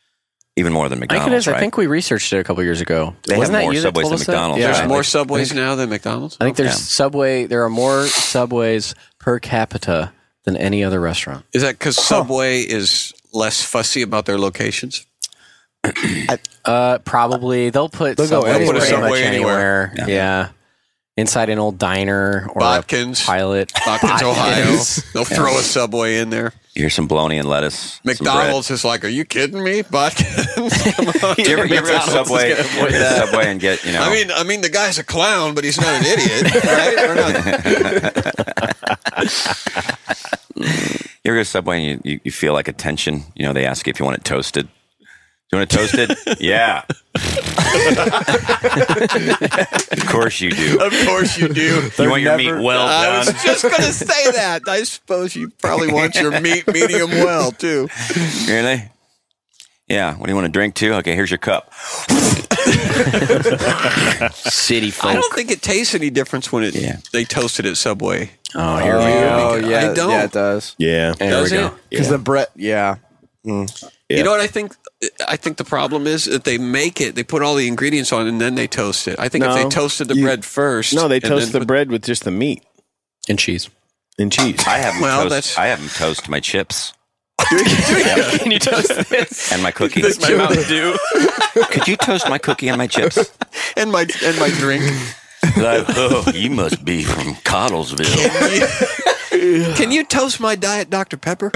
[SPEAKER 3] even more than
[SPEAKER 1] I
[SPEAKER 3] McDonald's.
[SPEAKER 1] think it is.
[SPEAKER 3] Right?
[SPEAKER 1] I think we researched it a couple years ago.
[SPEAKER 3] They have
[SPEAKER 1] Wasn't that
[SPEAKER 3] more
[SPEAKER 1] you that
[SPEAKER 3] subways
[SPEAKER 1] told
[SPEAKER 3] than
[SPEAKER 1] us that?
[SPEAKER 3] McDonald's,
[SPEAKER 1] Yeah.
[SPEAKER 3] right?
[SPEAKER 2] There's
[SPEAKER 3] Yeah.
[SPEAKER 2] more subways now than McDonald's.
[SPEAKER 1] I think there's
[SPEAKER 3] Yeah.
[SPEAKER 1] subway. There are more subways per capita than any other restaurant.
[SPEAKER 2] Is that because Subway is less fussy about their locations?
[SPEAKER 1] Uh, probably they'll put
[SPEAKER 5] They'll go
[SPEAKER 1] Subway
[SPEAKER 5] anywhere.
[SPEAKER 1] pretty
[SPEAKER 5] Put a
[SPEAKER 1] much
[SPEAKER 2] Subway
[SPEAKER 1] anywhere.
[SPEAKER 2] anywhere.
[SPEAKER 1] Yeah. inside an old diner or a
[SPEAKER 2] Bodkins.
[SPEAKER 1] pilot.
[SPEAKER 2] Hopkins, Ohio.
[SPEAKER 1] Botkins.
[SPEAKER 2] They'll throw a Subway in there.
[SPEAKER 3] Here's some bologna and lettuce. some bread.
[SPEAKER 2] McDonald's is like, are you kidding me? Botkins. Come on.
[SPEAKER 3] Do you ever, you ever go to Subway, you ever go to Subway and get you know?
[SPEAKER 2] I mean, I mean, the guy's a clown, but he's not an idiot, right? Or not.
[SPEAKER 3] you ever go to Subway and you, you, you feel like a tension. You know, they ask you if you want it toasted. Do you want it toasted? yeah. of course you do.
[SPEAKER 2] Of course you do.
[SPEAKER 3] you want your meat well
[SPEAKER 2] I was
[SPEAKER 3] done.
[SPEAKER 2] just going to say that. I suppose you probably want your meat medium well too.
[SPEAKER 3] Really? Yeah. What do you want to drink too? Okay, here's your cup. City
[SPEAKER 2] I
[SPEAKER 3] folk.
[SPEAKER 2] don't think it tastes any difference when it
[SPEAKER 3] Yeah.
[SPEAKER 2] they toasted it at Subway.
[SPEAKER 3] Oh, here we go.
[SPEAKER 7] Oh yeah,
[SPEAKER 2] I don't.
[SPEAKER 7] yeah, it does.
[SPEAKER 4] Yeah.
[SPEAKER 1] There we
[SPEAKER 2] Does
[SPEAKER 1] go.
[SPEAKER 2] it?
[SPEAKER 7] Because the bread, yeah,
[SPEAKER 4] Yeah.
[SPEAKER 2] You know what I think? I think the problem is that they make it, they put all the ingredients on, and then they toast it. I think if
[SPEAKER 4] No.
[SPEAKER 2] they toasted the
[SPEAKER 4] You-
[SPEAKER 2] bread first,
[SPEAKER 4] No, they
[SPEAKER 2] and
[SPEAKER 4] toast
[SPEAKER 2] then
[SPEAKER 4] the bread with just the meat
[SPEAKER 1] And cheese.
[SPEAKER 4] and cheese.
[SPEAKER 3] I have them
[SPEAKER 2] Well,
[SPEAKER 3] toast.
[SPEAKER 2] that's-
[SPEAKER 3] I have them toast my chips
[SPEAKER 1] Can you toast this?
[SPEAKER 3] and my cookies. Could you toast my cookie and my chips?
[SPEAKER 2] put- and my and my drink.
[SPEAKER 3] like, oh, you must be from Cottlesville.
[SPEAKER 2] Can you toast my diet Dr Pepper?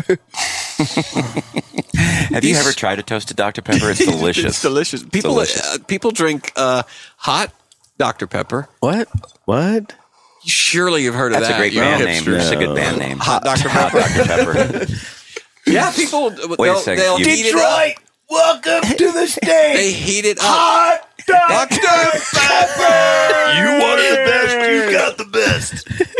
[SPEAKER 3] have you ever tried a toasted Dr Pepper? It's delicious.
[SPEAKER 2] it's delicious. People
[SPEAKER 3] Delicious.
[SPEAKER 2] Uh, people drink uh, hot Dr Pepper.
[SPEAKER 1] What?
[SPEAKER 4] What?
[SPEAKER 2] Surely you've heard of
[SPEAKER 3] That's
[SPEAKER 2] that.
[SPEAKER 3] a great
[SPEAKER 2] you know?
[SPEAKER 3] band name. That's a good band name.
[SPEAKER 2] Hot Dr
[SPEAKER 3] Hot
[SPEAKER 2] Pepper.
[SPEAKER 3] Dr Pepper.
[SPEAKER 2] yeah, people.
[SPEAKER 3] Wait a
[SPEAKER 2] they'll,
[SPEAKER 3] second,
[SPEAKER 2] They'll
[SPEAKER 3] you-
[SPEAKER 2] heat it up.
[SPEAKER 4] welcome to the stage.
[SPEAKER 2] They heat it up. Hot Dr
[SPEAKER 3] You wanted the best. You got the best.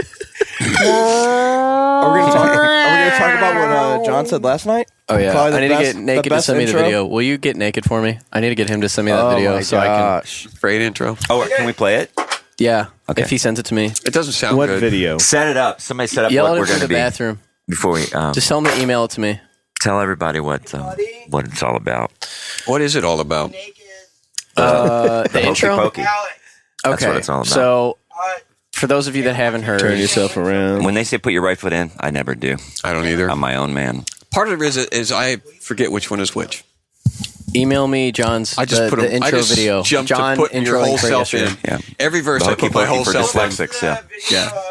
[SPEAKER 7] Are we gonna talk? Are we gonna talk about what uh, John said last night?
[SPEAKER 1] Oh yeah.
[SPEAKER 7] Probably the
[SPEAKER 1] I need
[SPEAKER 7] best-
[SPEAKER 1] to get
[SPEAKER 7] the
[SPEAKER 1] naked to
[SPEAKER 7] best
[SPEAKER 1] send me the
[SPEAKER 7] intro?
[SPEAKER 1] video. Will you get naked for me? I need to get him to send me that
[SPEAKER 7] Oh
[SPEAKER 1] video
[SPEAKER 7] my
[SPEAKER 1] so
[SPEAKER 4] Uh,
[SPEAKER 1] I can.
[SPEAKER 7] gosh.
[SPEAKER 2] Great intro.
[SPEAKER 3] Oh, can we play it?
[SPEAKER 1] Yeah. If he sends it to me,
[SPEAKER 2] It doesn't sound
[SPEAKER 4] What
[SPEAKER 2] good.
[SPEAKER 4] video?
[SPEAKER 3] Set it up. Somebody set up
[SPEAKER 1] yell
[SPEAKER 3] what
[SPEAKER 1] at
[SPEAKER 3] we're
[SPEAKER 1] him
[SPEAKER 3] going
[SPEAKER 1] from
[SPEAKER 3] to
[SPEAKER 1] the
[SPEAKER 3] be
[SPEAKER 1] bathroom.
[SPEAKER 3] before we um,
[SPEAKER 1] Just tell him to email it to me.
[SPEAKER 3] tell everybody what um, what it's all about.
[SPEAKER 2] What is it all about?
[SPEAKER 1] Uh, the
[SPEAKER 3] Hokey
[SPEAKER 1] intro.
[SPEAKER 3] Pokey.
[SPEAKER 1] Okay.
[SPEAKER 3] what it's all about.
[SPEAKER 1] So, for those of you that haven't heard,
[SPEAKER 4] Turn yourself around.
[SPEAKER 3] When they say put your right foot in, I never do.
[SPEAKER 2] I don't either.
[SPEAKER 3] I'm my own man.
[SPEAKER 2] Part of it is, is I forget which one is which.
[SPEAKER 1] email me John's
[SPEAKER 2] I just
[SPEAKER 1] the,
[SPEAKER 2] put
[SPEAKER 1] the
[SPEAKER 2] a,
[SPEAKER 1] intro
[SPEAKER 2] I just
[SPEAKER 1] video.
[SPEAKER 2] Jumped
[SPEAKER 1] John
[SPEAKER 2] to putting your
[SPEAKER 1] intro
[SPEAKER 2] whole
[SPEAKER 1] link right
[SPEAKER 2] self in.
[SPEAKER 1] yesterday.
[SPEAKER 3] Yeah.
[SPEAKER 2] Every verse I
[SPEAKER 3] Hokey
[SPEAKER 2] put my
[SPEAKER 3] Pokey
[SPEAKER 2] whole
[SPEAKER 3] for
[SPEAKER 2] self in.
[SPEAKER 3] dyslexics. Yeah.
[SPEAKER 2] Yeah.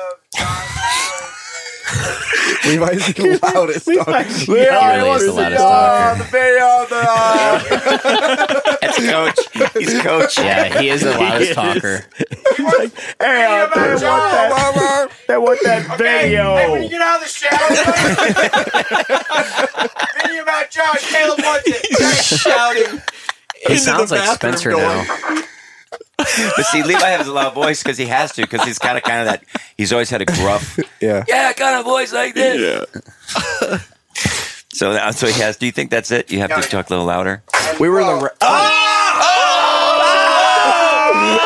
[SPEAKER 7] Levi's the loudest.
[SPEAKER 1] He really is the loudest talker.
[SPEAKER 3] That's coach. He's coach.
[SPEAKER 1] Yeah, he is the loudest talker.
[SPEAKER 4] Hey, I want that, they want that video.
[SPEAKER 2] Shouting.
[SPEAKER 1] He sounds like Spencer now.
[SPEAKER 3] But see, Levi has a loud voice because he has to because he's kind of kind of that. He's always had a gruff.
[SPEAKER 7] Yeah.
[SPEAKER 3] Yeah, kind of voice like this. So, that- so he has. Do you think that's it? You have to talk a little louder.
[SPEAKER 7] We were in the.
[SPEAKER 3] Oh!
[SPEAKER 7] Oh! Ra-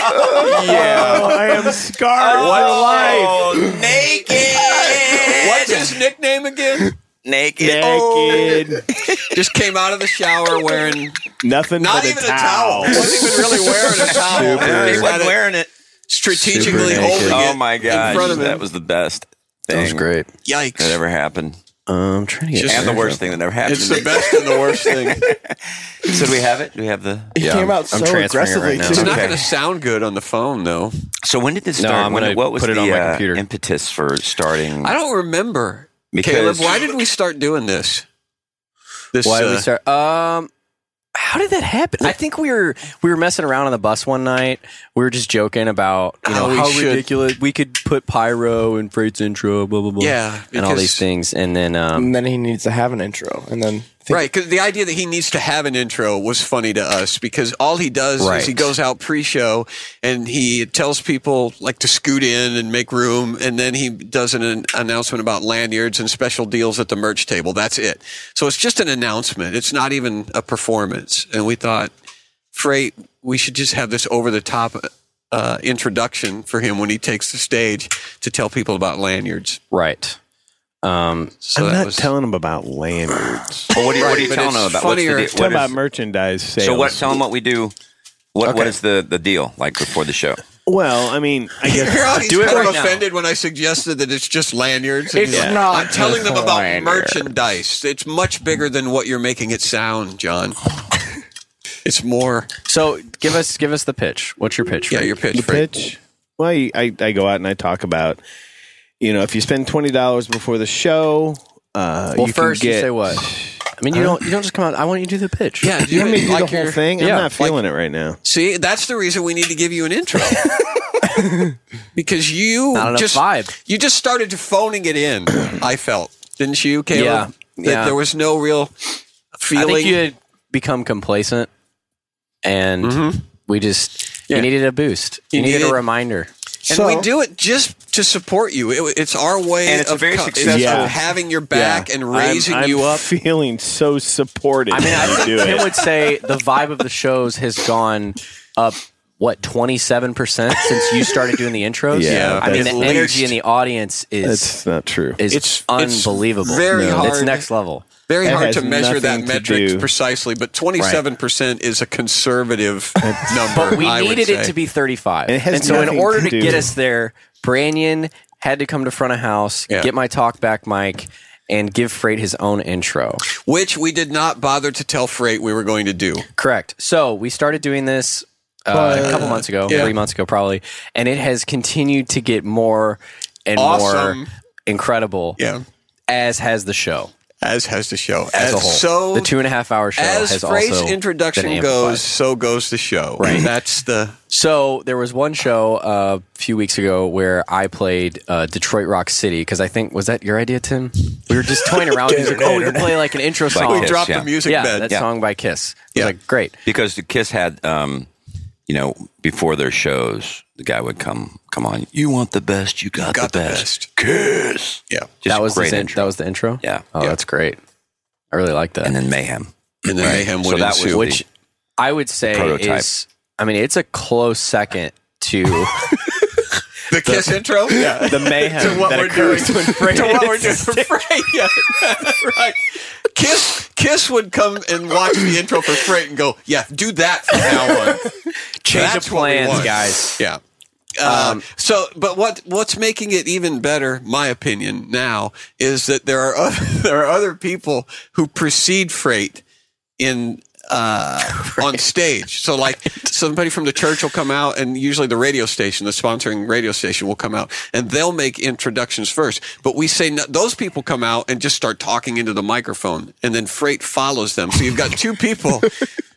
[SPEAKER 4] Oh, I am scarred for life.
[SPEAKER 3] Oh, naked.
[SPEAKER 2] What's his nickname again?
[SPEAKER 3] naked. Oh,
[SPEAKER 4] Naked.
[SPEAKER 2] Just came out of the shower wearing
[SPEAKER 4] Nothing
[SPEAKER 2] not
[SPEAKER 4] but
[SPEAKER 2] even a towel. Wasn't even really wearing a towel.
[SPEAKER 3] Oh, he
[SPEAKER 2] Just had
[SPEAKER 3] wasn't
[SPEAKER 2] it
[SPEAKER 3] wearing it.
[SPEAKER 2] strategically
[SPEAKER 1] Super
[SPEAKER 2] holding
[SPEAKER 1] naked.
[SPEAKER 2] it.
[SPEAKER 3] Oh my gosh,
[SPEAKER 2] front of him.
[SPEAKER 3] that was the best thing
[SPEAKER 1] That was great.
[SPEAKER 2] Yikes!
[SPEAKER 3] that ever happened,
[SPEAKER 1] Um, I'm trying to get.
[SPEAKER 2] Just-
[SPEAKER 3] and the worst thing that ever happened.
[SPEAKER 2] It's the best and the worst thing. It's
[SPEAKER 3] So do we have it? Do we have the?
[SPEAKER 7] He came out so
[SPEAKER 1] I'm transferring it
[SPEAKER 7] aggressively.
[SPEAKER 1] right now.
[SPEAKER 7] too.
[SPEAKER 2] not
[SPEAKER 3] Okay.
[SPEAKER 2] going to sound good on the phone though.
[SPEAKER 3] So when did this
[SPEAKER 1] No,
[SPEAKER 3] start?
[SPEAKER 1] I'm
[SPEAKER 3] When-
[SPEAKER 1] gonna
[SPEAKER 3] what was
[SPEAKER 1] put it
[SPEAKER 3] the
[SPEAKER 1] on my
[SPEAKER 3] uh,
[SPEAKER 1] computer.
[SPEAKER 3] impetus for starting?
[SPEAKER 2] I don't remember.
[SPEAKER 3] Because-
[SPEAKER 2] Caleb, why did we start doing this? This
[SPEAKER 1] Why did we
[SPEAKER 2] uh,
[SPEAKER 1] start? Um, how did that happen? I think we were we were messing around on the bus one night. We were just joking about you
[SPEAKER 2] How
[SPEAKER 1] know
[SPEAKER 2] we
[SPEAKER 1] how,
[SPEAKER 2] should-
[SPEAKER 1] ridiculous we could put pyro and Freight's intro, blah blah blah,
[SPEAKER 2] Yeah,
[SPEAKER 1] and all these
[SPEAKER 2] because-
[SPEAKER 1] things, and then um,
[SPEAKER 7] And then he needs to have an intro, and then think,
[SPEAKER 2] Right, because the idea that he needs to have an intro was funny to us because all he does
[SPEAKER 1] Right.
[SPEAKER 2] is he goes out pre-show and he tells people like to scoot in and make room, and then he does an, an announcement about lanyards and special deals at the merch table. That's it. So it's just an announcement. It's not even a performance. And we thought, Freight, we should just have this over-the-top uh, introduction for him when he takes the stage to tell people about lanyards.
[SPEAKER 1] right. Um,
[SPEAKER 2] So
[SPEAKER 4] I'm
[SPEAKER 2] that
[SPEAKER 4] not
[SPEAKER 2] was
[SPEAKER 4] telling them about lanyards.
[SPEAKER 3] Well, what are you, what are you
[SPEAKER 2] Right, but
[SPEAKER 3] telling
[SPEAKER 2] it's
[SPEAKER 3] them about?
[SPEAKER 2] funnier-
[SPEAKER 3] What's
[SPEAKER 2] it's
[SPEAKER 3] the deal?
[SPEAKER 4] Tell
[SPEAKER 3] What
[SPEAKER 4] about
[SPEAKER 3] is-
[SPEAKER 4] merchandise sales.
[SPEAKER 3] so what? Tell them what we do. What, what
[SPEAKER 1] Okay.
[SPEAKER 3] is the, the deal like before the show?
[SPEAKER 4] Well, I mean, I guess.
[SPEAKER 2] Do it
[SPEAKER 1] it right now.
[SPEAKER 2] offended when I suggested that it's just lanyards.
[SPEAKER 7] It's
[SPEAKER 2] He's like,
[SPEAKER 7] not
[SPEAKER 2] I'm telling them
[SPEAKER 7] just
[SPEAKER 2] about
[SPEAKER 7] lanyards."
[SPEAKER 2] merchandise. It's much bigger than what you're making it sound, John. It's more.
[SPEAKER 1] so give us give us the pitch. What's your pitch?
[SPEAKER 2] Yeah,
[SPEAKER 1] Frank?
[SPEAKER 2] your pitch.
[SPEAKER 4] the
[SPEAKER 2] Frank.
[SPEAKER 4] pitch. Well, I, I, I go out and I talk about, you know, if you spend twenty dollars before the show, uh,
[SPEAKER 1] well,
[SPEAKER 4] you
[SPEAKER 1] first
[SPEAKER 4] can get,
[SPEAKER 1] you say what? I mean, you don't you don't just come out. I want you to do the pitch.
[SPEAKER 2] Yeah, do
[SPEAKER 4] You want me to do
[SPEAKER 2] like
[SPEAKER 4] the whole
[SPEAKER 2] your-
[SPEAKER 4] thing? I'm
[SPEAKER 1] yeah,
[SPEAKER 4] not feeling it right now.
[SPEAKER 2] See, that's the reason we need to give you an intro. because you
[SPEAKER 1] Not enough
[SPEAKER 2] just
[SPEAKER 1] vibe.
[SPEAKER 2] you just started phoning it in. I felt, didn't you, Caleb?
[SPEAKER 1] Yeah,
[SPEAKER 2] That
[SPEAKER 1] yeah.
[SPEAKER 2] There was no real
[SPEAKER 1] I
[SPEAKER 2] feeling.
[SPEAKER 1] think you had become complacent, and we just You needed a boost. You,
[SPEAKER 2] Mm-hmm. You
[SPEAKER 1] needed,
[SPEAKER 2] needed-
[SPEAKER 1] a reminder.
[SPEAKER 2] And
[SPEAKER 4] So-
[SPEAKER 2] we do it just to support you. It, it's our way
[SPEAKER 3] And it's
[SPEAKER 2] of,
[SPEAKER 3] very
[SPEAKER 2] co-
[SPEAKER 3] successful.
[SPEAKER 2] of having your back and raising
[SPEAKER 4] I'm, I'm
[SPEAKER 2] you up.
[SPEAKER 4] Feeling so supported.
[SPEAKER 1] I mean,
[SPEAKER 4] when
[SPEAKER 1] I
[SPEAKER 4] do
[SPEAKER 1] think Tim
[SPEAKER 4] it.
[SPEAKER 1] would say the vibe of the shows has gone up. What twenty seven percent since you started doing the intros?
[SPEAKER 4] Yeah,
[SPEAKER 1] I mean
[SPEAKER 2] at
[SPEAKER 1] the energy
[SPEAKER 2] least.
[SPEAKER 1] in the audience is
[SPEAKER 4] That's not true.
[SPEAKER 1] is
[SPEAKER 2] It's- it's
[SPEAKER 1] unbelievable.
[SPEAKER 2] very
[SPEAKER 1] It's
[SPEAKER 2] hard.
[SPEAKER 1] next level.
[SPEAKER 2] Very
[SPEAKER 4] That
[SPEAKER 2] hard
[SPEAKER 4] has
[SPEAKER 2] to measure that
[SPEAKER 4] nothing to
[SPEAKER 2] metric
[SPEAKER 4] do-
[SPEAKER 2] precisely, but 27% is a conservative number.
[SPEAKER 1] But we
[SPEAKER 2] I would
[SPEAKER 1] needed it
[SPEAKER 2] say.
[SPEAKER 1] to be 35.
[SPEAKER 4] It has
[SPEAKER 1] And so, in
[SPEAKER 4] nothing
[SPEAKER 1] order to,
[SPEAKER 4] to do-
[SPEAKER 1] get us there, Branyan had to come to front of house,
[SPEAKER 2] Yeah.
[SPEAKER 1] get my talk back mic, and give Freight his own intro.
[SPEAKER 2] Which we did not bother to tell Freight we were going to do.
[SPEAKER 1] Correct. So, we started doing this uh, a couple months ago,
[SPEAKER 2] yeah.
[SPEAKER 1] three months ago, probably, and it has continued to get more and more
[SPEAKER 2] Awesome.
[SPEAKER 1] incredible,
[SPEAKER 2] Yeah.
[SPEAKER 1] as has the show
[SPEAKER 2] As has the show.
[SPEAKER 1] as, a whole.
[SPEAKER 2] So
[SPEAKER 1] the two and a half hour show
[SPEAKER 2] as
[SPEAKER 1] has
[SPEAKER 2] Freight's
[SPEAKER 1] also been
[SPEAKER 2] introduction
[SPEAKER 1] amplified.
[SPEAKER 2] goes, so goes the show. Right. That's the
[SPEAKER 1] So there was one show uh, a few weeks ago where I played uh, Detroit Rock City because I think was that your idea, Tim? We were just toying around. with music. Oh, we could play like an intro song.
[SPEAKER 3] Kiss,
[SPEAKER 2] drop
[SPEAKER 3] yeah.
[SPEAKER 2] the music
[SPEAKER 1] yeah,
[SPEAKER 2] bed.
[SPEAKER 1] that
[SPEAKER 3] Yeah.
[SPEAKER 1] song by Kiss. I was
[SPEAKER 2] Yeah.
[SPEAKER 1] like, great.
[SPEAKER 3] because the Kiss had, um, you know, before their shows, the guy would come, come on, you want the best, you got,
[SPEAKER 2] got
[SPEAKER 3] the,
[SPEAKER 2] the
[SPEAKER 3] best. Kiss.
[SPEAKER 2] Yeah.
[SPEAKER 3] Just
[SPEAKER 1] that was
[SPEAKER 3] great
[SPEAKER 1] the,
[SPEAKER 3] intro.
[SPEAKER 1] That was the intro.
[SPEAKER 3] Yeah.
[SPEAKER 1] Oh,
[SPEAKER 2] Yeah.
[SPEAKER 1] that's great. I really like that.
[SPEAKER 3] and then Mayhem.
[SPEAKER 2] And then mayhem
[SPEAKER 3] So
[SPEAKER 2] would
[SPEAKER 3] that was
[SPEAKER 2] ensue.
[SPEAKER 3] what-
[SPEAKER 1] which I would say
[SPEAKER 3] Prototype.
[SPEAKER 1] is, I mean, it's a close second to
[SPEAKER 2] the kiss intro? Yeah.
[SPEAKER 4] the mayhem
[SPEAKER 2] to what
[SPEAKER 4] that
[SPEAKER 2] we're
[SPEAKER 4] occurs
[SPEAKER 2] doing.
[SPEAKER 4] when Freight
[SPEAKER 2] to what we're
[SPEAKER 4] is-
[SPEAKER 2] doing for Freight. Yeah, right. Kiss, Kiss would come and watch the intro for Freight and go, "Yeah, do that from now on.
[SPEAKER 1] change
[SPEAKER 2] That's
[SPEAKER 1] of
[SPEAKER 2] what we
[SPEAKER 1] plans,
[SPEAKER 2] want."
[SPEAKER 1] guys. Um,
[SPEAKER 2] Yeah. Uh, so, but what what's making it even better, my opinion now, is that there are other, there are other people who precede Freight in uh, on stage. So, like somebody from the church will come out, and usually the radio station, the sponsoring radio station, will come out, and they'll make introductions first. But we say no, those people come out and just start talking into the microphone, and then Freight follows them. So you've got two people.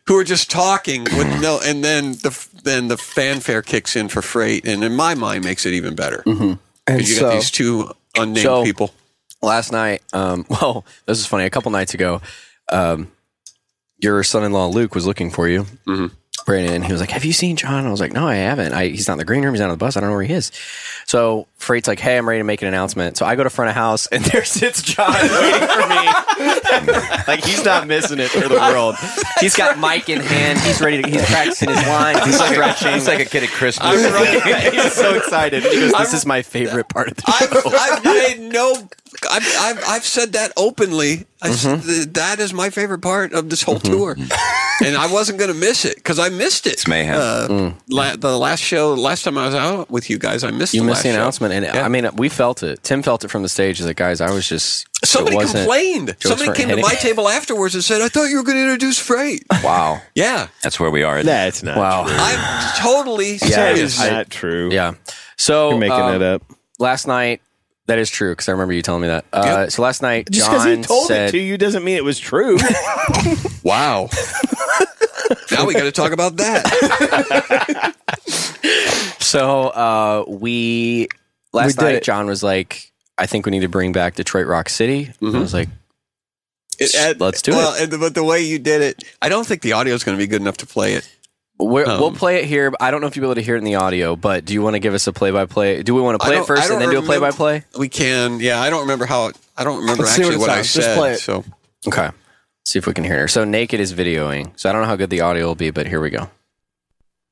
[SPEAKER 2] Who are just talking with no, and then the then the fanfare kicks in for freight, and in my mind makes it even better.
[SPEAKER 1] Mm-hmm. And
[SPEAKER 2] 'Cause you got these two unnamed
[SPEAKER 1] So-
[SPEAKER 2] people.
[SPEAKER 1] last night um well this is funny a couple nights ago um your son-in-law luke was looking for you brandon and he was like have you seen john i was like no i haven't I, he's not in the green room he's not on the bus i don't know where he is so freight's like hey i'm ready to make an announcement so i go to front of house and there sits john waiting for me like he's not missing it for the world he's got mic in hand he's ready to he's practicing his lines he's stretching
[SPEAKER 3] It's like a kid at Christmas.
[SPEAKER 1] he's so excited he goes this is my favorite part of the
[SPEAKER 2] I've, I've made no. I've, I've, I've said that openly. I s-
[SPEAKER 1] Mm-hmm.
[SPEAKER 2] th- that is my favorite part of this whole tour, and I wasn't going to miss it because I missed it. It's
[SPEAKER 3] mayhem.
[SPEAKER 2] Uh, la- the last show, last time I was out with you guys, I missed.
[SPEAKER 1] You
[SPEAKER 2] the
[SPEAKER 1] missed the
[SPEAKER 2] last show.
[SPEAKER 1] announcement, and I mean, we felt it. Tim felt it from the stage. He's like, guys, I was just it
[SPEAKER 2] Somebody
[SPEAKER 1] wasn't-
[SPEAKER 2] complained. Somebody
[SPEAKER 1] weren't
[SPEAKER 2] came to
[SPEAKER 1] hitting.
[SPEAKER 2] my table afterwards and said, "I thought you were going to introduce Freight."
[SPEAKER 3] wow.
[SPEAKER 2] Yeah,
[SPEAKER 3] That's where we are.
[SPEAKER 4] That's not.
[SPEAKER 1] Wow.
[SPEAKER 2] I'm totally
[SPEAKER 4] That
[SPEAKER 2] serious.
[SPEAKER 4] is not true.
[SPEAKER 1] Yeah. So
[SPEAKER 4] You're making
[SPEAKER 1] um,
[SPEAKER 4] it up.
[SPEAKER 1] Last night, that is true because I remember you telling me that. Uh,
[SPEAKER 2] Yep.
[SPEAKER 1] So last night,
[SPEAKER 4] Just because
[SPEAKER 1] John
[SPEAKER 4] he told
[SPEAKER 1] said,
[SPEAKER 4] it to you doesn't mean it was true.
[SPEAKER 2] Wow. now we got to talk about that.
[SPEAKER 1] So uh, we last
[SPEAKER 4] We did
[SPEAKER 1] night,
[SPEAKER 4] it.
[SPEAKER 1] John was like, I think we need to bring back Detroit Rock City. And
[SPEAKER 2] Mm-hmm.
[SPEAKER 1] I was like,
[SPEAKER 2] It- and-
[SPEAKER 1] Let's do
[SPEAKER 2] well, and- but the way you did it, I don't think the audio is going to be good enough to play it.
[SPEAKER 1] We're,
[SPEAKER 2] Um,
[SPEAKER 1] we'll play it here. but I don't know if you'll be able to hear it in the audio, but do you want to give us a play by play? Do we want to
[SPEAKER 2] I
[SPEAKER 1] play
[SPEAKER 2] don't-
[SPEAKER 1] it first
[SPEAKER 2] I
[SPEAKER 1] and
[SPEAKER 2] don't
[SPEAKER 1] then do a play by
[SPEAKER 2] remember-
[SPEAKER 1] play?
[SPEAKER 2] We can. Yeah, I don't remember how. It, I don't remember
[SPEAKER 5] Let's see
[SPEAKER 2] actually
[SPEAKER 5] what it
[SPEAKER 2] what, I
[SPEAKER 5] sounds. Just
[SPEAKER 2] said.
[SPEAKER 5] play it.
[SPEAKER 2] So
[SPEAKER 1] Okay. Let's see if we can hear it. So Naked is videoing. So I don't know how good the audio will be, but here we go.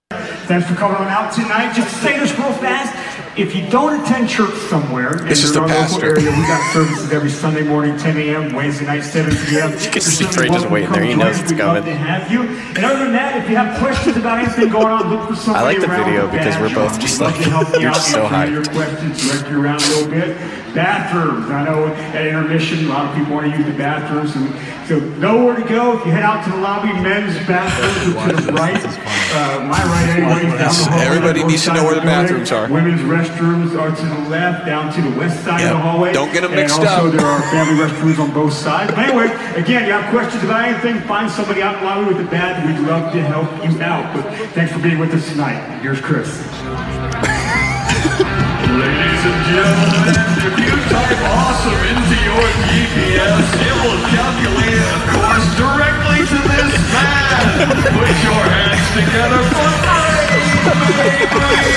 [SPEAKER 9] Thanks for coming on out tonight. Just to say this real fast. If you don't attend church somewhere, in
[SPEAKER 2] This is
[SPEAKER 9] your
[SPEAKER 2] the
[SPEAKER 9] local
[SPEAKER 2] pastor.
[SPEAKER 9] area, we got services every Sunday morning, 10 a.m., Wednesday night, 7 p.m. You
[SPEAKER 1] can see Trey just waiting there. He knows it's
[SPEAKER 9] We'd
[SPEAKER 1] coming.
[SPEAKER 9] love to have you. And other than that, if you have questions about anything going on, look for somebody
[SPEAKER 1] I like the
[SPEAKER 9] around
[SPEAKER 1] video because we're
[SPEAKER 9] bathroom.
[SPEAKER 1] both just
[SPEAKER 9] We'd love
[SPEAKER 1] like,
[SPEAKER 9] to help you
[SPEAKER 1] you're
[SPEAKER 9] out,
[SPEAKER 1] so
[SPEAKER 9] answer
[SPEAKER 1] hyped.
[SPEAKER 9] Your questions, direct you around a little bit. Bathrooms. I know at intermission, a lot of people want to use the bathrooms. And so nowhere to go. If you head out to the lobby, men's bathrooms to the right. Uh, my right anyway. down the hallway,
[SPEAKER 2] Everybody
[SPEAKER 9] north
[SPEAKER 2] needs to
[SPEAKER 9] side
[SPEAKER 2] know where
[SPEAKER 9] of
[SPEAKER 2] the
[SPEAKER 9] building.
[SPEAKER 2] bathrooms are.
[SPEAKER 9] Women's restrooms are to the left, down to the west side
[SPEAKER 2] Yeah.
[SPEAKER 9] of the hallway.
[SPEAKER 2] Don't get 'em mixed
[SPEAKER 9] and also
[SPEAKER 2] up.
[SPEAKER 9] There are family restrooms on both sides. But anyway, again, you have questions about anything, find somebody out in the lobby with a bat. We'd love to help you out. But thanks for being with us tonight. Here's Chris. Ladies and gentlemen, if you type awesome into your GPS, it will calculate a course directly to this man. Put your hands together for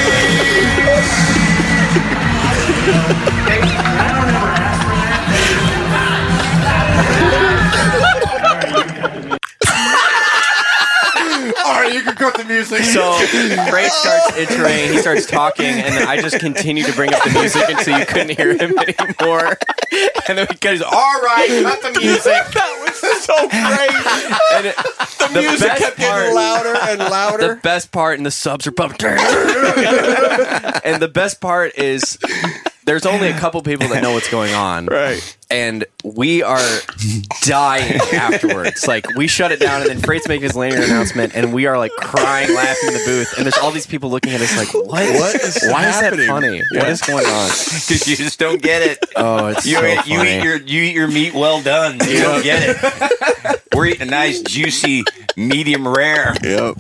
[SPEAKER 5] All right, you can cut the music.
[SPEAKER 1] So Frank starts iterating, he starts talking, and then I just continue to bring up the music until you couldn't hear him anymore. And then he goes, "All right, cut the music." that was so great. And it, the,
[SPEAKER 2] music
[SPEAKER 1] best
[SPEAKER 2] kept getting louder and louder.
[SPEAKER 1] The best part, and the subs are pumped. and the best part is there's only a couple people that know what's going on. Right. And we are dying afterwards. Like we shut it down and then Freight's making his lanyard announcement and we are like crying, laughing in the booth. And there's all these people looking at us like, what?
[SPEAKER 3] What is
[SPEAKER 1] Why
[SPEAKER 3] happening?
[SPEAKER 1] is that funny? What is going on?
[SPEAKER 3] Because you just don't get it.
[SPEAKER 1] Oh, it's
[SPEAKER 3] you
[SPEAKER 1] so
[SPEAKER 3] eat, You
[SPEAKER 1] funny.
[SPEAKER 3] eat your you eat your meat well done. You don't get it. We're eating a nice juicy medium rare.
[SPEAKER 2] Yep.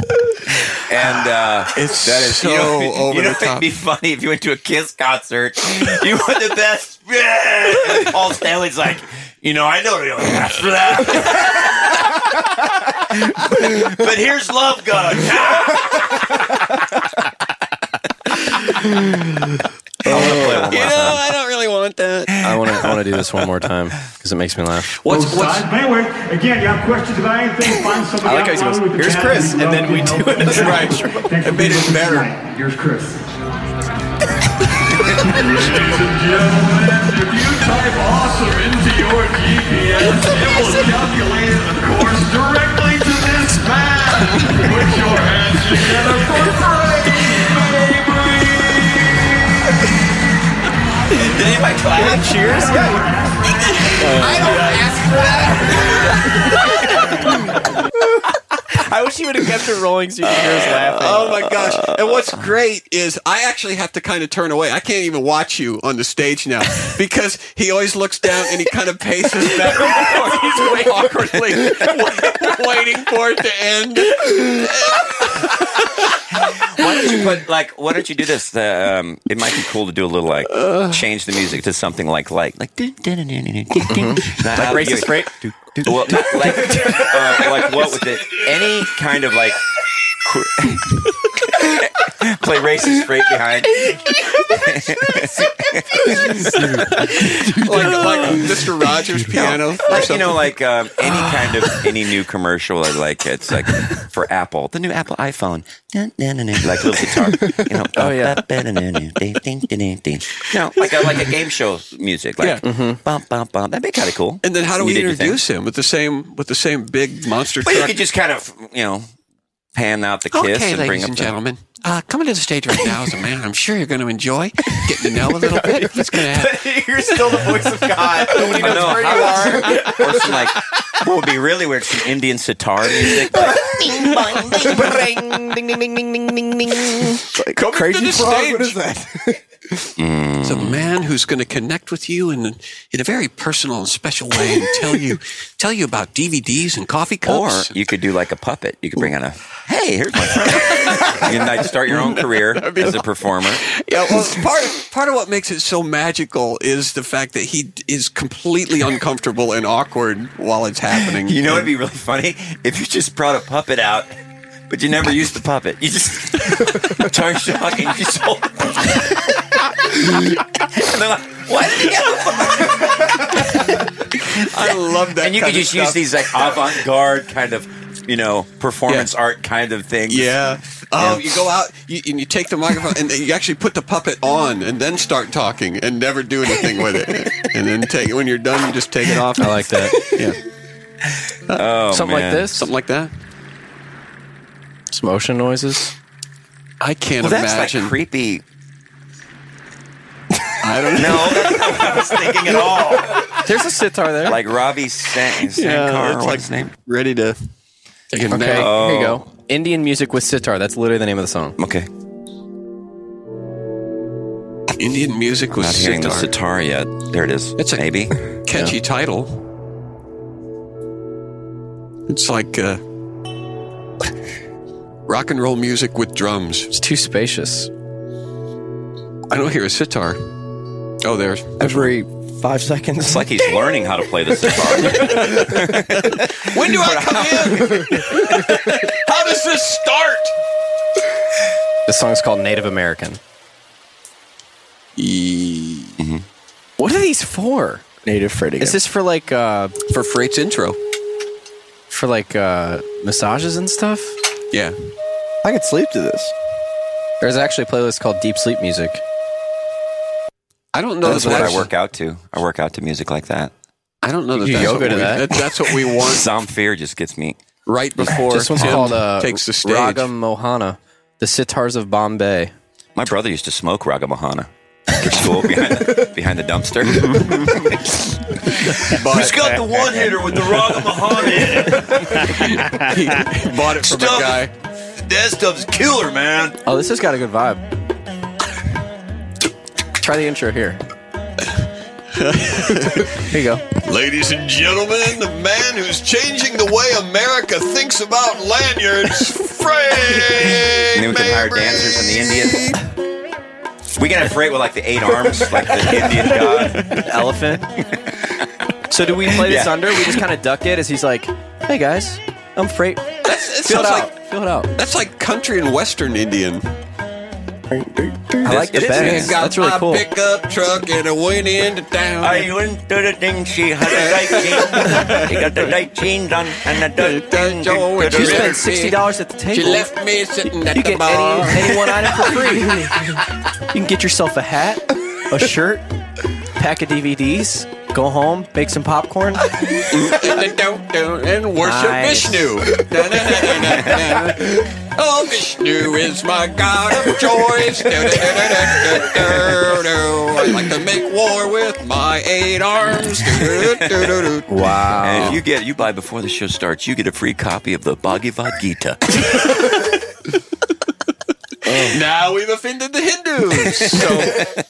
[SPEAKER 3] And uh,
[SPEAKER 2] It's
[SPEAKER 3] that is
[SPEAKER 2] so
[SPEAKER 3] you know, you
[SPEAKER 2] over
[SPEAKER 3] know
[SPEAKER 2] the top.
[SPEAKER 3] It'd be funny if you went to a Kiss concert. You were the best. And Paul Stanley's like, you know, I know you don't ask for that. but here's Love Gun.
[SPEAKER 2] You know, I don't really want that.
[SPEAKER 1] I wanna I wanna do this one more time because it makes me laugh.
[SPEAKER 9] Oh,
[SPEAKER 2] What's what's
[SPEAKER 9] But anyway, again, you have questions about anything, find somebody
[SPEAKER 1] I like how he
[SPEAKER 9] online
[SPEAKER 1] goes,
[SPEAKER 9] with the
[SPEAKER 1] "Here's
[SPEAKER 9] chat
[SPEAKER 1] Chris,"
[SPEAKER 9] that you
[SPEAKER 1] and
[SPEAKER 9] love
[SPEAKER 1] then we
[SPEAKER 9] can
[SPEAKER 1] do
[SPEAKER 9] help
[SPEAKER 1] it.
[SPEAKER 9] you
[SPEAKER 2] Right.
[SPEAKER 9] out. Thanks for
[SPEAKER 2] It made
[SPEAKER 9] being
[SPEAKER 2] it
[SPEAKER 9] with us
[SPEAKER 2] better.
[SPEAKER 9] tonight. Here's Chris. Ladies and gentlemen, if you type awesome into your GPS, it will calculate the course directly to this map. Put your hands together for Brady, baby.
[SPEAKER 3] Did anybody clap? Cheers.
[SPEAKER 1] I wish he would have kept it rolling so you could hear us laughing.
[SPEAKER 2] Oh my gosh! And what's great is I actually have to kind of turn away. I can't even watch you on the stage now because he always looks down and he kind of paces back and forth. He's way awkwardly wa- waiting for it to end.
[SPEAKER 3] Why don't you put like? Why don't you do this? The, um, it might be cool to do a little like change the music to something like like like dun, dun, dun, dun, dun, dun, dun.
[SPEAKER 1] Like
[SPEAKER 3] Uh,
[SPEAKER 1] racist
[SPEAKER 3] you-
[SPEAKER 1] freight?
[SPEAKER 3] Well, not like uh, like what with it? Any kind of like. qu- Play racist straight behind.
[SPEAKER 2] Like, like Mr. Rogers piano.
[SPEAKER 3] Like, you know, like um, any kind of any new commercial, or, like it's like for Apple, the new Apple iPhone, Dun, dun, dun, dun, like little guitar. You know,
[SPEAKER 1] Oh, yeah.
[SPEAKER 3] Ba, ba, dun, dun, dun, ding, ding, ding, ding, ding. No, like a, like a game show music, like
[SPEAKER 2] Yeah. Mm-hmm.
[SPEAKER 3] bum, bum, bum. That'd be kind of cool.
[SPEAKER 2] And then how do
[SPEAKER 3] You
[SPEAKER 2] we
[SPEAKER 3] did your thing.
[SPEAKER 2] introduce him with the same with the same big monster
[SPEAKER 3] Well, you
[SPEAKER 2] truck?
[SPEAKER 3] could just kind of you know pan out the kiss
[SPEAKER 2] Okay,
[SPEAKER 3] and bring
[SPEAKER 2] ladies
[SPEAKER 3] up
[SPEAKER 2] and
[SPEAKER 3] the-
[SPEAKER 2] gentlemen, uh, coming to the stage right now is a man I'm sure you're going to enjoy getting to know a little bit. He's going to have
[SPEAKER 1] You're still the voice of God. Nobody
[SPEAKER 3] I
[SPEAKER 1] knows
[SPEAKER 3] know,
[SPEAKER 1] where you are.
[SPEAKER 3] how- or some like what would be really weird some Indian sitar music. Like,
[SPEAKER 2] to the
[SPEAKER 5] Crazy frog.
[SPEAKER 2] stage.
[SPEAKER 5] What is that?
[SPEAKER 2] It's a man who's going to connect with you in, in a very personal and special way and tell you tell you about DVDs and coffee
[SPEAKER 3] Or
[SPEAKER 2] cups.
[SPEAKER 3] you could do like a puppet. You could bring on a hey, here's my friend. you might start your own career as a performer.
[SPEAKER 2] yeah, well, part of, part of what makes it so magical is the fact that he is completely uncomfortable and awkward while it's happening.
[SPEAKER 3] You know, it'd be really funny if you just brought a puppet out, but you never used the puppet. You just tongue shock and you sold. and they're like, why did he have a puppet?
[SPEAKER 2] I love that.
[SPEAKER 3] And you could
[SPEAKER 2] kind of
[SPEAKER 3] just use
[SPEAKER 2] stuff.
[SPEAKER 3] these like avant-garde kind of, you know, performance art kind of things.
[SPEAKER 2] Yeah. Oh, you go out you, and you take the microphone and you actually put the puppet on and then start talking and never do anything with it. And then take it when you're done, you just take it off.
[SPEAKER 1] I like that.
[SPEAKER 2] Yeah.
[SPEAKER 3] Oh,
[SPEAKER 1] Something
[SPEAKER 3] man.
[SPEAKER 1] like this.
[SPEAKER 2] Something like that.
[SPEAKER 1] Some ocean noises.
[SPEAKER 2] I can't
[SPEAKER 3] Well, that's
[SPEAKER 2] imagine.
[SPEAKER 3] like creepy.
[SPEAKER 2] I don't know.
[SPEAKER 3] No, that's not what I was thinking at all.
[SPEAKER 1] There's a sitar there.
[SPEAKER 3] Like Ravi San- Sankar, what's his name?
[SPEAKER 2] ready to take a
[SPEAKER 1] okay,
[SPEAKER 2] nap.
[SPEAKER 1] here you go. Indian music with sitar. That's literally the name of the song.
[SPEAKER 3] Okay,
[SPEAKER 2] Indian music with
[SPEAKER 3] not hearing the sitar
[SPEAKER 2] sitar.
[SPEAKER 3] yet. There it is.
[SPEAKER 2] It's a-
[SPEAKER 3] maybe.
[SPEAKER 2] Catchy title. It's like uh, rock and roll music with drums.
[SPEAKER 1] It's too spacious.
[SPEAKER 2] I don't hear a sitar. Oh, there's
[SPEAKER 5] Every five seconds.
[SPEAKER 3] It's like he's learning how to play the sitar.
[SPEAKER 2] When do I come in? How does this start?
[SPEAKER 1] The song's called Native American. What are these for?
[SPEAKER 4] Native Freddy.
[SPEAKER 1] Is this for like uh
[SPEAKER 2] for Freight's intro?
[SPEAKER 1] For like uh massages and stuff?
[SPEAKER 2] Yeah.
[SPEAKER 1] I could sleep to this. There's actually a playlist called Deep Sleep Music.
[SPEAKER 2] I don't know
[SPEAKER 3] That's
[SPEAKER 2] that
[SPEAKER 3] what
[SPEAKER 2] that's-
[SPEAKER 3] I work out to. I work out to music like that.
[SPEAKER 2] I don't know that
[SPEAKER 3] You
[SPEAKER 2] that's
[SPEAKER 3] yoga
[SPEAKER 2] what
[SPEAKER 3] to
[SPEAKER 2] we,
[SPEAKER 3] that?
[SPEAKER 2] That's what we want.
[SPEAKER 3] Some fear just gets me.
[SPEAKER 2] right before
[SPEAKER 1] this one's
[SPEAKER 2] Tim
[SPEAKER 1] called uh,
[SPEAKER 2] takes the stage.
[SPEAKER 1] Ragam Mohana, the sitars of Bombay.
[SPEAKER 3] My brother used to smoke Ragamahana after school behind the, behind the dumpster. Who's got the one hitter with the Ragamahana
[SPEAKER 2] he bought it from a guy.
[SPEAKER 3] That stuff's killer, man.
[SPEAKER 1] Oh, this has got a good vibe. Try the intro here. here you go.
[SPEAKER 2] Ladies and gentlemen, the man who's changing the way America thinks about lanyards,
[SPEAKER 3] And then
[SPEAKER 2] Frank
[SPEAKER 3] we can hire dancers in the Indian. We can have freight with like the eight arms, like the Indian god.
[SPEAKER 1] Elephant. So do we play this
[SPEAKER 3] Yeah.
[SPEAKER 1] under? We just kind of duck it as he's like, "Hey guys, I'm freight.
[SPEAKER 2] That's,
[SPEAKER 1] Fill it
[SPEAKER 2] that sounds
[SPEAKER 1] out.
[SPEAKER 2] like,
[SPEAKER 1] Fill it out."
[SPEAKER 2] that's like country and Western Indian.
[SPEAKER 1] I like the
[SPEAKER 3] it is
[SPEAKER 1] bends.
[SPEAKER 3] nice.
[SPEAKER 1] That's really cool.
[SPEAKER 2] pickup truck and I went into town.
[SPEAKER 3] went to the thing, she had the right jeans. She got the right jeans on and the
[SPEAKER 2] thing.
[SPEAKER 1] You spend sixty dollars at the table.
[SPEAKER 2] me sitting at
[SPEAKER 1] You get any, any one item for free. you can get yourself a hat, a shirt, pack of DVDs, go home, make some popcorn.
[SPEAKER 2] and worship
[SPEAKER 1] Nice.
[SPEAKER 2] Vishnu. Da-da-da-da-da-da. oh, Vishnu is my god of choice. Da-da-da-da-da-da-da. I like to make war with my eight arms. Da-da-da-da-da.
[SPEAKER 3] And if you get you buy before the show starts, you get a free copy of the Bhagavad Gita.
[SPEAKER 2] now we've offended the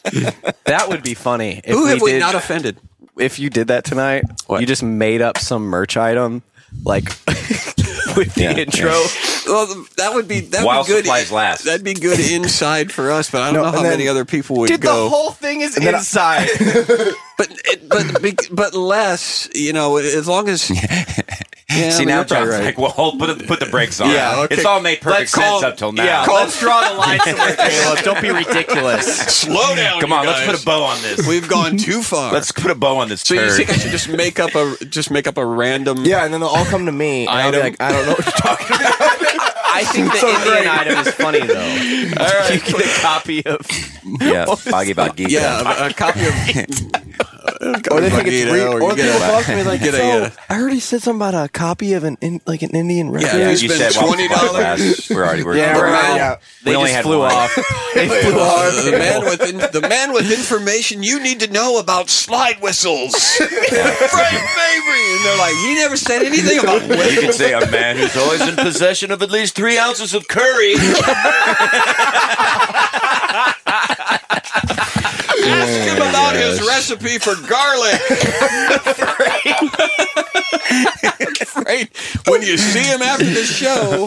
[SPEAKER 2] Hindus. So
[SPEAKER 1] That would be funny. If
[SPEAKER 2] who have we
[SPEAKER 1] did-
[SPEAKER 2] not offended?
[SPEAKER 1] if you did that tonight, you just made up some merch item, like with the
[SPEAKER 3] Yeah,
[SPEAKER 1] intro.
[SPEAKER 2] Well, that would be that
[SPEAKER 3] While
[SPEAKER 2] would be good.
[SPEAKER 3] supplies last.
[SPEAKER 2] That'd be good inside for us, but I don't
[SPEAKER 4] No,
[SPEAKER 2] know how
[SPEAKER 4] and then-
[SPEAKER 2] many other people would
[SPEAKER 1] Dude,
[SPEAKER 2] go.
[SPEAKER 1] the whole thing is
[SPEAKER 4] then I-
[SPEAKER 1] inside.
[SPEAKER 2] but it, but bec- but less, you know, as long as Yeah,
[SPEAKER 3] See
[SPEAKER 2] I mean,
[SPEAKER 3] now,
[SPEAKER 2] you're probably
[SPEAKER 3] John's
[SPEAKER 2] right.
[SPEAKER 3] like, "Well, hold, put, the- put the brakes on."
[SPEAKER 2] Yeah, okay.
[SPEAKER 3] it's all made perfect
[SPEAKER 1] Let's call-
[SPEAKER 3] sense up till now.
[SPEAKER 1] let's draw the line somewhere, Caleb. Don't be ridiculous.
[SPEAKER 2] slow down.
[SPEAKER 3] Come on, let's put a bow on this.
[SPEAKER 2] We've gone too far.
[SPEAKER 3] Let's put a bow on this
[SPEAKER 2] so you
[SPEAKER 3] turd.
[SPEAKER 2] think I should just make up a just make up a random?
[SPEAKER 5] Yeah, and then they'll all come to me. And I'll be
[SPEAKER 2] Item.
[SPEAKER 5] like, I don't know what you're talking about.
[SPEAKER 1] I think the Indian item is funny though.
[SPEAKER 2] all right.
[SPEAKER 1] Get a copy of
[SPEAKER 3] yeah, Bhagavad Gita.
[SPEAKER 2] Yeah, a, a copy of.
[SPEAKER 5] Or they think it's
[SPEAKER 2] Vegeta,
[SPEAKER 5] re-
[SPEAKER 2] or
[SPEAKER 5] or,
[SPEAKER 2] you
[SPEAKER 5] people
[SPEAKER 2] get a-
[SPEAKER 5] come up to me like,
[SPEAKER 2] get a,
[SPEAKER 5] so,
[SPEAKER 2] uh,
[SPEAKER 5] I already said something about a copy of an in, like an Indian record.
[SPEAKER 2] Yeah,
[SPEAKER 3] Yeah,
[SPEAKER 2] we
[SPEAKER 3] you
[SPEAKER 2] spent
[SPEAKER 3] said well,
[SPEAKER 2] twenty dollars.
[SPEAKER 3] last- We're already. We're
[SPEAKER 5] Yeah,
[SPEAKER 3] we're
[SPEAKER 5] right,
[SPEAKER 3] out.
[SPEAKER 5] yeah.
[SPEAKER 3] We only had one.
[SPEAKER 1] they flew
[SPEAKER 2] Are the man with in, the man with information you need to know about slide whistles, Frank Mabry, and they're like, he never said anything about
[SPEAKER 3] You could say a man who's always in possession of at least three ounces of curry.
[SPEAKER 2] Ask him about his recipe for garlic. Right. When you see him after the show,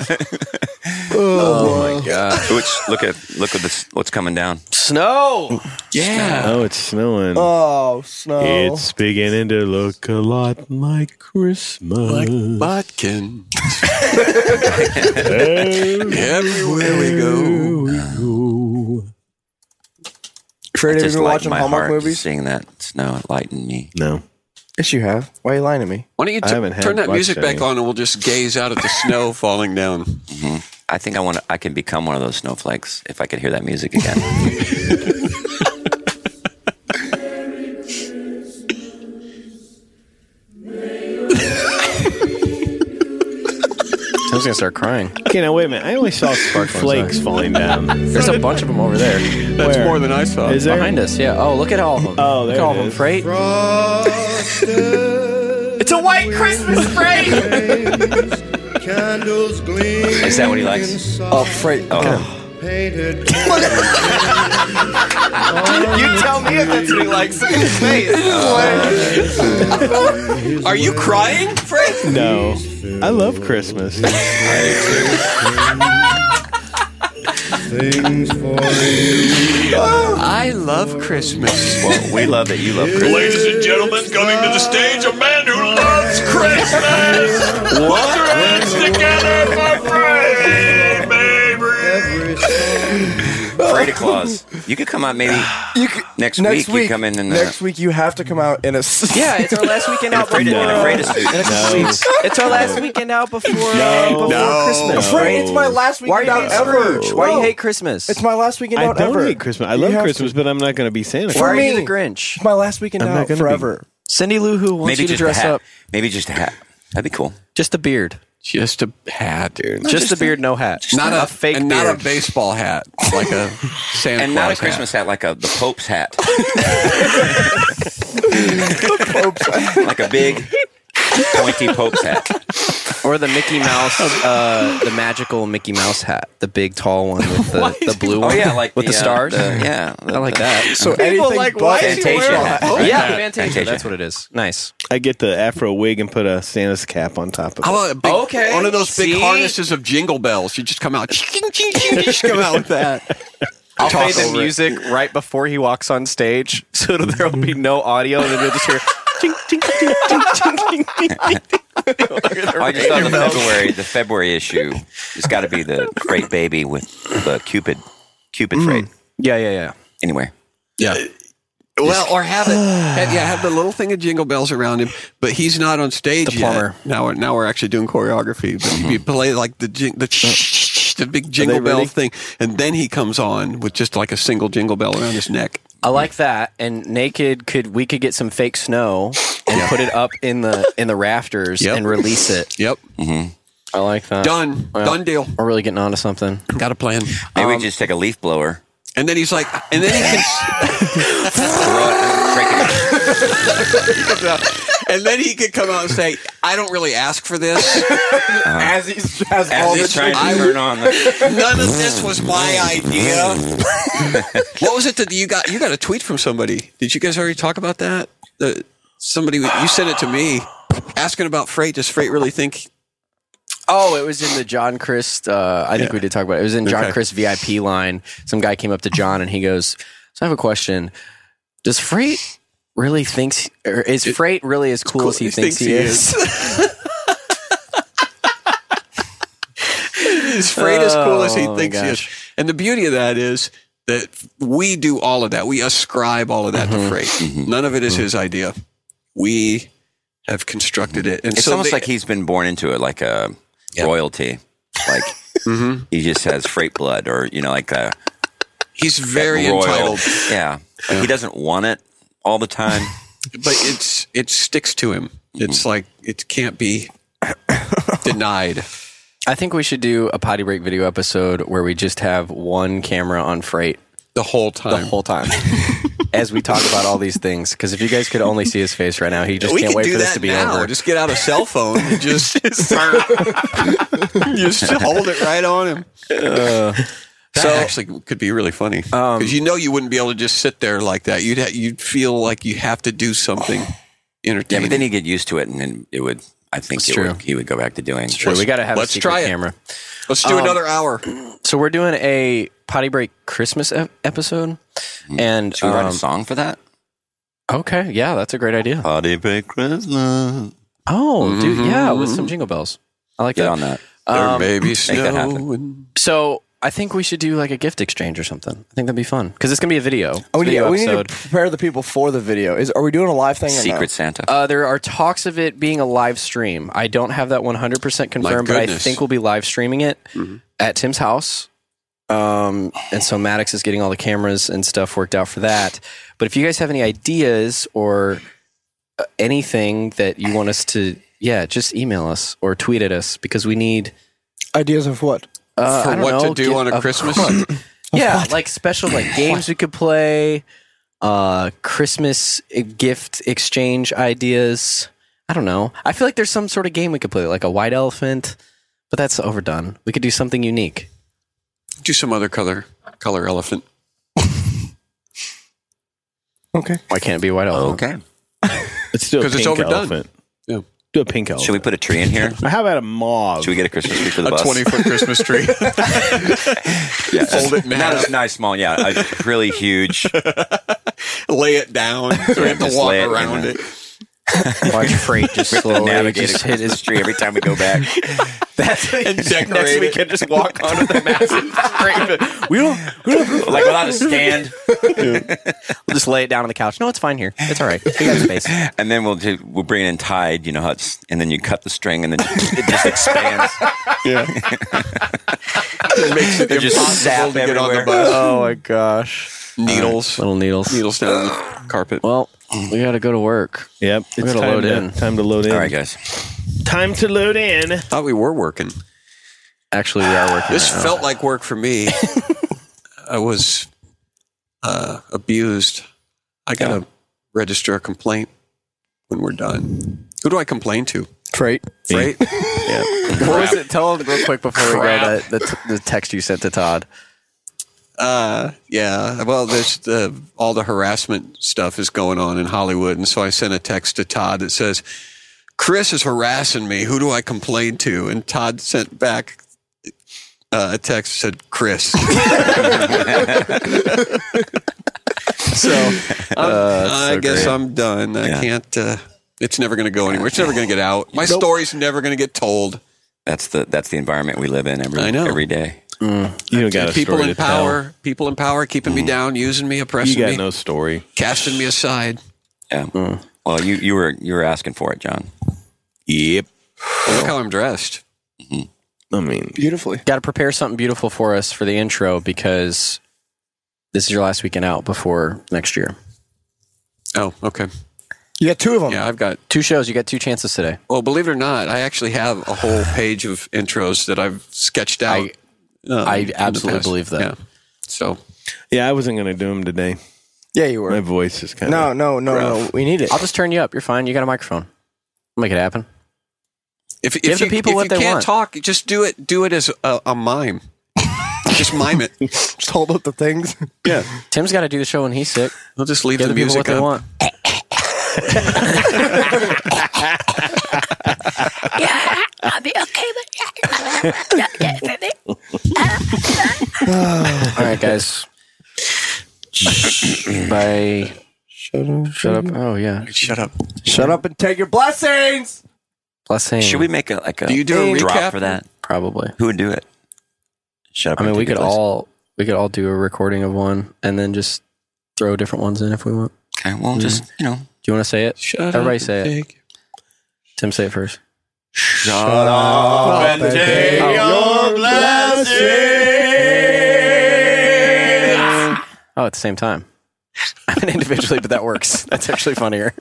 [SPEAKER 3] Which look at look at this. What's coming down?
[SPEAKER 1] snow.
[SPEAKER 2] yeah,
[SPEAKER 4] Oh, it's snowing.
[SPEAKER 5] Oh, snow.
[SPEAKER 4] It's beginning to look a lot like
[SPEAKER 2] like
[SPEAKER 4] Christmas.
[SPEAKER 2] Botkin. Everywhere we go,
[SPEAKER 5] Fred, have you
[SPEAKER 3] Just lightened
[SPEAKER 5] been watching
[SPEAKER 3] my
[SPEAKER 5] Hallmark
[SPEAKER 3] heart, just
[SPEAKER 5] movies?
[SPEAKER 3] Seeing that snow it lightened me.
[SPEAKER 4] No.
[SPEAKER 5] Yes, you have. Why are you lying to me?
[SPEAKER 2] why don't you
[SPEAKER 4] I
[SPEAKER 2] t-
[SPEAKER 4] haven't had
[SPEAKER 2] turn that
[SPEAKER 4] much
[SPEAKER 2] music back
[SPEAKER 4] any.
[SPEAKER 2] on and we'll just gaze out at the snow falling down.
[SPEAKER 3] I think I want. to I can become one of those snowflakes if I could hear that music again.
[SPEAKER 1] Tim's gonna start crying.
[SPEAKER 4] Okay, now wait a minute. I only saw flakes falling down.
[SPEAKER 1] There's a bunch of them over there.
[SPEAKER 2] That's
[SPEAKER 4] Where?
[SPEAKER 2] more than I saw.
[SPEAKER 4] Is there?
[SPEAKER 1] Behind us, yeah. Oh, look at all of them.
[SPEAKER 4] Oh,
[SPEAKER 1] look
[SPEAKER 4] there
[SPEAKER 1] at all
[SPEAKER 4] it
[SPEAKER 1] of them.
[SPEAKER 4] is.
[SPEAKER 1] Freight. it's a white Christmas freight.
[SPEAKER 3] Is that what he likes?
[SPEAKER 5] Oh, Fred.
[SPEAKER 3] Oh,
[SPEAKER 1] you tell me if that's what he likes. Look at his face.
[SPEAKER 2] Are you crying, Fred?
[SPEAKER 4] No. I love Christmas.
[SPEAKER 2] I love Christmas.
[SPEAKER 3] well, we love that you love Christmas.
[SPEAKER 2] Ladies and gentlemen, coming to the stage, a man who loves Christmas. Put your hands together for Fred Mabry.
[SPEAKER 3] afraid of claws. You could come out maybe next, week. You come in and uh,
[SPEAKER 11] next week you have to come out in a. s-
[SPEAKER 1] Yeah, it's our last weekend out
[SPEAKER 3] afraid of,
[SPEAKER 1] before.
[SPEAKER 3] and afraid of suit.
[SPEAKER 1] It's our last weekend out before uh, before
[SPEAKER 4] No.
[SPEAKER 1] Christmas.
[SPEAKER 4] That's right, it's my
[SPEAKER 11] last
[SPEAKER 1] Why
[SPEAKER 11] weekend
[SPEAKER 1] do you
[SPEAKER 11] out
[SPEAKER 1] hate
[SPEAKER 11] ever.
[SPEAKER 1] Scrooge? Why do you
[SPEAKER 11] No.
[SPEAKER 1] hate Christmas?
[SPEAKER 11] It's my last weekend
[SPEAKER 4] I
[SPEAKER 11] out
[SPEAKER 4] don't
[SPEAKER 11] ever.
[SPEAKER 4] hate Christmas. I love
[SPEAKER 11] You have
[SPEAKER 4] Christmas,
[SPEAKER 11] to-
[SPEAKER 4] but I'm not going to be Santa.
[SPEAKER 1] Why
[SPEAKER 11] For
[SPEAKER 1] are you
[SPEAKER 11] me.
[SPEAKER 1] the Grinch?
[SPEAKER 11] It's my last weekend
[SPEAKER 4] I'm not
[SPEAKER 11] out
[SPEAKER 4] gonna be.
[SPEAKER 11] forever.
[SPEAKER 1] Cindy Lou Who wants
[SPEAKER 3] Maybe
[SPEAKER 1] you to
[SPEAKER 3] just a
[SPEAKER 1] dress
[SPEAKER 3] hat.
[SPEAKER 1] up?
[SPEAKER 3] Maybe just a hat. That'd be cool.
[SPEAKER 1] Just a beard.
[SPEAKER 2] Just a hat, dude.
[SPEAKER 1] Just, a beard, no hat.
[SPEAKER 2] not a,
[SPEAKER 1] fake
[SPEAKER 2] and
[SPEAKER 1] beard.
[SPEAKER 2] not a baseball hat, like a Santa
[SPEAKER 3] and not a
[SPEAKER 2] Claus hat.
[SPEAKER 3] Christmas hat, like a the Pope's hat. like a big pointy Pope's hat.
[SPEAKER 1] or the Mickey Mouse, uh, the magical Mickey Mouse hat, the big tall one with the, the blue
[SPEAKER 3] Oh
[SPEAKER 1] one.
[SPEAKER 3] yeah, like
[SPEAKER 1] with the,
[SPEAKER 3] uh,
[SPEAKER 1] stars.
[SPEAKER 3] the- yeah,
[SPEAKER 1] I like that.
[SPEAKER 11] So anything but
[SPEAKER 3] Fantasia.
[SPEAKER 1] yeah,
[SPEAKER 3] Oh, Yeah.
[SPEAKER 1] Fantasia.
[SPEAKER 3] Fantasia.
[SPEAKER 1] That's what it is. Nice.
[SPEAKER 4] I get the afro wig and put a Santa's cap on top of
[SPEAKER 2] How about
[SPEAKER 4] it.
[SPEAKER 2] a big,
[SPEAKER 1] Okay,
[SPEAKER 2] one of those big
[SPEAKER 1] see?
[SPEAKER 2] harnesses of jingle bells? You just come out, just come out with that.
[SPEAKER 1] I'll
[SPEAKER 2] Toss
[SPEAKER 1] play the
[SPEAKER 2] over it.
[SPEAKER 1] music right before he walks on stage, so there will be no audio, and then you'll just hear. ting, ting, ting, ting, ting, ting, ting, ting, ting.
[SPEAKER 3] I just thought the February the February issue. It's got to be the freight baby with the Cupid Cupid freight.
[SPEAKER 1] Yeah, yeah, yeah.
[SPEAKER 3] Anyway,
[SPEAKER 2] Yeah. Uh, Well, or have it, have, yeah, have the little thing of jingle bells around him, but he's not on stage
[SPEAKER 1] The plumber.
[SPEAKER 2] yet. Now, we're- now we're actually doing choreography. But you play like the jing, the, the big jingle bell
[SPEAKER 4] ready?
[SPEAKER 2] thing, and then he comes on with just like a single jingle bell around his neck.
[SPEAKER 1] I like that. And naked could we could get some fake snow and put it up in the in the rafters
[SPEAKER 2] Yep.
[SPEAKER 1] and release it.
[SPEAKER 2] Yep,
[SPEAKER 1] I like that.
[SPEAKER 2] done, done deal.
[SPEAKER 1] We're really getting onto something.
[SPEAKER 2] Got a plan.
[SPEAKER 3] maybe we just take a leaf blower.
[SPEAKER 2] And then he's like, and then he can.
[SPEAKER 3] throw it and break it.
[SPEAKER 2] and then he could come out and say, "I don't really ask for this.
[SPEAKER 11] As he's as all
[SPEAKER 3] As
[SPEAKER 11] the
[SPEAKER 3] he's trying
[SPEAKER 2] I
[SPEAKER 3] to turn on the
[SPEAKER 2] None of this was my idea." what was it that you got? You got a tweet from somebody. Did you guys already talk about that? The, somebody you sent it to me, asking about freight. Does freight really think?
[SPEAKER 1] Oh, it was in the John Christ. Uh, I think
[SPEAKER 2] Yeah.
[SPEAKER 1] we did talk about it. It was in John
[SPEAKER 2] Okay.
[SPEAKER 1] Christ VIP line. Some guy came up to John and he goes, "So I have a question. Does Freight really thinks, or is Freight really as cool, as he, thinks, he, is?"
[SPEAKER 2] Is freight as cool as he
[SPEAKER 1] Oh, my
[SPEAKER 2] thinks he is? And the beauty of that is that we do all of that. We ascribe all of that
[SPEAKER 3] Mm-hmm.
[SPEAKER 2] to freight. None of it is his idea. We have constructed it, and
[SPEAKER 3] It's
[SPEAKER 2] so
[SPEAKER 3] almost
[SPEAKER 2] they-
[SPEAKER 3] like he's been born into it, like a royalty. Like he just has freight blood, or you know, like a
[SPEAKER 2] he's very
[SPEAKER 3] royal.
[SPEAKER 2] entitled.
[SPEAKER 3] Yeah, like he doesn't want it all the time.
[SPEAKER 2] but it's it sticks to him.
[SPEAKER 1] Mm-hmm.
[SPEAKER 2] It's like it can't be denied.
[SPEAKER 1] I think we should do a potty break video episode where we just have one camera on Freight
[SPEAKER 2] The whole
[SPEAKER 1] the
[SPEAKER 2] time.
[SPEAKER 1] whole time. As we talk about all these things, because if you guys could only see his face right now, he just
[SPEAKER 2] we
[SPEAKER 1] can't
[SPEAKER 2] can
[SPEAKER 1] wait
[SPEAKER 2] do
[SPEAKER 1] for
[SPEAKER 2] that
[SPEAKER 1] this to be
[SPEAKER 2] now.
[SPEAKER 1] over.
[SPEAKER 2] Just get out a cell phone and just just hold it right on him. that
[SPEAKER 1] Uh, so- Um,
[SPEAKER 2] actually could be really funny because you know you wouldn't be able to just sit there like that. You'd ha- you'd feel like you have to do something
[SPEAKER 3] Yeah, but
[SPEAKER 2] entertaining.
[SPEAKER 3] then he'd get used to it, and then it would. I think it
[SPEAKER 1] true.
[SPEAKER 3] would, he would go back to doing.
[SPEAKER 1] Sure, we got to have
[SPEAKER 2] Let's
[SPEAKER 1] a secret
[SPEAKER 2] try it.
[SPEAKER 1] camera.
[SPEAKER 2] Let's do
[SPEAKER 1] um,
[SPEAKER 2] another hour.
[SPEAKER 1] So we're doing a potty break Christmas ep- episode,
[SPEAKER 2] Mm.
[SPEAKER 1] and
[SPEAKER 3] Should we write
[SPEAKER 1] um,
[SPEAKER 3] a song for that?
[SPEAKER 1] Okay, yeah, that's a great idea.
[SPEAKER 3] Party Big Christmas.
[SPEAKER 1] Oh, dude, yeah, with some jingle bells. I like
[SPEAKER 3] Get
[SPEAKER 1] that.
[SPEAKER 3] on that.
[SPEAKER 1] Um,
[SPEAKER 2] there may be
[SPEAKER 3] that happen.
[SPEAKER 2] snow. And
[SPEAKER 1] So I think we should do like a gift exchange or something. I think that'd be fun because it's gonna be a video. It's a
[SPEAKER 11] Oh, we need,
[SPEAKER 1] video
[SPEAKER 11] we need to
[SPEAKER 1] episode.
[SPEAKER 11] prepare the people for the video. Is are we doing a live thing? Or
[SPEAKER 3] Secret
[SPEAKER 11] no?
[SPEAKER 3] Santa.
[SPEAKER 1] Uh, there are talks of it being a live stream. I don't have that 100% confirmed, but I
[SPEAKER 2] goodness.
[SPEAKER 1] think we'll be live streaming it at Tim's house. Um, and so Maddox is getting all the cameras and stuff worked out for that. But if you guys have any ideas or uh, anything that you want us to, yeah, just email us or tweet at us because we need
[SPEAKER 11] Ideas of what?
[SPEAKER 1] uh,
[SPEAKER 2] For
[SPEAKER 1] I don't
[SPEAKER 2] what to
[SPEAKER 1] know,
[SPEAKER 2] do
[SPEAKER 1] get-
[SPEAKER 2] on a
[SPEAKER 1] of
[SPEAKER 2] Christmas?
[SPEAKER 1] course. yeah, like special like games we could play, uh, Christmas uh, gift exchange ideas. I don't know. I feel like there's some sort of game we could play, like a white elephant, but that's overdone. We could do something unique.
[SPEAKER 2] do some other color color elephant.
[SPEAKER 11] Okay.
[SPEAKER 1] Why can't it be a white elephant?
[SPEAKER 3] Okay.
[SPEAKER 4] It's still a
[SPEAKER 2] 'Cause
[SPEAKER 4] pink
[SPEAKER 2] it's overdone.
[SPEAKER 4] elephant.
[SPEAKER 2] Yeah.
[SPEAKER 4] Do a pink elephant.
[SPEAKER 3] Should we put a tree in here?
[SPEAKER 4] How about a mauve?
[SPEAKER 3] Should we get a Christmas tree for the
[SPEAKER 2] A
[SPEAKER 3] bus?
[SPEAKER 2] twenty foot Christmas tree.
[SPEAKER 3] yeah,
[SPEAKER 2] fold it in
[SPEAKER 3] Not
[SPEAKER 2] half.
[SPEAKER 3] a nice small. Yeah, a really huge.
[SPEAKER 2] Lay it down. So we have to
[SPEAKER 3] just
[SPEAKER 2] walk
[SPEAKER 3] lay it in
[SPEAKER 2] around
[SPEAKER 3] the-
[SPEAKER 2] it.
[SPEAKER 1] Watch freight just
[SPEAKER 3] We have to
[SPEAKER 1] slowly
[SPEAKER 3] navigate
[SPEAKER 1] just
[SPEAKER 3] across
[SPEAKER 1] hit his
[SPEAKER 3] the street every time we go back.
[SPEAKER 1] That's
[SPEAKER 3] And decorate
[SPEAKER 1] next
[SPEAKER 3] it.
[SPEAKER 1] weekend. Just walk onto the massive freight. We don't, we don't
[SPEAKER 3] Like without a stand.
[SPEAKER 1] We'll just lay it down on the couch. No, it's fine here. It's all right. We got space.
[SPEAKER 3] And then we'll do, we'll bring it in tied, you know, how it's, and then you cut the string, and then it just expands.
[SPEAKER 5] Yeah,
[SPEAKER 2] It makes it
[SPEAKER 3] They're just
[SPEAKER 2] impossible
[SPEAKER 3] zap
[SPEAKER 2] to get on the
[SPEAKER 3] everywhere.
[SPEAKER 2] bus.
[SPEAKER 1] Oh my gosh.
[SPEAKER 2] Needles.
[SPEAKER 1] Little needles.
[SPEAKER 2] Uh, Needles down the carpet.
[SPEAKER 1] Well, we got to go to work.
[SPEAKER 4] Yep.
[SPEAKER 1] We
[SPEAKER 4] It's
[SPEAKER 1] gotta
[SPEAKER 4] time
[SPEAKER 1] load
[SPEAKER 4] to,
[SPEAKER 1] in.
[SPEAKER 4] time to load in.
[SPEAKER 3] All right, guys.
[SPEAKER 4] Time to load in.
[SPEAKER 2] Thought we were working.
[SPEAKER 1] Actually, we are working.
[SPEAKER 2] This
[SPEAKER 1] right now.
[SPEAKER 2] felt like work for me. I was uh, abused. I gotta register a complaint when we're done. Who do I complain to?
[SPEAKER 11] Freight.
[SPEAKER 2] Right?
[SPEAKER 1] What was it? Tell him real quick before we go. The, the, t- the text you sent to Todd.
[SPEAKER 2] Uh, yeah. Well, there's the, all the harassment stuff is going on in Hollywood, and so I sent a text to Todd that says, "Chris is harassing me. Who do I complain to?" And Todd sent back uh, a text that said, "Chris." so I'm-
[SPEAKER 4] Uh,
[SPEAKER 2] I guess I'm done. I
[SPEAKER 3] Yeah.
[SPEAKER 2] can't. Uh, it's never going to go anywhere. It's never going to get out. My story's never going to get told.
[SPEAKER 3] That's the that's the environment we live in every
[SPEAKER 2] I know.
[SPEAKER 3] every day.
[SPEAKER 4] You got a
[SPEAKER 2] people in
[SPEAKER 4] story to tell. Mm-hmm.
[SPEAKER 2] power, people in power, keeping me down, using me,
[SPEAKER 4] You
[SPEAKER 2] oppressing
[SPEAKER 4] got
[SPEAKER 2] me,
[SPEAKER 4] no story.
[SPEAKER 2] casting me aside.
[SPEAKER 3] Yeah. Well, you you were you were asking for it, John.
[SPEAKER 4] Yep.
[SPEAKER 2] Look how I'm dressed.
[SPEAKER 5] I mean,
[SPEAKER 11] Beautifully.
[SPEAKER 1] Got to prepare something beautiful for us for the intro because this is your last weekend out before next year.
[SPEAKER 2] Oh, okay.
[SPEAKER 11] You got two of them.
[SPEAKER 2] Yeah, I've got.
[SPEAKER 1] Two shows. You got two chances today.
[SPEAKER 2] Well, believe it or not, I actually have a whole page of intros that I've sketched out.
[SPEAKER 1] I- I absolutely believe that.
[SPEAKER 2] Yeah. So
[SPEAKER 4] Yeah, I wasn't going to do them today.
[SPEAKER 11] Yeah, you
[SPEAKER 4] My
[SPEAKER 11] were.
[SPEAKER 4] voice is kind
[SPEAKER 11] No,
[SPEAKER 4] of.
[SPEAKER 11] no, no, no. We need it.
[SPEAKER 1] I'll just turn you up. You're fine. You got a microphone. I'll make it happen.
[SPEAKER 2] if, if
[SPEAKER 1] Give the
[SPEAKER 2] you,
[SPEAKER 1] people
[SPEAKER 2] if
[SPEAKER 1] what
[SPEAKER 2] you
[SPEAKER 1] they
[SPEAKER 2] can't
[SPEAKER 1] want.
[SPEAKER 2] talk, just do it. Do it as a, a mime. just mime it.
[SPEAKER 11] Just hold up the things.
[SPEAKER 1] Tim's got to do the show when he's sick.
[SPEAKER 2] We'll just leave
[SPEAKER 1] Give
[SPEAKER 2] the
[SPEAKER 1] the people
[SPEAKER 2] music
[SPEAKER 1] what they
[SPEAKER 2] up.
[SPEAKER 1] want. All right, guys. Bye.
[SPEAKER 11] Shut up.
[SPEAKER 1] Shut up. Oh yeah.
[SPEAKER 2] Shut up.
[SPEAKER 11] Shut up and take your blessings.
[SPEAKER 1] Blessing.
[SPEAKER 3] Should we make a like a
[SPEAKER 2] Do you do a
[SPEAKER 3] drop
[SPEAKER 2] recap?
[SPEAKER 3] for that?
[SPEAKER 1] Probably.
[SPEAKER 3] Who would do it? Shut up.
[SPEAKER 1] I mean,
[SPEAKER 3] and
[SPEAKER 1] we
[SPEAKER 3] take
[SPEAKER 1] could
[SPEAKER 3] your place.
[SPEAKER 1] all we could all do a recording of one and then just throw different ones in if we want.
[SPEAKER 3] Okay. Well, just you know.
[SPEAKER 1] Do you want to say it?
[SPEAKER 2] Shut up.
[SPEAKER 1] Everybody say it.
[SPEAKER 2] and take-
[SPEAKER 1] Tim, say it first.
[SPEAKER 3] Shut up and take your blessings.
[SPEAKER 1] Oh, at the same time. I mean, individually, but that works. That's actually funnier.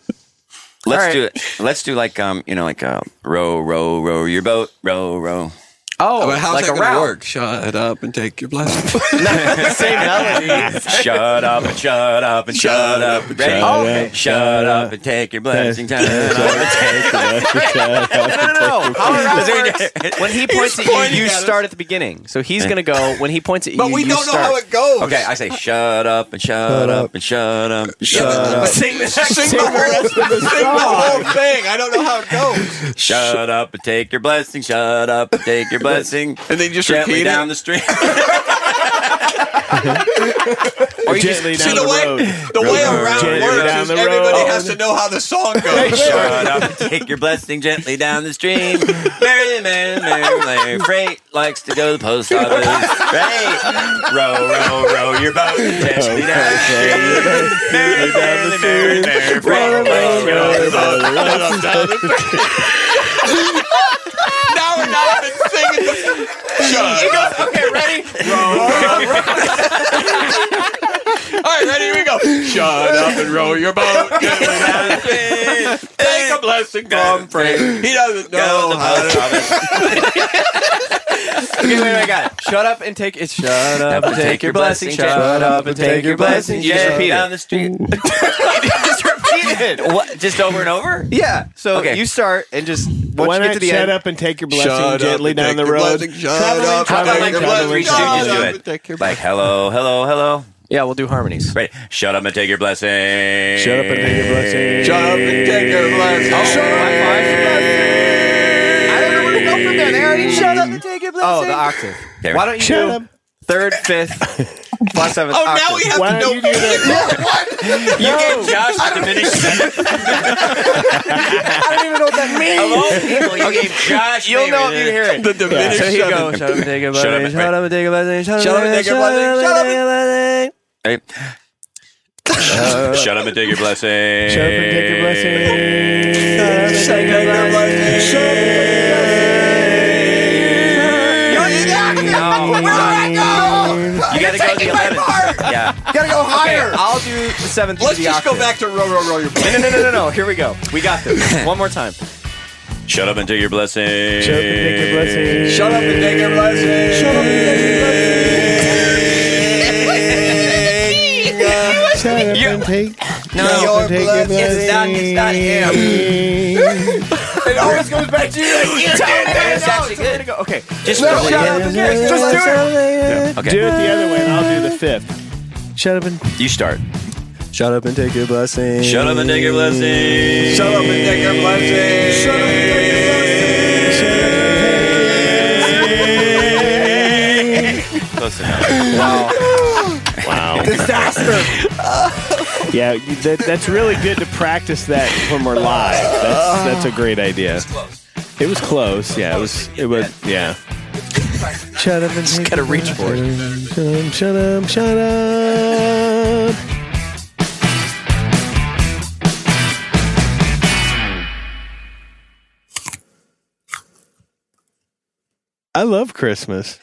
[SPEAKER 3] Let's
[SPEAKER 1] right.
[SPEAKER 3] do it. Let's do like um you know like uh, row row row your boat row row.
[SPEAKER 1] Oh,
[SPEAKER 2] But how's
[SPEAKER 1] like
[SPEAKER 2] that
[SPEAKER 1] a
[SPEAKER 2] going to
[SPEAKER 1] round.
[SPEAKER 2] work? Shut up and take your blessings.
[SPEAKER 1] Same melody.
[SPEAKER 3] Shut up and shut up and shut up and shut
[SPEAKER 1] up,
[SPEAKER 3] up.
[SPEAKER 1] okay.
[SPEAKER 3] Shut up and take your blessings. Shut up and take your
[SPEAKER 1] No, no, no. How it works, when he points at you, you start at the beginning. So he's going to go, when he points at you,
[SPEAKER 2] but we
[SPEAKER 1] you
[SPEAKER 2] don't know
[SPEAKER 1] start.
[SPEAKER 2] how it goes.
[SPEAKER 3] Okay, I say shut up and shut, up, and shut up and shut up.
[SPEAKER 2] Sing the, sing the whole, sing the whole thing. I don't know how it goes.
[SPEAKER 3] Shut up and take your blessing. Shut up and take your blessing.
[SPEAKER 2] And then you just
[SPEAKER 3] Gently
[SPEAKER 2] repeat
[SPEAKER 3] down
[SPEAKER 2] it.
[SPEAKER 3] the stream.
[SPEAKER 4] Or gently
[SPEAKER 2] See
[SPEAKER 4] down
[SPEAKER 2] the
[SPEAKER 4] the
[SPEAKER 2] way
[SPEAKER 4] road.
[SPEAKER 2] the way around
[SPEAKER 4] Gently
[SPEAKER 2] works
[SPEAKER 4] down
[SPEAKER 2] is
[SPEAKER 4] the
[SPEAKER 2] everybody
[SPEAKER 4] road.
[SPEAKER 2] has to know how the song goes.
[SPEAKER 3] shut up and take your blessing gently down the stream. Merrily, merrily, merrily, merrily. Freight likes to go to the post office. Right. Row, row, row your boat gently down the stream. Merrily, merrily, merrily, merrily. Freight likes to go to the post
[SPEAKER 2] now we're not even singing. the- Shut up.
[SPEAKER 3] Okay, ready?
[SPEAKER 2] All right, ready? Here we go. Shut up and row your boat. Gently down the stream. Take a blessing from Frank. He doesn't
[SPEAKER 3] Go
[SPEAKER 2] know
[SPEAKER 3] to the
[SPEAKER 2] how
[SPEAKER 3] post
[SPEAKER 2] to.
[SPEAKER 3] office.
[SPEAKER 1] Okay, wait, wait, I got it. Shut up and take it. Shut up and take your blessing. Shut up and take your blessing. You just repeat it.
[SPEAKER 3] the street.
[SPEAKER 1] Just repeat it.
[SPEAKER 3] what? Just over and over?
[SPEAKER 1] Yeah. So
[SPEAKER 3] Okay.
[SPEAKER 1] you start and just once
[SPEAKER 4] Why
[SPEAKER 1] you get
[SPEAKER 4] not
[SPEAKER 1] to
[SPEAKER 4] shut
[SPEAKER 1] the end.
[SPEAKER 4] up and take your blessing
[SPEAKER 2] Shut up
[SPEAKER 4] gently
[SPEAKER 2] and
[SPEAKER 4] down
[SPEAKER 2] take
[SPEAKER 4] the
[SPEAKER 2] your
[SPEAKER 4] road?
[SPEAKER 2] blessing. Shut
[SPEAKER 4] Traveling,
[SPEAKER 2] up and
[SPEAKER 4] traveling,
[SPEAKER 2] take your
[SPEAKER 4] traveling,
[SPEAKER 2] blessing.
[SPEAKER 4] traveling.
[SPEAKER 2] Shut
[SPEAKER 3] Stooges do
[SPEAKER 2] up
[SPEAKER 3] it.
[SPEAKER 2] and take your
[SPEAKER 3] Like hello, hello, hello.
[SPEAKER 1] Yeah, we'll do harmonies.
[SPEAKER 3] Right. Shut up and take your blessing.
[SPEAKER 4] Shut up and take your blessing.
[SPEAKER 2] Shut up and take your blessing.
[SPEAKER 1] Oh, the octave.
[SPEAKER 3] There.
[SPEAKER 1] Mm. Why don't you
[SPEAKER 4] Shut
[SPEAKER 1] do
[SPEAKER 4] up.
[SPEAKER 1] third, fifth,
[SPEAKER 3] Plus, I was
[SPEAKER 2] Oh, now
[SPEAKER 3] awkward.
[SPEAKER 2] we have Why to don't know- you do
[SPEAKER 3] You gave Josh a diminished
[SPEAKER 2] I don't even know what that means. people, you gave Josh.
[SPEAKER 1] You'll know if you hear it.
[SPEAKER 2] The
[SPEAKER 1] Yeah, so he goes, "Shut up and take a bite, shut up and take a bite, shut up and take a bite, shut up and take a bite."
[SPEAKER 3] Hey. Shut up and take your blessing.
[SPEAKER 2] Shut up and take your
[SPEAKER 3] You gotta go to the 11th. Yeah.
[SPEAKER 2] Gotta go higher.
[SPEAKER 1] Okay, I'll do the seventh.
[SPEAKER 2] Let's
[SPEAKER 1] to the
[SPEAKER 2] just go
[SPEAKER 1] octave.
[SPEAKER 2] back to row, row, row your boat.
[SPEAKER 1] No, no, no, no, no. Here we go. We got this. One more time.
[SPEAKER 3] Shut up and take your blessing.
[SPEAKER 1] Shut up and take your blessing.
[SPEAKER 2] Shut up and take your blessing. Shut up and take your blessing.
[SPEAKER 4] Shut up and take.
[SPEAKER 2] No,
[SPEAKER 4] shut up
[SPEAKER 2] your
[SPEAKER 4] and take your
[SPEAKER 2] blessing. It's not- it's not him.
[SPEAKER 12] it always goes back to you. Like,
[SPEAKER 2] It's
[SPEAKER 12] no, no, no,
[SPEAKER 2] actually
[SPEAKER 12] no, it's gonna go- Okay.
[SPEAKER 2] Just
[SPEAKER 12] No,
[SPEAKER 2] go.
[SPEAKER 12] shut up and
[SPEAKER 2] Yeah,
[SPEAKER 12] get-
[SPEAKER 2] yeah,
[SPEAKER 12] Just do
[SPEAKER 2] yeah.
[SPEAKER 12] it.
[SPEAKER 2] Yeah, okay.
[SPEAKER 4] Do it the other way, and I'll do the fifth.
[SPEAKER 12] Shut up and
[SPEAKER 3] You start.
[SPEAKER 12] shut up and take your blessing.
[SPEAKER 3] Shut up and take your blessing. Shut up and take your blessing. Shut up and take your blessing. Close enough.
[SPEAKER 4] Wow.
[SPEAKER 2] Disaster.
[SPEAKER 4] Yeah, you- that, that's really good to practice that when we're live. That's, that's a great idea. It was close. Yeah, it was. It was. Yeah.
[SPEAKER 12] Shut up and just
[SPEAKER 1] gotta reach for
[SPEAKER 12] it. Shut up, shut up, shut up.
[SPEAKER 4] I love Christmas.